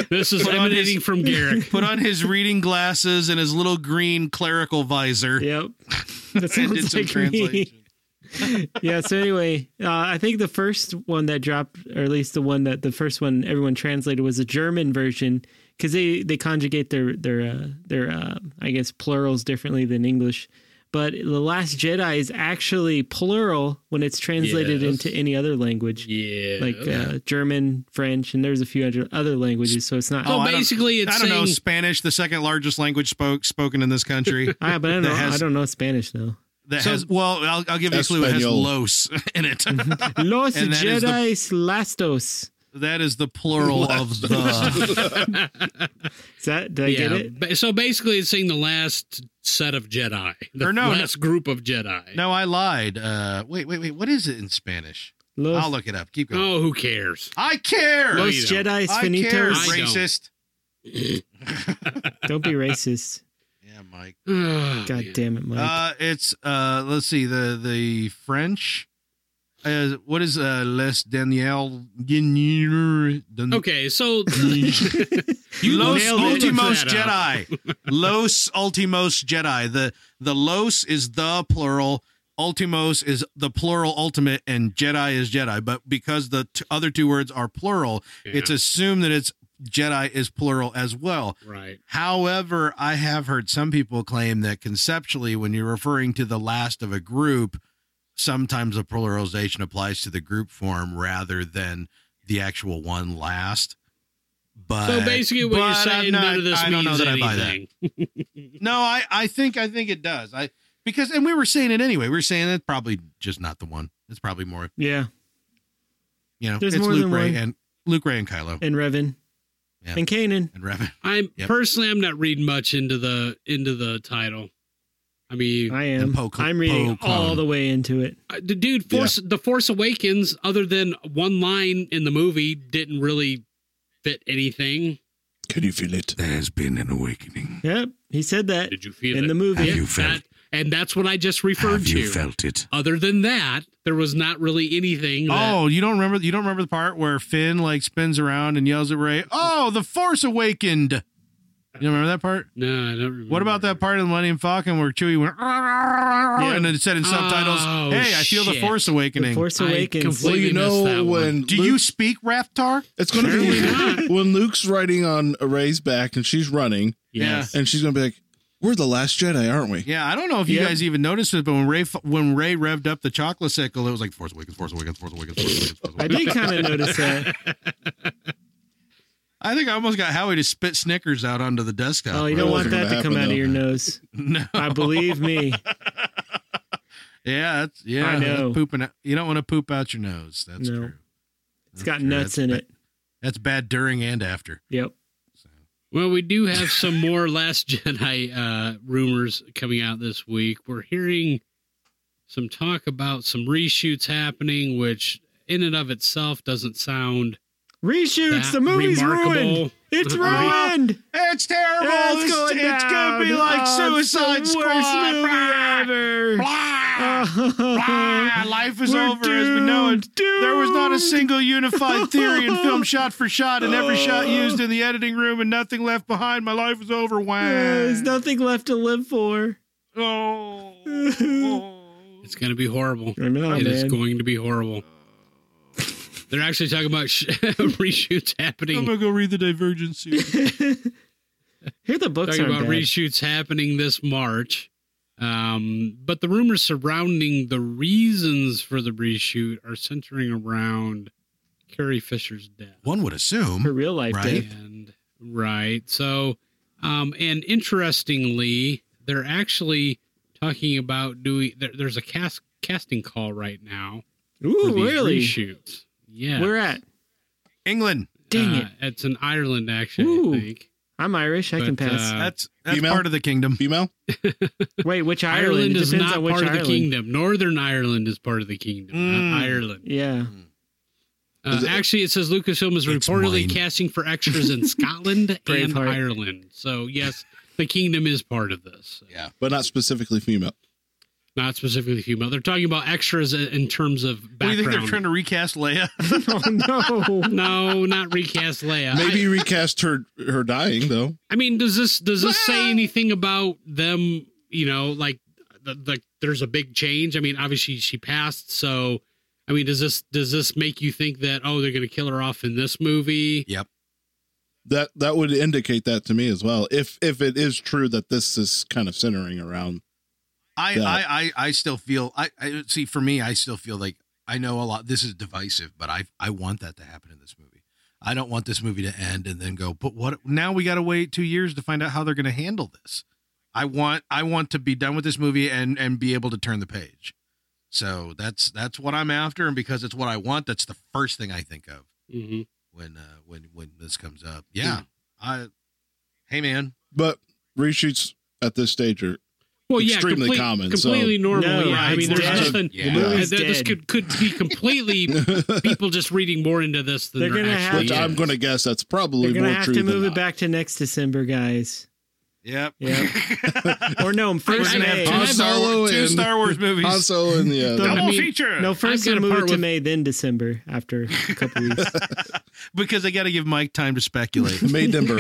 Speaker 4: This
Speaker 1: [laughs]
Speaker 4: is
Speaker 1: Put on his-
Speaker 4: emanating from
Speaker 1: [laughs]
Speaker 4: Garrick.
Speaker 1: put on his reading glasses and his little green clerical visor,
Speaker 3: yep. [laughs] That
Speaker 1: and did
Speaker 3: sounds
Speaker 1: some
Speaker 3: like me.
Speaker 1: translation.
Speaker 3: [laughs] yeah. So anyway, uh, I think the first one that dropped, or at least the one that the first one everyone translated was a German version because they they conjugate their their uh, their uh, I guess plurals differently than English. But the Last Jedi is actually plural when it's translated
Speaker 4: Yes.
Speaker 3: into any other language,
Speaker 4: Yeah,
Speaker 3: like uh, German, French, and there's a few other other languages. So it's not.
Speaker 4: So
Speaker 1: Oh, I don't-
Speaker 4: basically,
Speaker 1: I
Speaker 4: it's
Speaker 1: don't know
Speaker 4: saying
Speaker 1: Spanish, the second largest language spoke spoken in this
Speaker 4: [laughs]
Speaker 1: country.
Speaker 3: I, Ah, but I don't know.
Speaker 1: that has-
Speaker 3: I don't know Spanish though.
Speaker 1: [laughs] That
Speaker 4: So-
Speaker 1: has well, I'll, I'll give you a clue. It has
Speaker 5: Espanol.
Speaker 1: los in it.
Speaker 4: Mm-hmm.
Speaker 3: Los
Speaker 1: And that is the-
Speaker 3: Jedi's Lastos.
Speaker 1: [laughs] that is the plural of the. [laughs]
Speaker 3: Is that did I
Speaker 4: yeah.
Speaker 3: get it?
Speaker 4: ba- So basically, it's saying the last set of Jedi, the
Speaker 1: Or no,
Speaker 4: last group of Jedi.
Speaker 1: No, I lied. Uh, wait, wait, wait. What is it in Spanish?
Speaker 3: Los,
Speaker 1: I'll look it up. Keep going.
Speaker 4: Oh, who cares?
Speaker 1: I care.
Speaker 4: No,
Speaker 3: Los
Speaker 4: you don't.
Speaker 3: Jedi's
Speaker 1: I care,
Speaker 3: Finitos.
Speaker 4: I-
Speaker 1: racist.
Speaker 3: Don't be racist.
Speaker 1: Yeah, Mike.
Speaker 4: Ah,
Speaker 3: God damn it, Mike.
Speaker 1: Uh, it's uh, let's see the the French. Uh, what is uh, Les Daniel? Okay. [laughs]
Speaker 4: Okay, so [laughs] you
Speaker 1: Los
Speaker 4: nailed it. You
Speaker 1: Ultimos
Speaker 4: looked that up. [laughs]
Speaker 1: Jedi. Los Ultimos Jedi. The the Los is the plural. Ultimos is the plural ultimate, and Jedi is Jedi. But because the t- other two words are plural, it's
Speaker 4: Yeah,
Speaker 1: assumed that it's Jedi is plural as well.
Speaker 4: right.
Speaker 1: However, I have heard some people claim that conceptually, when you're referring to the last of a group, sometimes the pluralization applies to the group form rather than the actual one last. But
Speaker 4: So basically, what you're
Speaker 1: Uh, but I'm
Speaker 4: saying,
Speaker 1: not-
Speaker 4: none of this
Speaker 1: I
Speaker 4: means
Speaker 1: don't know that I buy that.
Speaker 4: anything.
Speaker 1: No, I, I think I think it does. I
Speaker 7: because and we were saying it anyway. We were saying it's probably just not the one. It's probably more
Speaker 3: Yeah,
Speaker 7: you know.
Speaker 3: There's
Speaker 7: it's
Speaker 3: more
Speaker 7: Luke
Speaker 3: than
Speaker 7: Ray
Speaker 3: one.
Speaker 7: and Luke Ray and Kylo
Speaker 3: and Revan,
Speaker 7: Yeah.
Speaker 3: and Kanan.
Speaker 7: and Revan.
Speaker 4: I'm
Speaker 7: Yep.
Speaker 4: personally I'm not reading much into the into the title. I mean,
Speaker 3: I
Speaker 7: And
Speaker 3: am.
Speaker 7: Poe-
Speaker 3: I'm reading
Speaker 7: Poe
Speaker 3: all
Speaker 7: Clone.
Speaker 3: the way into it.
Speaker 4: I- the dude Force the Force Awakens other than one line in the movie didn't really fit anything.
Speaker 5: Can you feel it?
Speaker 2: There's been an awakening.
Speaker 3: Yep, he said that
Speaker 4: Did you feel
Speaker 3: in
Speaker 4: it?
Speaker 3: the movie.
Speaker 4: Yeah,
Speaker 2: you felt-
Speaker 4: that- and that's what I just referred
Speaker 2: Have
Speaker 4: to.
Speaker 2: you felt it?
Speaker 4: other than that, there was not really anything. That,
Speaker 1: Oh, you don't remember? You don't remember the part where Finn like spins around and yells at Ray, "Oh, the Force awakened!" You don't remember that part?
Speaker 4: no, I don't. Remember.
Speaker 1: What about that part of the Millennium Falcon where Chewie went, and then it said in subtitles,
Speaker 4: Oh,
Speaker 1: "Hey, I feel the
Speaker 4: shit.
Speaker 1: Force
Speaker 3: The
Speaker 1: awakening."
Speaker 3: Force
Speaker 4: I
Speaker 3: Awakens.
Speaker 4: complete-
Speaker 5: Well, you
Speaker 4: Completely missed
Speaker 5: know
Speaker 4: that one.
Speaker 5: when
Speaker 1: Do
Speaker 5: Luke-
Speaker 1: you speak Raftar?
Speaker 5: It's going to
Speaker 4: Apparently
Speaker 5: be
Speaker 4: not.
Speaker 5: when Luke's riding on Ray's back and she's running,
Speaker 4: Yes.
Speaker 5: and she's going to be like, "We're the last Jedi, aren't we?"
Speaker 1: Yeah, I don't know if you
Speaker 3: Yeah.
Speaker 1: guys even noticed it, but when Ray when Ray revved up the chocolate sickle, it was like
Speaker 7: Force Awakens, Force Awakens, Force Awakens, Force Awakens, Force
Speaker 3: I
Speaker 7: Awakens.
Speaker 3: did kind of notice that.
Speaker 1: I think I almost got Howie to spit Snickers out onto the desktop.
Speaker 3: Oh, you don't
Speaker 5: That
Speaker 3: want
Speaker 5: wasn't
Speaker 3: that
Speaker 5: gonna
Speaker 3: to come
Speaker 5: happen,
Speaker 3: out
Speaker 5: though.
Speaker 3: of your nose.
Speaker 1: [laughs] No.
Speaker 3: I believe me.
Speaker 1: Yeah, that's, yeah.
Speaker 3: I know.
Speaker 1: Pooping out, you don't want to poop out your nose. That's
Speaker 3: No.
Speaker 1: true.
Speaker 3: It's got
Speaker 1: true.
Speaker 3: nuts
Speaker 1: That's
Speaker 3: in
Speaker 1: ba-
Speaker 3: it.
Speaker 1: That's bad during and after.
Speaker 3: Yep.
Speaker 4: Well, we do have some more [laughs] Last Jedi uh, rumors coming out this week. We're hearing some talk about some reshoots happening, which in and of itself doesn't sound
Speaker 3: Reshoots.
Speaker 4: that
Speaker 3: The movie's
Speaker 4: remarkable.
Speaker 3: ruined. It's
Speaker 4: Re-
Speaker 3: ruined.
Speaker 1: It's terrible.
Speaker 3: Yeah,
Speaker 1: Oh, it's
Speaker 3: going
Speaker 1: it's gonna be
Speaker 3: down.
Speaker 1: like
Speaker 3: Oh, it's the
Speaker 1: Suicide Squad.
Speaker 3: Worst movie
Speaker 1: Blah,
Speaker 3: ever.
Speaker 1: blah, blah. [laughs]
Speaker 3: Oh,
Speaker 1: Life is
Speaker 3: Uh-huh. we're
Speaker 1: over as we know it.
Speaker 3: doomed,
Speaker 1: There was not a
Speaker 3: doomed.
Speaker 1: single unified theory in
Speaker 3: [laughs]
Speaker 1: film shot for shot, and every shot
Speaker 3: Uh-huh.
Speaker 1: used in the editing room, and nothing left behind. My life is over. Wow.
Speaker 3: There's nothing left to live for.
Speaker 1: Oh.
Speaker 3: [laughs]
Speaker 4: It's going to be horrible. It
Speaker 3: I know,
Speaker 4: is
Speaker 3: man.
Speaker 4: going to be horrible. They're actually talking about sh- [laughs] reshoots
Speaker 1: I'm
Speaker 4: happening.
Speaker 1: gonna go read the Divergent series.
Speaker 3: [laughs] Here the books
Speaker 4: Talking
Speaker 3: are
Speaker 4: about
Speaker 3: bad.
Speaker 4: reshoots happening this March. Um, but the rumors surrounding the reasons for the reshoot are centering around Carrie Fisher's death.
Speaker 7: One would assume
Speaker 3: for real life,
Speaker 7: Right?
Speaker 3: Dave.
Speaker 4: And right. So, um, and interestingly, they're actually talking about doing. There, there's a cast casting call right now. for
Speaker 3: Ooh,
Speaker 4: these
Speaker 3: really?
Speaker 4: Reshoots. Yeah.
Speaker 3: Where at?
Speaker 1: England.
Speaker 3: Dang
Speaker 4: Uh,
Speaker 3: it.
Speaker 4: It's in Ireland, actually.
Speaker 3: Ooh.
Speaker 4: I think.
Speaker 3: I'm Irish. I can
Speaker 4: but,
Speaker 3: pass.
Speaker 4: uh,
Speaker 1: That's that's
Speaker 5: Female?
Speaker 1: part of the kingdom.
Speaker 5: Female.
Speaker 3: Wait, which Ireland?
Speaker 4: Ireland
Speaker 3: it
Speaker 4: is
Speaker 3: depends
Speaker 4: not
Speaker 3: on which
Speaker 4: part
Speaker 3: Ireland.
Speaker 4: of the kingdom. Northern Ireland is part of the kingdom,
Speaker 1: Mm.
Speaker 4: not Ireland.
Speaker 3: Yeah.
Speaker 4: [laughs]
Speaker 3: [laughs]
Speaker 4: Uh,
Speaker 5: Is it-
Speaker 4: actually, it says Lucasfilm is
Speaker 7: It's
Speaker 4: reportedly
Speaker 7: mine.
Speaker 4: casting for extras
Speaker 5: [laughs]
Speaker 4: in Scotland and
Speaker 3: Braveheart.
Speaker 4: Ireland. So, yes, the kingdom is part of this.
Speaker 5: but not specifically female.
Speaker 4: Not specifically female. They're talking about extras i- in terms
Speaker 1: What
Speaker 4: of
Speaker 1: do
Speaker 4: background.
Speaker 1: you think they're trying to recast Leia?
Speaker 3: Oh no.
Speaker 4: no, not recast Leia. [laughs]
Speaker 5: Maybe
Speaker 4: I,
Speaker 5: recast her her dying though.
Speaker 4: I mean, does this does this say anything about them? You know, like the, the there's a big change. I mean, obviously she passed, so I mean, does this does this make you think that oh they're going to kill her off in this movie?
Speaker 5: That that would indicate that to me as well. If if it is true that this is kind of centering around,
Speaker 7: [laughs] I,
Speaker 5: Yeah.
Speaker 7: I, I, I still feel I, I see for me I still feel like I know a lot this is divisive, but I I want that to happen in this movie. I don't want this movie to end and then go, but what
Speaker 1: now we got to wait two years to find out how they're going to handle this.
Speaker 7: I want I want to be done with this movie and and be able to turn the page. So that's that's what I'm after and because it's what I want, that's the first thing I think of
Speaker 4: Mm-hmm.
Speaker 7: when uh when when this comes up. Yeah.
Speaker 1: Hmm.
Speaker 7: I Hey man,
Speaker 5: but reshoots at this stage are [laughs]
Speaker 4: Well, yeah,
Speaker 5: Extremely
Speaker 4: complete-
Speaker 5: common, so-
Speaker 4: completely normal.
Speaker 3: No,
Speaker 4: yeah,
Speaker 3: right,
Speaker 4: I mean,
Speaker 3: it's
Speaker 4: there's
Speaker 3: dead.
Speaker 4: nothing.
Speaker 7: Yeah.
Speaker 5: The
Speaker 4: Uh,
Speaker 3: movie's
Speaker 4: that- this
Speaker 3: dead.
Speaker 4: could could be completely
Speaker 5: [laughs]
Speaker 4: people just reading more into this than
Speaker 3: They're
Speaker 4: they're,
Speaker 3: gonna have-
Speaker 4: actually.
Speaker 5: which I'm
Speaker 4: is.
Speaker 5: going to guess that's
Speaker 3: They're
Speaker 5: probably
Speaker 3: gonna
Speaker 5: more
Speaker 3: have
Speaker 5: true
Speaker 3: to
Speaker 5: than
Speaker 3: move it
Speaker 5: not.
Speaker 3: back to next December, guys.
Speaker 1: Yep.
Speaker 4: [laughs]
Speaker 3: Yeah. or no, first
Speaker 4: gonna have
Speaker 3: May.
Speaker 4: to-
Speaker 5: Han
Speaker 4: I've
Speaker 5: Solo
Speaker 1: [laughs] Two
Speaker 5: and
Speaker 1: Star Wars
Speaker 5: Han
Speaker 1: movies.
Speaker 5: Solo and yeah,
Speaker 3: Double-
Speaker 5: that-
Speaker 1: Double
Speaker 4: I mean-
Speaker 1: feature.
Speaker 3: No,
Speaker 4: I've
Speaker 3: first
Speaker 4: got
Speaker 3: they
Speaker 4: a
Speaker 3: move
Speaker 4: part
Speaker 3: it to
Speaker 4: with-
Speaker 3: May, then December after a couple
Speaker 4: [laughs]
Speaker 3: weeks.
Speaker 1: Because they got to give Mike time to speculate. [laughs]
Speaker 5: May Denver.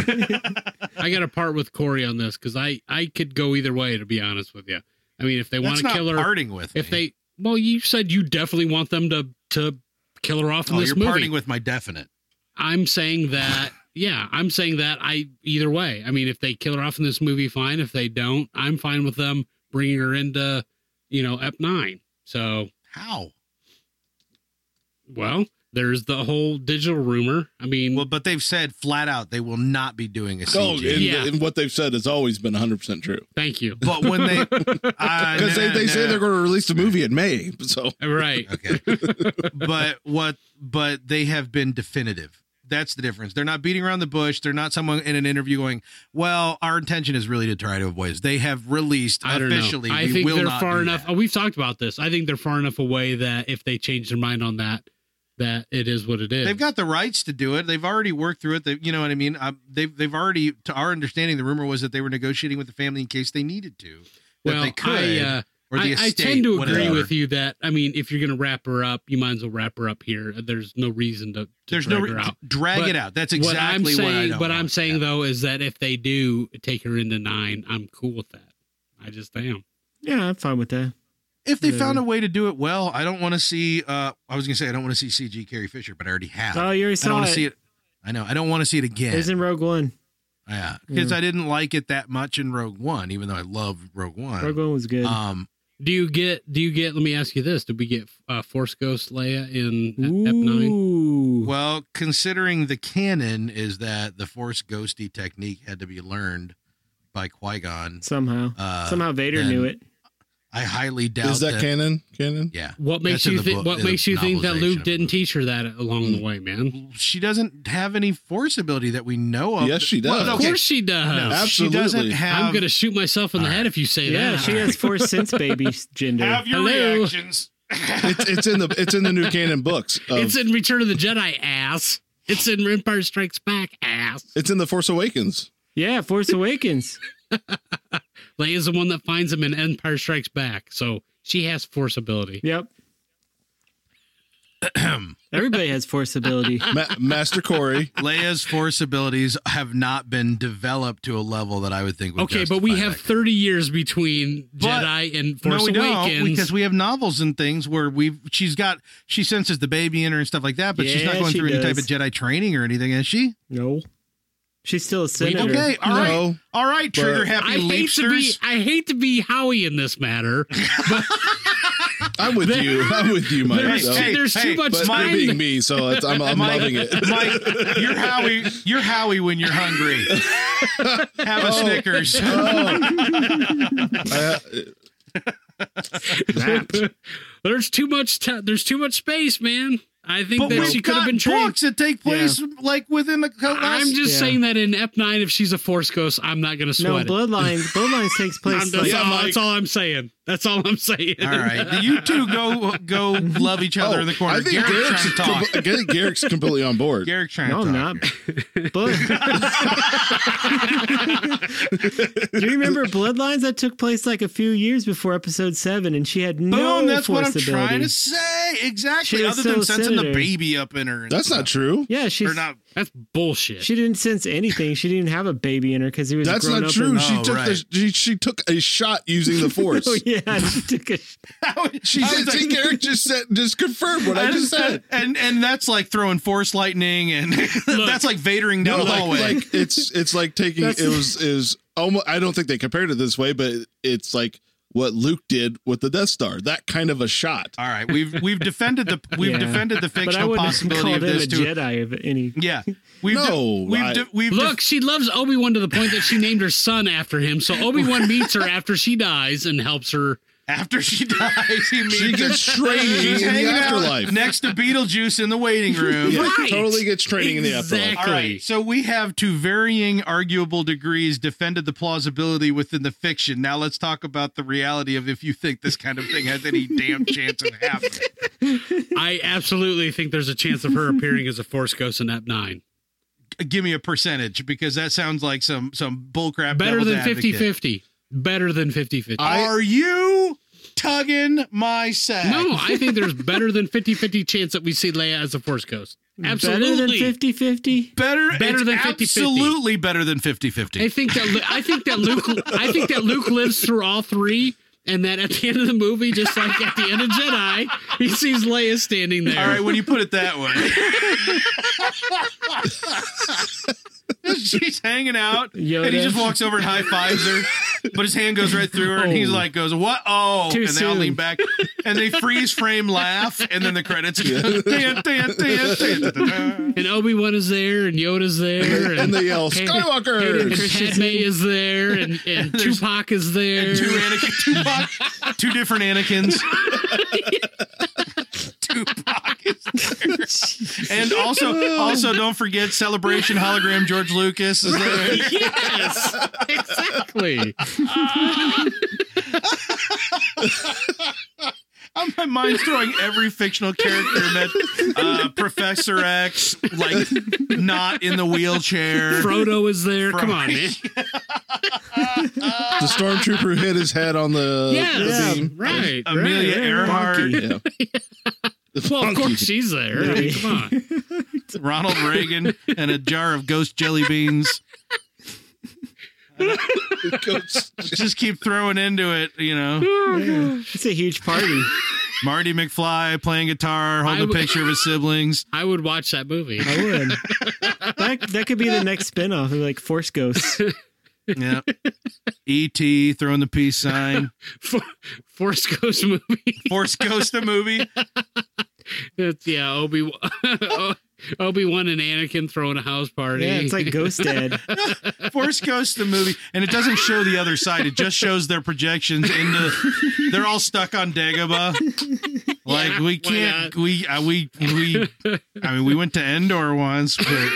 Speaker 4: I got to part with Corey on this because I I could go either way to be honest with you. I mean, if they want
Speaker 1: That's
Speaker 4: to
Speaker 1: not
Speaker 4: kill her,
Speaker 1: parting with
Speaker 4: if
Speaker 1: me.
Speaker 4: they well, you said you definitely want them to to kill her off in
Speaker 7: oh,
Speaker 4: this
Speaker 7: you're
Speaker 4: movie.
Speaker 7: parting with my definite.
Speaker 4: I'm saying that yeah, I'm saying that I either way. I mean, if they kill her off in this movie, fine. If they don't, I'm fine with them bringing her into you know Ep Nine. So
Speaker 7: How?
Speaker 4: well, There's the whole digital rumor. I mean,
Speaker 1: Well, but they've said flat out they will not be doing a
Speaker 5: Oh, and,
Speaker 1: CG.
Speaker 4: Yeah.
Speaker 5: and what they've said has always been 100% true.
Speaker 4: thank you.
Speaker 1: but when
Speaker 4: [laughs]
Speaker 1: they, because
Speaker 5: Because they, they say they're going to release the movie in May. So
Speaker 1: [laughs]
Speaker 4: Right.
Speaker 1: Okay. but what but they have been definitive. That's the difference. They're not beating around the bush. They're not someone in an interview going, "Well, our intention is really to try to avoid." this." They have released
Speaker 4: I don't
Speaker 1: officially.
Speaker 4: know. I
Speaker 1: we
Speaker 4: think
Speaker 1: will
Speaker 4: they're
Speaker 1: not
Speaker 4: far
Speaker 1: do
Speaker 4: enough.
Speaker 1: that."
Speaker 4: oh, we've talked about this. I think they're far enough away that if they change their mind on that, that it is what it is.
Speaker 1: They've got the rights to do it. They've already worked through it. They, you know what I mean? Um, they've they've already. To our understanding, the rumor was that they were negotiating with the family in case they needed to. That
Speaker 4: well,
Speaker 1: they could.
Speaker 4: I, uh,
Speaker 1: or the
Speaker 4: I, I
Speaker 1: estate,
Speaker 4: tend to agree
Speaker 1: whatever.
Speaker 4: with you that I mean, if you're going to wrap her up, you might as well wrap her up here. There's no reason to, to
Speaker 1: There's no
Speaker 4: drag
Speaker 1: re-
Speaker 4: her out.
Speaker 1: drag
Speaker 4: But
Speaker 1: it out. That's exactly
Speaker 4: what I'm
Speaker 1: what
Speaker 4: saying,
Speaker 1: I don't
Speaker 4: but
Speaker 1: want.
Speaker 4: I'm saying
Speaker 1: Yeah.
Speaker 4: though is that if they do take her into nine, I'm cool with that. I just am.
Speaker 3: Yeah, I'm fine with that.
Speaker 1: if they
Speaker 3: Whatever.
Speaker 1: found a way to do it well, I don't want to see. Uh, I was gonna say I don't want to see CG Carrie Fisher, but I already have.
Speaker 3: Oh, you already
Speaker 1: I don't
Speaker 3: saw
Speaker 1: want
Speaker 3: it.
Speaker 1: to see it. I know. I don't want to see it
Speaker 3: It
Speaker 1: again.
Speaker 3: was in Rogue One.
Speaker 1: yeah, because I didn't like it that much in Rogue One, even though I love Rogue One.
Speaker 3: Rogue One was good.
Speaker 1: Um,
Speaker 4: Do you get? Do you get? Let me ask you this: Did we get uh, Force Ghost Leia in e-, Ep Nine?
Speaker 3: Ooh.
Speaker 1: well, considering the canon is that the Force ghosty technique had to be learned by Qui Gon,
Speaker 3: Somehow.
Speaker 1: uh,
Speaker 3: Somehow Vader
Speaker 1: then-
Speaker 3: knew it.
Speaker 1: I highly doubt
Speaker 5: is that, canon? Canon?
Speaker 1: Yeah, That's
Speaker 4: What makes
Speaker 1: in
Speaker 4: you
Speaker 1: the
Speaker 4: think?
Speaker 1: book-
Speaker 4: What
Speaker 1: in the
Speaker 4: makes you think that
Speaker 1: novelization
Speaker 4: Luke
Speaker 1: of
Speaker 4: didn't
Speaker 1: the
Speaker 4: teach her that along the way, man?
Speaker 1: she doesn't have any Force ability that we know of.
Speaker 5: Yes, she
Speaker 1: Well,
Speaker 5: does.
Speaker 4: Of
Speaker 1: okay.
Speaker 4: course she does.
Speaker 1: No, she
Speaker 5: Absolutely.
Speaker 1: doesn't have.
Speaker 4: I'm gonna shoot myself in the
Speaker 1: All
Speaker 4: head if you say
Speaker 3: Yeah,
Speaker 4: that.
Speaker 3: she has
Speaker 1: [laughs]
Speaker 3: four sense baby gender.
Speaker 9: your
Speaker 4: Hello. [laughs]
Speaker 9: reactions.
Speaker 5: It's, it's in the it's in the new canon books.
Speaker 1: Um,
Speaker 5: Of,
Speaker 4: It's in Return of the Jedi, ass. It's in Empire Strikes Back, ass.
Speaker 5: it's in the Force Awakens.
Speaker 3: yeah, Force Awakens.
Speaker 4: Leia's the one that finds him in Empire Strikes Back, so she has force ability.
Speaker 1: [clears throat]
Speaker 3: Yep. Everybody has
Speaker 1: [laughs]
Speaker 3: force ability.
Speaker 5: Ma- Master Corey.
Speaker 1: Leia's force abilities have not been developed to a level that I would think. Would
Speaker 4: Okay, but we
Speaker 1: justify
Speaker 4: have
Speaker 1: that.
Speaker 4: 30 years between
Speaker 1: But-
Speaker 4: Jedi and Force
Speaker 1: no, we
Speaker 4: Awakens.
Speaker 1: don't because we have novels and things where we've she's got she senses the baby in her and stuff like that, but she's not
Speaker 3: Yeah,
Speaker 1: going
Speaker 3: she
Speaker 1: through any type of
Speaker 3: does.
Speaker 1: Jedi training or anything, is she?
Speaker 3: no. She's still a senator.
Speaker 1: Okay, all right,
Speaker 5: No.
Speaker 1: all right,
Speaker 5: But-
Speaker 1: trigger
Speaker 4: I
Speaker 1: happy
Speaker 4: hate to be
Speaker 1: leapsters.
Speaker 4: I hate to be Howie in this matter.
Speaker 1: [laughs]
Speaker 5: I'm with you. I'm with you, Mike.
Speaker 4: There's,
Speaker 5: though.
Speaker 1: hey,
Speaker 4: there's
Speaker 1: hey,
Speaker 4: too much
Speaker 5: but
Speaker 4: time.
Speaker 5: you're being me, so it's, I'm, I'm loving it.
Speaker 1: Mike, you're Howie. You're Howie when you're hungry. Have a Snickers.
Speaker 5: I-
Speaker 4: [laughs] there's too much time. There's too much space, man. I think
Speaker 1: but
Speaker 4: that
Speaker 1: we've
Speaker 4: she could
Speaker 1: got
Speaker 4: have been
Speaker 1: books
Speaker 4: trained.
Speaker 1: that take place like within the.
Speaker 4: I'm just
Speaker 3: Yeah.
Speaker 4: saying that in Ep nine, if she's a Force ghost, I'm not gonna
Speaker 3: No,
Speaker 4: sweat
Speaker 1: [laughs]
Speaker 4: it.
Speaker 3: Bloodlines. Bloodlines takes
Speaker 4: I'm-
Speaker 3: place.
Speaker 4: that's,
Speaker 3: Like,
Speaker 5: Yeah,
Speaker 4: all,
Speaker 5: Mike.
Speaker 4: that's all I'm saying. That's all I'm saying.
Speaker 1: All right, you two go go love each other in the corner.
Speaker 5: Oh, I think
Speaker 1: Garrick's
Speaker 5: Garrick's,
Speaker 1: trying to talk.
Speaker 5: com- I think Garrick's completely on board.
Speaker 1: Garrick trying
Speaker 3: no,
Speaker 1: to
Speaker 3: I'm
Speaker 1: talk.
Speaker 3: not. [laughs] Blood- Do you remember Bloodlines? That took place like a few years before Episode Seven, and she had no
Speaker 1: Boom, that's
Speaker 3: force
Speaker 1: what I'm
Speaker 3: ability.
Speaker 1: trying to say. Exactly.
Speaker 3: She was
Speaker 1: Other than
Speaker 3: so
Speaker 1: sensing the
Speaker 3: senator.
Speaker 1: baby up in her. and
Speaker 5: That's not
Speaker 1: stuff.
Speaker 5: true.
Speaker 3: Yeah, she's
Speaker 1: Or not.
Speaker 4: That's bullshit.
Speaker 3: She didn't sense anything. She didn't have a baby in her because he was.
Speaker 5: That's
Speaker 3: grown
Speaker 5: not
Speaker 3: up
Speaker 5: true.
Speaker 3: and- [laughs]
Speaker 5: she
Speaker 1: Oh,
Speaker 5: took
Speaker 1: right.
Speaker 5: the, she, she took a shot using
Speaker 1: [laughs]
Speaker 5: the force.
Speaker 3: Oh yeah, she took a.
Speaker 5: She
Speaker 1: I
Speaker 5: said,
Speaker 1: was like- [laughs]
Speaker 5: see, Garrick just said just confirmed what I, just said.
Speaker 1: And and that's like throwing force lightning, and [laughs] that's like vadering down
Speaker 5: No,
Speaker 1: the
Speaker 5: like,
Speaker 1: hallway.
Speaker 5: like it's it's like taking it
Speaker 3: That's-
Speaker 5: was is almost. I don't think they compared it this way, but it's like what Luke did with the Death Star. That kind of a shot.
Speaker 1: All right, we've we've defended the we've
Speaker 3: Yeah.
Speaker 1: defended the
Speaker 3: But I
Speaker 1: fictional
Speaker 3: wouldn't have
Speaker 1: possibility
Speaker 3: called
Speaker 1: of
Speaker 3: him a
Speaker 1: this to
Speaker 3: Jedi of any.
Speaker 1: yeah. We've
Speaker 5: No,
Speaker 1: de- we've
Speaker 5: I-
Speaker 1: de- we've
Speaker 4: Look, she loves Obi Wan to the point that she named her son after him. So Obi Wan meets her after she dies and helps her.
Speaker 1: de- after she [laughs] dies, he meets
Speaker 5: She gets training
Speaker 1: [laughs] She's
Speaker 5: in the
Speaker 1: hanging out
Speaker 5: afterlife.
Speaker 1: next to Beetlejuice in the
Speaker 3: [laughs]
Speaker 1: waiting room.
Speaker 5: Yeah,
Speaker 4: Right.
Speaker 5: Totally gets training in the afterlife.
Speaker 4: Exactly.
Speaker 1: All right. So we have to varying arguable degrees defended the plausibility within the fiction. Now let's talk about the reality of if you think this kind of thing has any damn chance of
Speaker 4: [laughs]
Speaker 1: happening.
Speaker 4: I absolutely think there's a chance of her appearing as a Force ghost in Ep nine.
Speaker 1: Give me a percentage because that sounds like some some bullcrap.
Speaker 4: Better
Speaker 1: devil's
Speaker 4: than
Speaker 1: advocate.
Speaker 4: 50 50. Better than 50 50.
Speaker 1: Are you tugging my sack?
Speaker 4: No, I think there's better than 50 50 chance that we see Leia as a Force ghost.
Speaker 3: Better than
Speaker 4: Absolutely.
Speaker 3: 50 50?
Speaker 1: Better,
Speaker 4: Better
Speaker 1: it's
Speaker 4: than 50-50.
Speaker 1: absolutely better than 50
Speaker 4: I
Speaker 1: 50.
Speaker 4: think that Lu- I think that Luke I think that Luke lives through all three, and that at the end of the movie, just like at the end of Jedi, he sees Leia standing there.
Speaker 1: All right, when you put it that way. [laughs] She's hanging out,
Speaker 3: Yoda.
Speaker 1: and he just walks over and high fives her, but his hand goes right through her, and he's
Speaker 3: Oh.
Speaker 1: like, "Goes what? Oh!"
Speaker 3: Too
Speaker 1: and they all
Speaker 3: soon.
Speaker 1: lean back, and they freeze frame laugh, and then the credits. go, [laughs] "Dun, dun, dun, dun, dun, dun."
Speaker 4: And Obi Wan is there, and Yoda's there, and,
Speaker 5: and they yell,
Speaker 3: Hayden-
Speaker 5: Skywalker!
Speaker 3: Hayden-
Speaker 4: Padme is there, and, and Tupac is there.
Speaker 1: Two Anakin, Tupac, two different Anakins. [laughs] Tupac is there. and also, also don't forget celebration hologram George Lucas is there.
Speaker 4: yes, exactly.
Speaker 1: I'm, my mind's throwing every fictional character in that uh, Professor X, like not in the wheelchair.
Speaker 4: Frodo is there. Come
Speaker 1: [laughs]
Speaker 4: on, man.
Speaker 5: the stormtrooper hit his head on the.
Speaker 4: Yes,
Speaker 5: the beam.
Speaker 4: right.
Speaker 1: Amelia
Speaker 4: right.
Speaker 1: Earhart,
Speaker 5: Yeah. The
Speaker 4: Well, of
Speaker 5: monkey. [laughs]
Speaker 4: course she's there. I mean, come on.
Speaker 1: Ronald Reagan, and a jar of ghost jelly beans.
Speaker 5: It goes-
Speaker 1: Just keep throwing into it, you know.
Speaker 3: Yeah. [laughs] It's a huge party.
Speaker 1: Marty McFly playing guitar, holding
Speaker 4: I
Speaker 1: a
Speaker 4: w-
Speaker 1: picture of his siblings.
Speaker 4: I would watch that movie. [laughs]
Speaker 1: [laughs]
Speaker 3: I would. That, that could be the next spinoff of like
Speaker 1: [laughs]
Speaker 3: Force Ghosts.
Speaker 1: Yeah. E.T. E throwing the peace sign.
Speaker 4: For, Force Ghost movie.
Speaker 1: Force Ghost, the movie.
Speaker 4: It's, yeah, Obi [laughs] Obi Wan and Anakin throwing a house party.
Speaker 3: Yeah, it's like Ghost Dad.
Speaker 1: Force Ghost the movie, and it doesn't show the other side. It just shows their projections into. They're all stuck on Dagobah. Like
Speaker 4: Yeah,
Speaker 1: we
Speaker 4: why
Speaker 1: can't.
Speaker 4: not?
Speaker 1: We uh, we we. I mean, we went to Endor once, but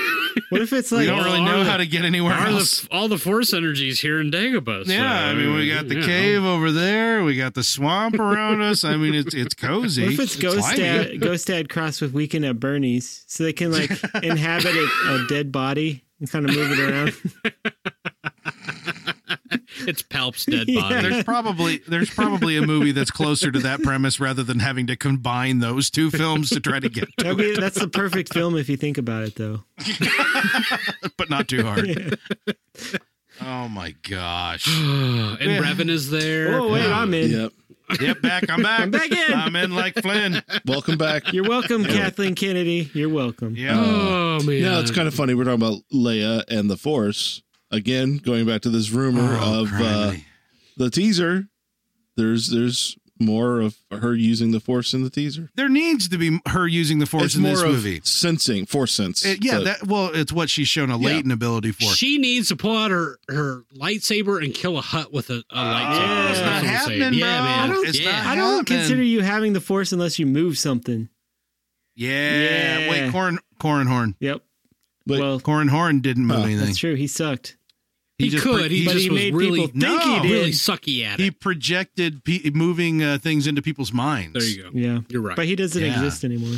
Speaker 3: What if it's
Speaker 1: we
Speaker 3: like
Speaker 1: don't really know
Speaker 4: are
Speaker 1: how to get anywhere
Speaker 4: Are
Speaker 1: else.
Speaker 4: the, all the force energies here in Dagobah. so,
Speaker 1: yeah, I mean, we got the
Speaker 4: you know.
Speaker 1: cave over there. We got the swamp around us. I mean, it's it's cozy.
Speaker 3: What if it's Ghost
Speaker 1: lighty.
Speaker 3: Dad, Ghost Dad crossed with Weekend at Bernie's, so they can
Speaker 1: [laughs]
Speaker 3: like inhabit a, a dead body and kind of move it around?
Speaker 4: It's
Speaker 1: [laughs]
Speaker 4: Palp's dead body.
Speaker 1: There's probably there's probably a movie that's closer to that premise rather than having to combine those two films to try to get to
Speaker 3: That'd be, that's the perfect film if you think about it, though.
Speaker 1: it, but not too hard. Oh my gosh.
Speaker 4: [sighs] and
Speaker 1: Yeah.
Speaker 4: Revan is there.
Speaker 3: Oh wait, I'm in.
Speaker 5: Yep.
Speaker 1: Yep, back. I'm back.
Speaker 3: I'm back in.
Speaker 1: I'm in like Flynn.
Speaker 5: Welcome back.
Speaker 3: You're welcome, Kathleen Kennedy. You're welcome.
Speaker 1: Yeah.
Speaker 4: [sighs] Oh man.
Speaker 5: Yeah, it's kind of funny. We're talking about Leia and the Force again. Going back to this rumor
Speaker 1: Oh,
Speaker 5: of uh,
Speaker 1: criminy.
Speaker 5: the teaser. There's there's more of her using the Force in the teaser.
Speaker 1: there needs to be her using the force
Speaker 5: it's
Speaker 1: in
Speaker 5: more
Speaker 1: this
Speaker 5: of
Speaker 1: movie.
Speaker 5: sensing Force sense.
Speaker 1: It- yeah,
Speaker 5: but
Speaker 1: that well, it's what she's shown a
Speaker 5: Yeah.
Speaker 1: latent ability for.
Speaker 4: She needs to pull out her, her lightsaber and kill a hut with a, a lightsaber.
Speaker 3: yeah.
Speaker 4: That's
Speaker 3: It's
Speaker 4: what
Speaker 3: not
Speaker 4: I'm saying.
Speaker 1: Oh, happening,
Speaker 4: Yeah,
Speaker 1: bro.
Speaker 4: man.
Speaker 3: I don't-
Speaker 1: It's
Speaker 4: yeah.
Speaker 1: not-
Speaker 3: I don't
Speaker 1: Yeah,
Speaker 3: consider
Speaker 1: man.
Speaker 3: you having the force unless you move something.
Speaker 1: yeah.
Speaker 3: Yeah.
Speaker 1: Wait, Corin Corin Horn.
Speaker 3: Yep.
Speaker 5: But- [laughs]
Speaker 3: well,
Speaker 1: Corin Horn didn't move
Speaker 5: Huh.
Speaker 1: anything.
Speaker 3: that's true. He sucked.
Speaker 4: He,
Speaker 1: just
Speaker 4: could.
Speaker 1: pro-
Speaker 4: he
Speaker 3: but
Speaker 4: just
Speaker 3: he
Speaker 4: was
Speaker 3: made
Speaker 4: really,
Speaker 3: people think
Speaker 1: No.
Speaker 3: he did.
Speaker 4: really sucky at it.
Speaker 1: he projected pe- moving uh, things into people's minds.
Speaker 4: there you go.
Speaker 3: Yeah,
Speaker 4: You're right.
Speaker 3: but he doesn't
Speaker 1: Yeah.
Speaker 3: exist anymore.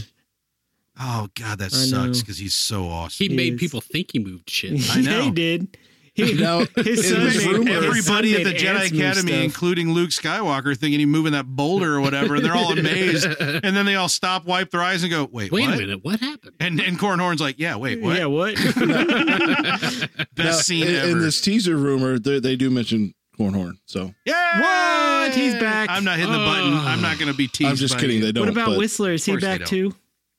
Speaker 1: Oh god, that
Speaker 3: I
Speaker 1: sucks
Speaker 3: know.
Speaker 1: because he's so awesome.
Speaker 4: he made
Speaker 3: is.
Speaker 4: people think he
Speaker 1: [laughs]
Speaker 4: moved shit.
Speaker 1: [laughs] I
Speaker 3: [laughs] yeah,
Speaker 1: know.
Speaker 3: he did. He,
Speaker 5: Now,
Speaker 3: [laughs] his
Speaker 5: it
Speaker 3: son
Speaker 5: is
Speaker 1: He made
Speaker 3: rumor. His son
Speaker 1: everybody at
Speaker 3: made
Speaker 1: the Jedi
Speaker 3: ants move
Speaker 1: Academy,
Speaker 3: stuff.
Speaker 1: including Luke Skywalker, thinking he moving that boulder or whatever, and they're all amazed. and then they all stop, wipe their eyes, and go, "Wait,
Speaker 4: Wait
Speaker 1: what?"
Speaker 4: a minute. What happened?
Speaker 1: And and Corin Horn's like, "Yeah, wait, what?"
Speaker 3: Yeah, what?
Speaker 1: [laughs] Best
Speaker 5: now,
Speaker 1: scene
Speaker 5: in,
Speaker 1: ever.
Speaker 5: in this teaser rumor. They, they do mention Cornhorn. So
Speaker 1: yeah,
Speaker 3: What? He's back.
Speaker 1: I'm not hitting the button. I'm not going to be teased.
Speaker 5: I'm just
Speaker 1: by
Speaker 5: kidding.
Speaker 1: you.
Speaker 5: They don't.
Speaker 3: [laughs] what about
Speaker 5: but
Speaker 3: Whistler? Is he
Speaker 1: course they
Speaker 3: back
Speaker 1: don't.
Speaker 3: too?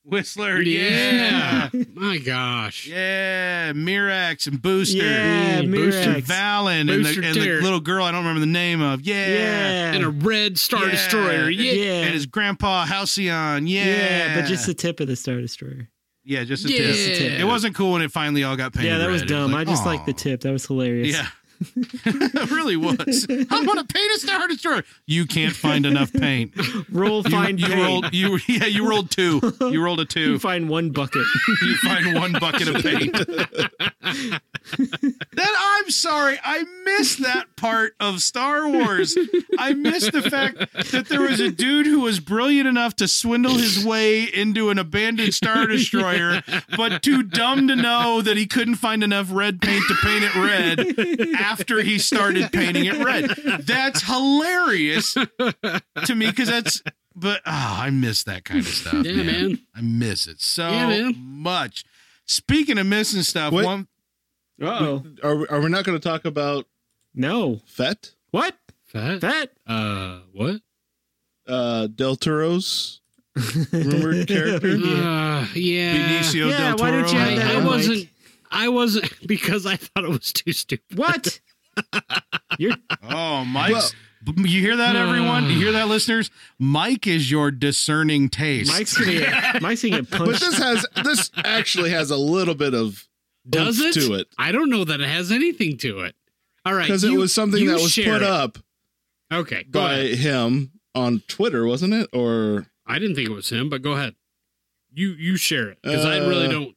Speaker 1: Whistler. Yeah,
Speaker 4: My gosh.
Speaker 1: yeah. Mirax and Booster.
Speaker 3: Yeah,
Speaker 4: Mm,
Speaker 1: And
Speaker 3: Mirax.
Speaker 1: Valen and
Speaker 4: Booster
Speaker 1: the, and the
Speaker 4: Terror.
Speaker 1: little girl I don't remember the name of. Yeah.
Speaker 3: Yeah,
Speaker 4: And a red Star
Speaker 1: Yeah.
Speaker 4: Destroyer. Yeah.
Speaker 3: yeah,
Speaker 1: And his grandpa Halcyon. Yeah.
Speaker 3: yeah, but just the tip of the Star Destroyer.
Speaker 1: Yeah, just a
Speaker 4: Yeah.
Speaker 1: tip.
Speaker 3: a tip.
Speaker 1: It wasn't cool when it finally all got painted.
Speaker 3: yeah, that was
Speaker 1: red. It
Speaker 3: dumb.
Speaker 1: like,
Speaker 3: I just like the
Speaker 1: "Aw."
Speaker 3: tip. That was hilarious.
Speaker 1: Yeah. [laughs] it really was. I'm gonna paint a Star Destroyer. You can't find enough
Speaker 3: [laughs]
Speaker 1: paint.
Speaker 3: [laughs] Roll
Speaker 1: You,
Speaker 3: find
Speaker 1: you
Speaker 3: paint.
Speaker 1: rolled you [laughs] yeah, you rolled two. You rolled a
Speaker 3: You
Speaker 1: two.
Speaker 3: find one bucket.
Speaker 1: You find one bucket of paint. [laughs] that I'm sorry, I missed that part of Star Wars. I missed the fact that there was a dude who was brilliant enough to swindle his way into an abandoned [laughs] Star Destroyer, but too dumb to know that he couldn't find enough red paint to paint it red after he started painting it red. That's hilarious to me because that's. But oh, I miss that kind of stuff.
Speaker 4: Yeah,
Speaker 1: man.
Speaker 4: man.
Speaker 1: I miss it so
Speaker 4: Yeah, man.
Speaker 1: much. Speaking of missing stuff,
Speaker 5: What?
Speaker 1: one
Speaker 3: Oh
Speaker 5: Are we, are we not going to talk about
Speaker 3: no!
Speaker 5: Fett?
Speaker 3: What
Speaker 4: Fat?
Speaker 3: that?
Speaker 4: Uh, what?
Speaker 5: Uh, Del Toro's rumored
Speaker 3: [laughs]
Speaker 5: character.
Speaker 3: Yeah.
Speaker 4: Uh, yeah.
Speaker 1: Benicio
Speaker 3: Yeah,
Speaker 1: del
Speaker 3: why
Speaker 1: Toro.
Speaker 3: don't you have
Speaker 4: I,
Speaker 3: that
Speaker 4: I
Speaker 3: on, Mike?
Speaker 4: wasn't. I wasn't [laughs] because I thought it was too stupid.
Speaker 3: What? You're
Speaker 1: [laughs] Oh, Mike's. B- you hear that, everyone? Do you hear
Speaker 4: Hmm.
Speaker 1: that, listeners? Mike is your discerning taste.
Speaker 3: Mike's gonna get, Mike's gonna get
Speaker 5: But
Speaker 3: punched.
Speaker 5: this has this actually has a little bit of
Speaker 4: Does it?
Speaker 5: oomph to it
Speaker 4: I don't know that it has anything to it. All right,
Speaker 5: because it
Speaker 4: you-
Speaker 5: was something
Speaker 4: you
Speaker 5: that was
Speaker 4: share it.
Speaker 5: put up
Speaker 4: Okay, go
Speaker 5: by
Speaker 4: ahead.
Speaker 5: him on Twitter, wasn't it? Or
Speaker 4: I didn't think it was him, but go ahead. You you share it because I really
Speaker 5: Uh,
Speaker 4: don't.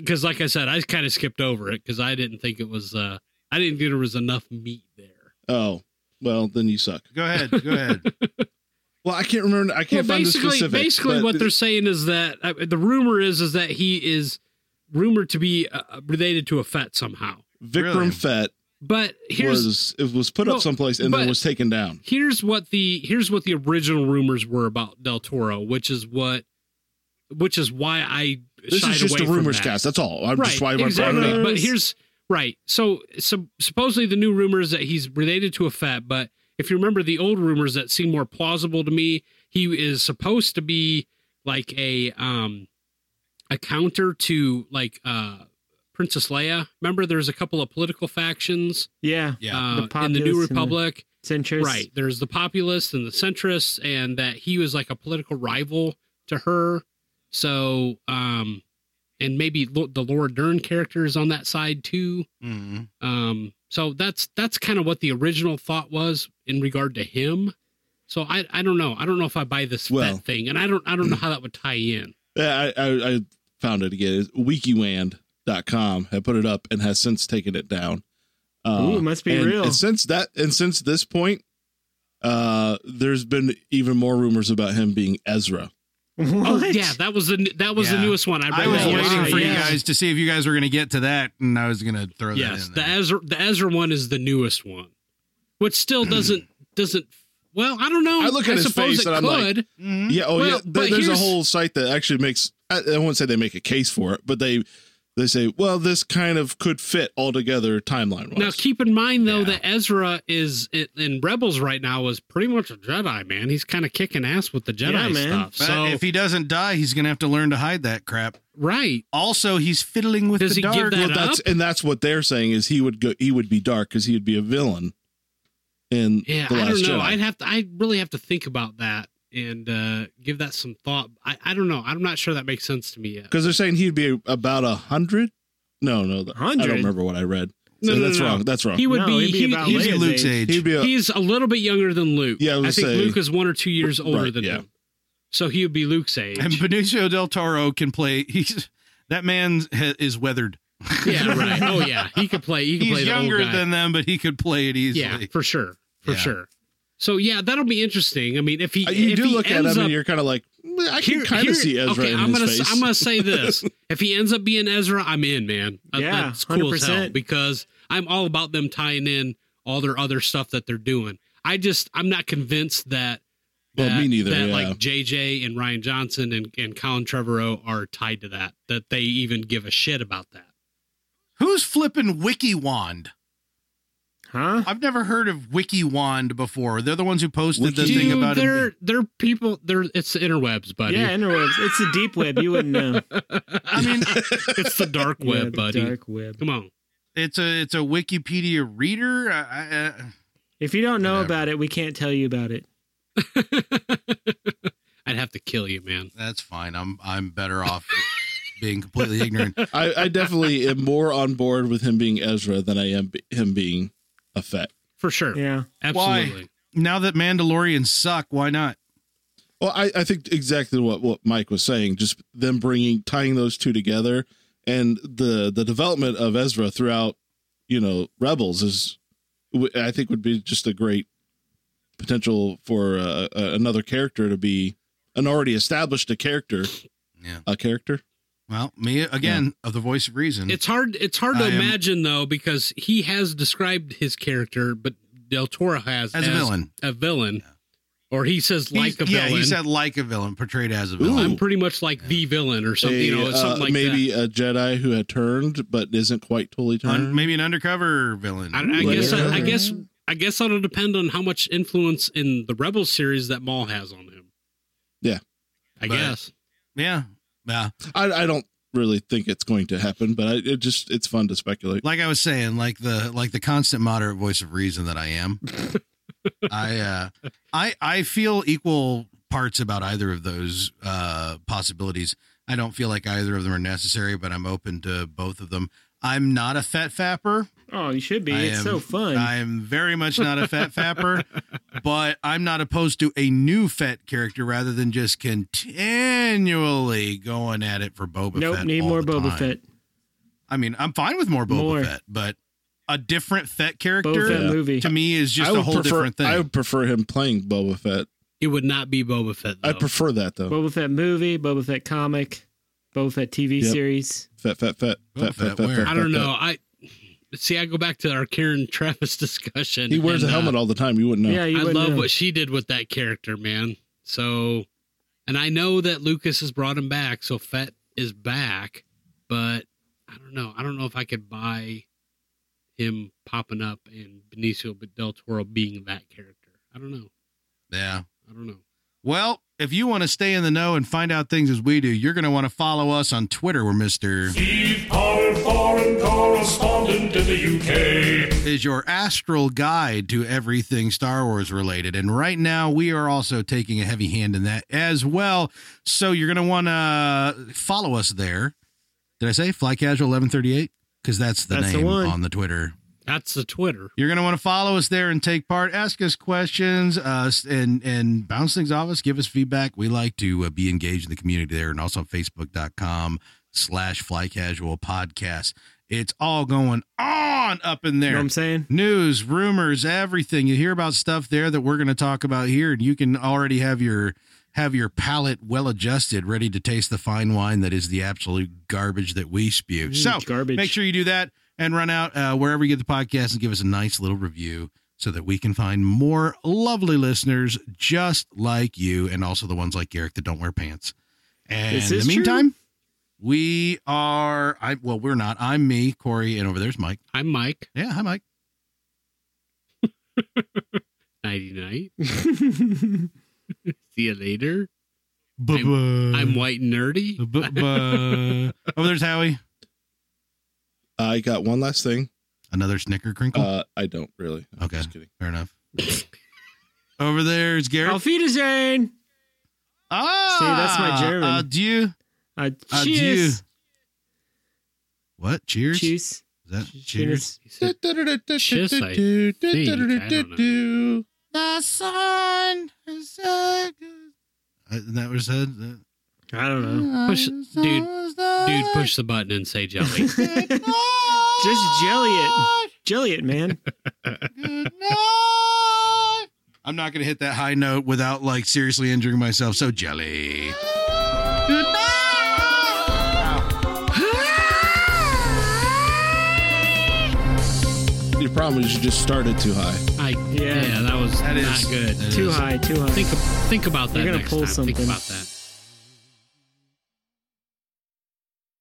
Speaker 4: Because like I said, I kind of skipped over it because I didn't think it was. uh I didn't think there was enough meat there.
Speaker 5: oh, well, then you suck.
Speaker 1: Go ahead. Go ahead.
Speaker 5: Well, I can't remember. I can't
Speaker 4: well,
Speaker 5: find the
Speaker 4: basically,
Speaker 5: specific.
Speaker 4: basically,
Speaker 5: but
Speaker 4: what they're saying is that uh, the rumor is is that he is rumored to be uh, related to a fet somehow.
Speaker 5: Vikram Fett
Speaker 4: But here's
Speaker 5: was it was put
Speaker 4: Well,
Speaker 5: up someplace and
Speaker 4: but-
Speaker 5: then was taken down.
Speaker 4: here's what the here's what the original rumors were about Del Toro, which is what, which is why I
Speaker 5: This
Speaker 4: shied
Speaker 5: is just
Speaker 4: away
Speaker 5: a
Speaker 4: from
Speaker 5: rumors
Speaker 4: that.
Speaker 5: cast. That's all. I'm just why I'm
Speaker 4: exactly.
Speaker 5: bringing it up.
Speaker 4: But here's right. So, so supposedly the new rumor is that he's related to a fat, but if you remember the old rumors that seem more plausible to me, he is supposed to be like a um a counter to like uh Princess Leia. Remember there's a couple of political factions
Speaker 3: yeah,
Speaker 1: Yeah.
Speaker 4: uh,
Speaker 3: The
Speaker 4: in the
Speaker 3: populists and
Speaker 4: New
Speaker 3: the-
Speaker 4: Republic.
Speaker 3: centrist.
Speaker 4: Right. There's the populists and the centrists, and that he was like a political rival to her. So, um, and maybe Lo- the Laura Dern character is on that side too.
Speaker 1: Mm-hmm.
Speaker 7: Mhm.
Speaker 4: Um, so that's that's kind of what the original thought was in regard to him. So I I don't know. I don't know if I buy this
Speaker 5: Well-
Speaker 4: Fett thing, and I don't
Speaker 1: [clears throat]
Speaker 4: I don't know how that would tie in.
Speaker 5: Yeah, I, I, I found it again. It's Wikiwand.com had put it up and has since taken it down. Uh,
Speaker 3: Ooh, must be
Speaker 5: and,
Speaker 3: real.
Speaker 5: And since that, and since this point, uh, there's been even more rumors about him being Ezra.
Speaker 3: [laughs]
Speaker 4: Oh
Speaker 3: What?
Speaker 4: yeah, that was the n- that was the
Speaker 1: Yeah.
Speaker 4: newest one. I, read
Speaker 1: I was
Speaker 4: that
Speaker 3: Yeah.
Speaker 1: waiting
Speaker 4: yesterday.
Speaker 1: for you
Speaker 3: Yeah.
Speaker 1: guys to see if you guys were going to get to that, and I was going to throw
Speaker 4: Yes,
Speaker 1: that
Speaker 4: the
Speaker 1: in. There.
Speaker 4: Ezra the Ezra one is the newest one, which still doesn't doesn't. Well, I don't know.
Speaker 5: Hmm. I look at his
Speaker 4: suppose
Speaker 5: face
Speaker 4: it
Speaker 5: and I'm like,
Speaker 4: could.
Speaker 5: Yeah.
Speaker 4: Mm-hmm.
Speaker 5: Oh,
Speaker 4: Well,
Speaker 5: yeah.
Speaker 4: but
Speaker 5: There, there's a
Speaker 4: here's-
Speaker 5: whole site that actually makes. I, I won't say they make a case for it, but they they say, well, this kind of could fit all together timeline wise.
Speaker 4: now keep in mind though that Ezra is in, in Rebels right now is pretty much a Jedi man. He's kind of kicking ass with the Jedi
Speaker 3: Yeah, man.
Speaker 4: stuff.
Speaker 1: But
Speaker 4: So
Speaker 1: if he doesn't die, he's going to have to learn to hide that crap.
Speaker 4: right,
Speaker 1: Also, he's fiddling with
Speaker 4: Does
Speaker 1: the
Speaker 4: he give
Speaker 1: dark.
Speaker 4: that-
Speaker 5: Well, that's
Speaker 4: up?
Speaker 5: and that's what they're saying is he would go. He would be dark because he would be a villain. In
Speaker 4: yeah,
Speaker 5: the
Speaker 4: I
Speaker 5: last
Speaker 4: don't know.
Speaker 5: Jedi.
Speaker 4: I'd have to. I really have to think about that and uh give that some thought. I, I don't know. I'm not sure that makes sense to me yet.
Speaker 5: because they're saying he'd be about a hundred. No, no, th- I
Speaker 3: 100?
Speaker 5: don't remember what I read.
Speaker 4: No,
Speaker 5: No,
Speaker 4: no,
Speaker 5: that's
Speaker 4: no, no.
Speaker 5: wrong. That's wrong.
Speaker 4: He would
Speaker 3: No,
Speaker 4: be.
Speaker 3: he'd be
Speaker 4: He,
Speaker 3: about
Speaker 4: he's,
Speaker 3: Leia.
Speaker 1: He's Luke's age.
Speaker 5: He'd be a,
Speaker 4: he's a little bit younger than Luke.
Speaker 5: Yeah, I was
Speaker 4: I think
Speaker 5: gonna say-
Speaker 4: Luke is one or two years older
Speaker 5: Right,
Speaker 4: than
Speaker 5: yeah.
Speaker 4: him. So he would be Luke's age.
Speaker 1: And Benicio del Toro can play. He's that man ha- is weathered.
Speaker 5: [laughs]
Speaker 4: yeah, right. Oh yeah, he could play. He could play
Speaker 1: He's
Speaker 4: the old
Speaker 1: younger
Speaker 4: guy.
Speaker 1: than them, but he could play it easily.
Speaker 4: yeah, for sure, for
Speaker 1: Yeah.
Speaker 4: sure. So yeah, that'll be interesting. I mean, if he
Speaker 5: uh, you
Speaker 4: if
Speaker 5: do
Speaker 4: he
Speaker 5: look at
Speaker 4: ends
Speaker 5: him
Speaker 4: up,
Speaker 5: and you're kind of like, "Mm, I
Speaker 4: here-
Speaker 5: can kind
Speaker 4: here-
Speaker 5: of see Ezra
Speaker 4: okay,
Speaker 5: in
Speaker 4: I'm
Speaker 5: his
Speaker 4: gonna
Speaker 5: face.
Speaker 4: s- I'm gonna
Speaker 5: [laughs]
Speaker 4: say this: if he ends up being Ezra, I'm in, man. Uh,
Speaker 3: Yeah,
Speaker 4: that's cool as hell
Speaker 3: 100%.
Speaker 4: because I'm all about them tying in all their other stuff that they're doing. I just I'm not convinced that.
Speaker 5: Well,
Speaker 4: that-
Speaker 5: me neither,
Speaker 4: That
Speaker 5: yeah.
Speaker 4: like JJ and Ryan Johnson and, and Colin Trevorrow are tied to that. That they even give a shit about that.
Speaker 1: Who's flipping Wiki Wand?
Speaker 3: Huh?
Speaker 1: I've never heard of Wiki Wand before. They're the ones who posted the
Speaker 5: Wiki-
Speaker 1: thing
Speaker 4: Dude,
Speaker 1: about
Speaker 4: they're
Speaker 1: him.
Speaker 4: they're people. They're it's the interwebs, buddy.
Speaker 3: Yeah, interwebs. It's the deep web. You wouldn't know.
Speaker 4: [laughs] I mean, it's the dark
Speaker 3: Yeah,
Speaker 4: web,
Speaker 3: the
Speaker 4: buddy.
Speaker 3: Dark web.
Speaker 4: Come on.
Speaker 1: It's a it's a Wikipedia reader. I, I, I-
Speaker 3: If you don't know
Speaker 1: Whatever.
Speaker 3: about it, we can't tell you about it.
Speaker 4: I'd have to kill you, man.
Speaker 1: that's fine. I'm I'm better
Speaker 4: [laughs]
Speaker 1: off being completely ignorant.
Speaker 5: I, I definitely am more on board with him being Ezra than I am be- him being a Fett.
Speaker 4: For sure.
Speaker 3: Yeah.
Speaker 4: Absolutely.
Speaker 1: Now that Mandalorians suck, why not?
Speaker 5: Well, I, I think exactly what, what Mike was saying, just them bringing tying those two together and the the development of Ezra throughout, you know, Rebels is w- I think would be just a great potential for uh, uh, another character to be an already established a character,
Speaker 1: Yeah.
Speaker 5: a character.
Speaker 1: Well, me again of the voice of reason.
Speaker 4: It's hard it's hard to
Speaker 1: I am-
Speaker 4: imagine though, because he has described his character, but Del Toro has
Speaker 1: as a villain.
Speaker 4: A villain. Or he says like
Speaker 1: He's-
Speaker 4: a villain.
Speaker 1: Yeah, he said like a villain, portrayed as a
Speaker 5: Ooh.
Speaker 1: villain.
Speaker 4: I'm pretty much like the villain or something,
Speaker 5: A,
Speaker 4: you know,
Speaker 5: uh,
Speaker 4: something like
Speaker 5: maybe a Jedi who had turned but isn't quite totally turned.
Speaker 1: Un- maybe an undercover villain.
Speaker 4: that. I, I guess
Speaker 5: Later.
Speaker 4: I, guess I guess that'll depend on how much influence in the Rebels series that Maul has on him.
Speaker 5: Yeah.
Speaker 4: I
Speaker 1: But-
Speaker 4: guess.
Speaker 1: yeah. Yeah.
Speaker 5: I, I don't really think it's going to happen, but I, it just it's fun to speculate.
Speaker 1: like I was saying, like the like the constant moderate voice of reason that I am. I uh I I feel equal parts about either of those uh possibilities. I don't feel like either of them are necessary, but I'm open to both of them. I'm not a fat fapper.
Speaker 3: Oh, you should be.
Speaker 1: I
Speaker 3: it's
Speaker 1: am-
Speaker 3: so fun.
Speaker 1: I'm very much not a fat
Speaker 3: [laughs]
Speaker 1: fapper, but I'm not opposed to a new fat character rather than just continually going at it for Boba
Speaker 3: nope,
Speaker 1: Fett.
Speaker 3: need
Speaker 1: all
Speaker 3: more
Speaker 1: the
Speaker 3: Boba
Speaker 1: time.
Speaker 3: Fett.
Speaker 1: I mean, I'm fine with more Boba
Speaker 3: More.
Speaker 1: Fett, but a different Fett
Speaker 3: Boba Fett
Speaker 1: character
Speaker 3: movie.
Speaker 1: to me is just
Speaker 5: I
Speaker 1: a
Speaker 5: would
Speaker 1: whole
Speaker 5: prefer,
Speaker 1: different thing.
Speaker 5: I would prefer him playing Boba Fett.
Speaker 4: It would not be Boba Fett. Though.
Speaker 5: I prefer that though.
Speaker 3: Boba Fett movie, Boba Fett comic, Boba Fett TV
Speaker 5: Yep.
Speaker 3: series.
Speaker 5: Fett, Fett, Fett,
Speaker 1: Boba Fett,
Speaker 5: Fett, Fett, Fett,
Speaker 1: where?
Speaker 5: Fett.
Speaker 4: I don't
Speaker 5: Fett,
Speaker 4: know. I see. I go back to our Karen Travis [laughs] discussion.
Speaker 5: Fett. He wears
Speaker 4: and,
Speaker 5: a helmet
Speaker 4: uh,
Speaker 5: all the time. You wouldn't know.
Speaker 3: Yeah, you
Speaker 4: I
Speaker 3: wouldn't
Speaker 4: love
Speaker 3: know.
Speaker 4: what she did with that character, man. So, and I know that Lucas has brought him back, so Fett is back. But I don't know. I don't know if I could buy him popping up and Benicio del Toro being that character. I don't know.
Speaker 1: yeah.
Speaker 4: I don't know.
Speaker 1: Well, if you want to stay in the know and find out things as we do, you're going to want to follow us on Twitter. We're Mr.
Speaker 2: Steve Powell, foreign correspondent in the UK.
Speaker 1: is your astral guide to everything Star Wars related. And right now, we are also taking a heavy hand in that as well. So you're going to want to follow us there. Did I say Fly Casual 1138? Because that's the
Speaker 3: That's the
Speaker 1: name
Speaker 3: one.
Speaker 1: on the Twitter.
Speaker 4: That's the Twitter.
Speaker 1: You're going to want to follow us there and take part, ask us questions, uh, and and bounce things off us, give us feedback. We like to uh, be engaged in the community there, and also Facebook.com slash Fly Casual Podcast. It's all going on up in
Speaker 3: You know
Speaker 1: there
Speaker 3: what I'm saying?
Speaker 1: news, rumors, everything. You hear about stuff there that we're going to talk about here, and you can already have your have your palate well adjusted, ready to taste the fine wine that is the absolute garbage that we spew.
Speaker 3: Mm,
Speaker 1: So
Speaker 3: garbage. [laughs]
Speaker 1: make sure you do that and run out uh, wherever you get the podcast and give us a nice little review so that we can find more lovely listeners just like you and also the ones like Garrick that don't wear pants. And
Speaker 3: This
Speaker 1: in the
Speaker 3: is true.
Speaker 1: meantime, we are I well, we're not. I'm me, Corey, and over there's Mike.
Speaker 4: I'm Mike.
Speaker 1: Yeah, hi Mike.
Speaker 4: Nighty night. See you later.
Speaker 1: Bye-bye.
Speaker 3: Mm.
Speaker 4: I'm white and nerdy.
Speaker 3: [laughs]
Speaker 4: [laughs]
Speaker 1: Over there's Howie.
Speaker 5: I got one last thing.
Speaker 1: Another snicker crinkle.
Speaker 5: Uh, I don't really. I'm
Speaker 1: Okay.
Speaker 5: Just kidding.
Speaker 1: Fair enough. Over there's Garrett.
Speaker 3: Auf Wiedersehen.
Speaker 1: Ah,
Speaker 3: See, that's my German.
Speaker 1: Adieu.
Speaker 3: Uh,
Speaker 1: Adieu.
Speaker 3: cheers.
Speaker 1: What? Cheers.
Speaker 3: Cheers.
Speaker 1: Is that cheers?
Speaker 4: He said, Shiz, I think. I don't
Speaker 1: The sun is a good. Uh, Isn't that what it said? Uh, The-
Speaker 3: I don't
Speaker 1: [laughs]
Speaker 3: know.
Speaker 4: Uh, Push-
Speaker 1: the
Speaker 4: dude,
Speaker 1: sun is the-
Speaker 4: Dude, push the button and
Speaker 3: [laughs]
Speaker 4: say jelly. [laughs]
Speaker 1: Good night.
Speaker 3: Just jelly it. Jelly it, man.
Speaker 1: Good night. I'm not going to hit that high note without like seriously injuring myself. So jelly. Good
Speaker 5: Your problem is you just started too high.
Speaker 4: I, yeah.
Speaker 3: Yeah.
Speaker 4: that was
Speaker 1: That
Speaker 4: not
Speaker 1: is-
Speaker 4: good.
Speaker 1: that
Speaker 3: Too
Speaker 1: is-
Speaker 3: high, too high.
Speaker 4: Think think about that.
Speaker 3: You're gonna
Speaker 4: next
Speaker 3: pull
Speaker 4: time.
Speaker 3: something.
Speaker 4: Think about that.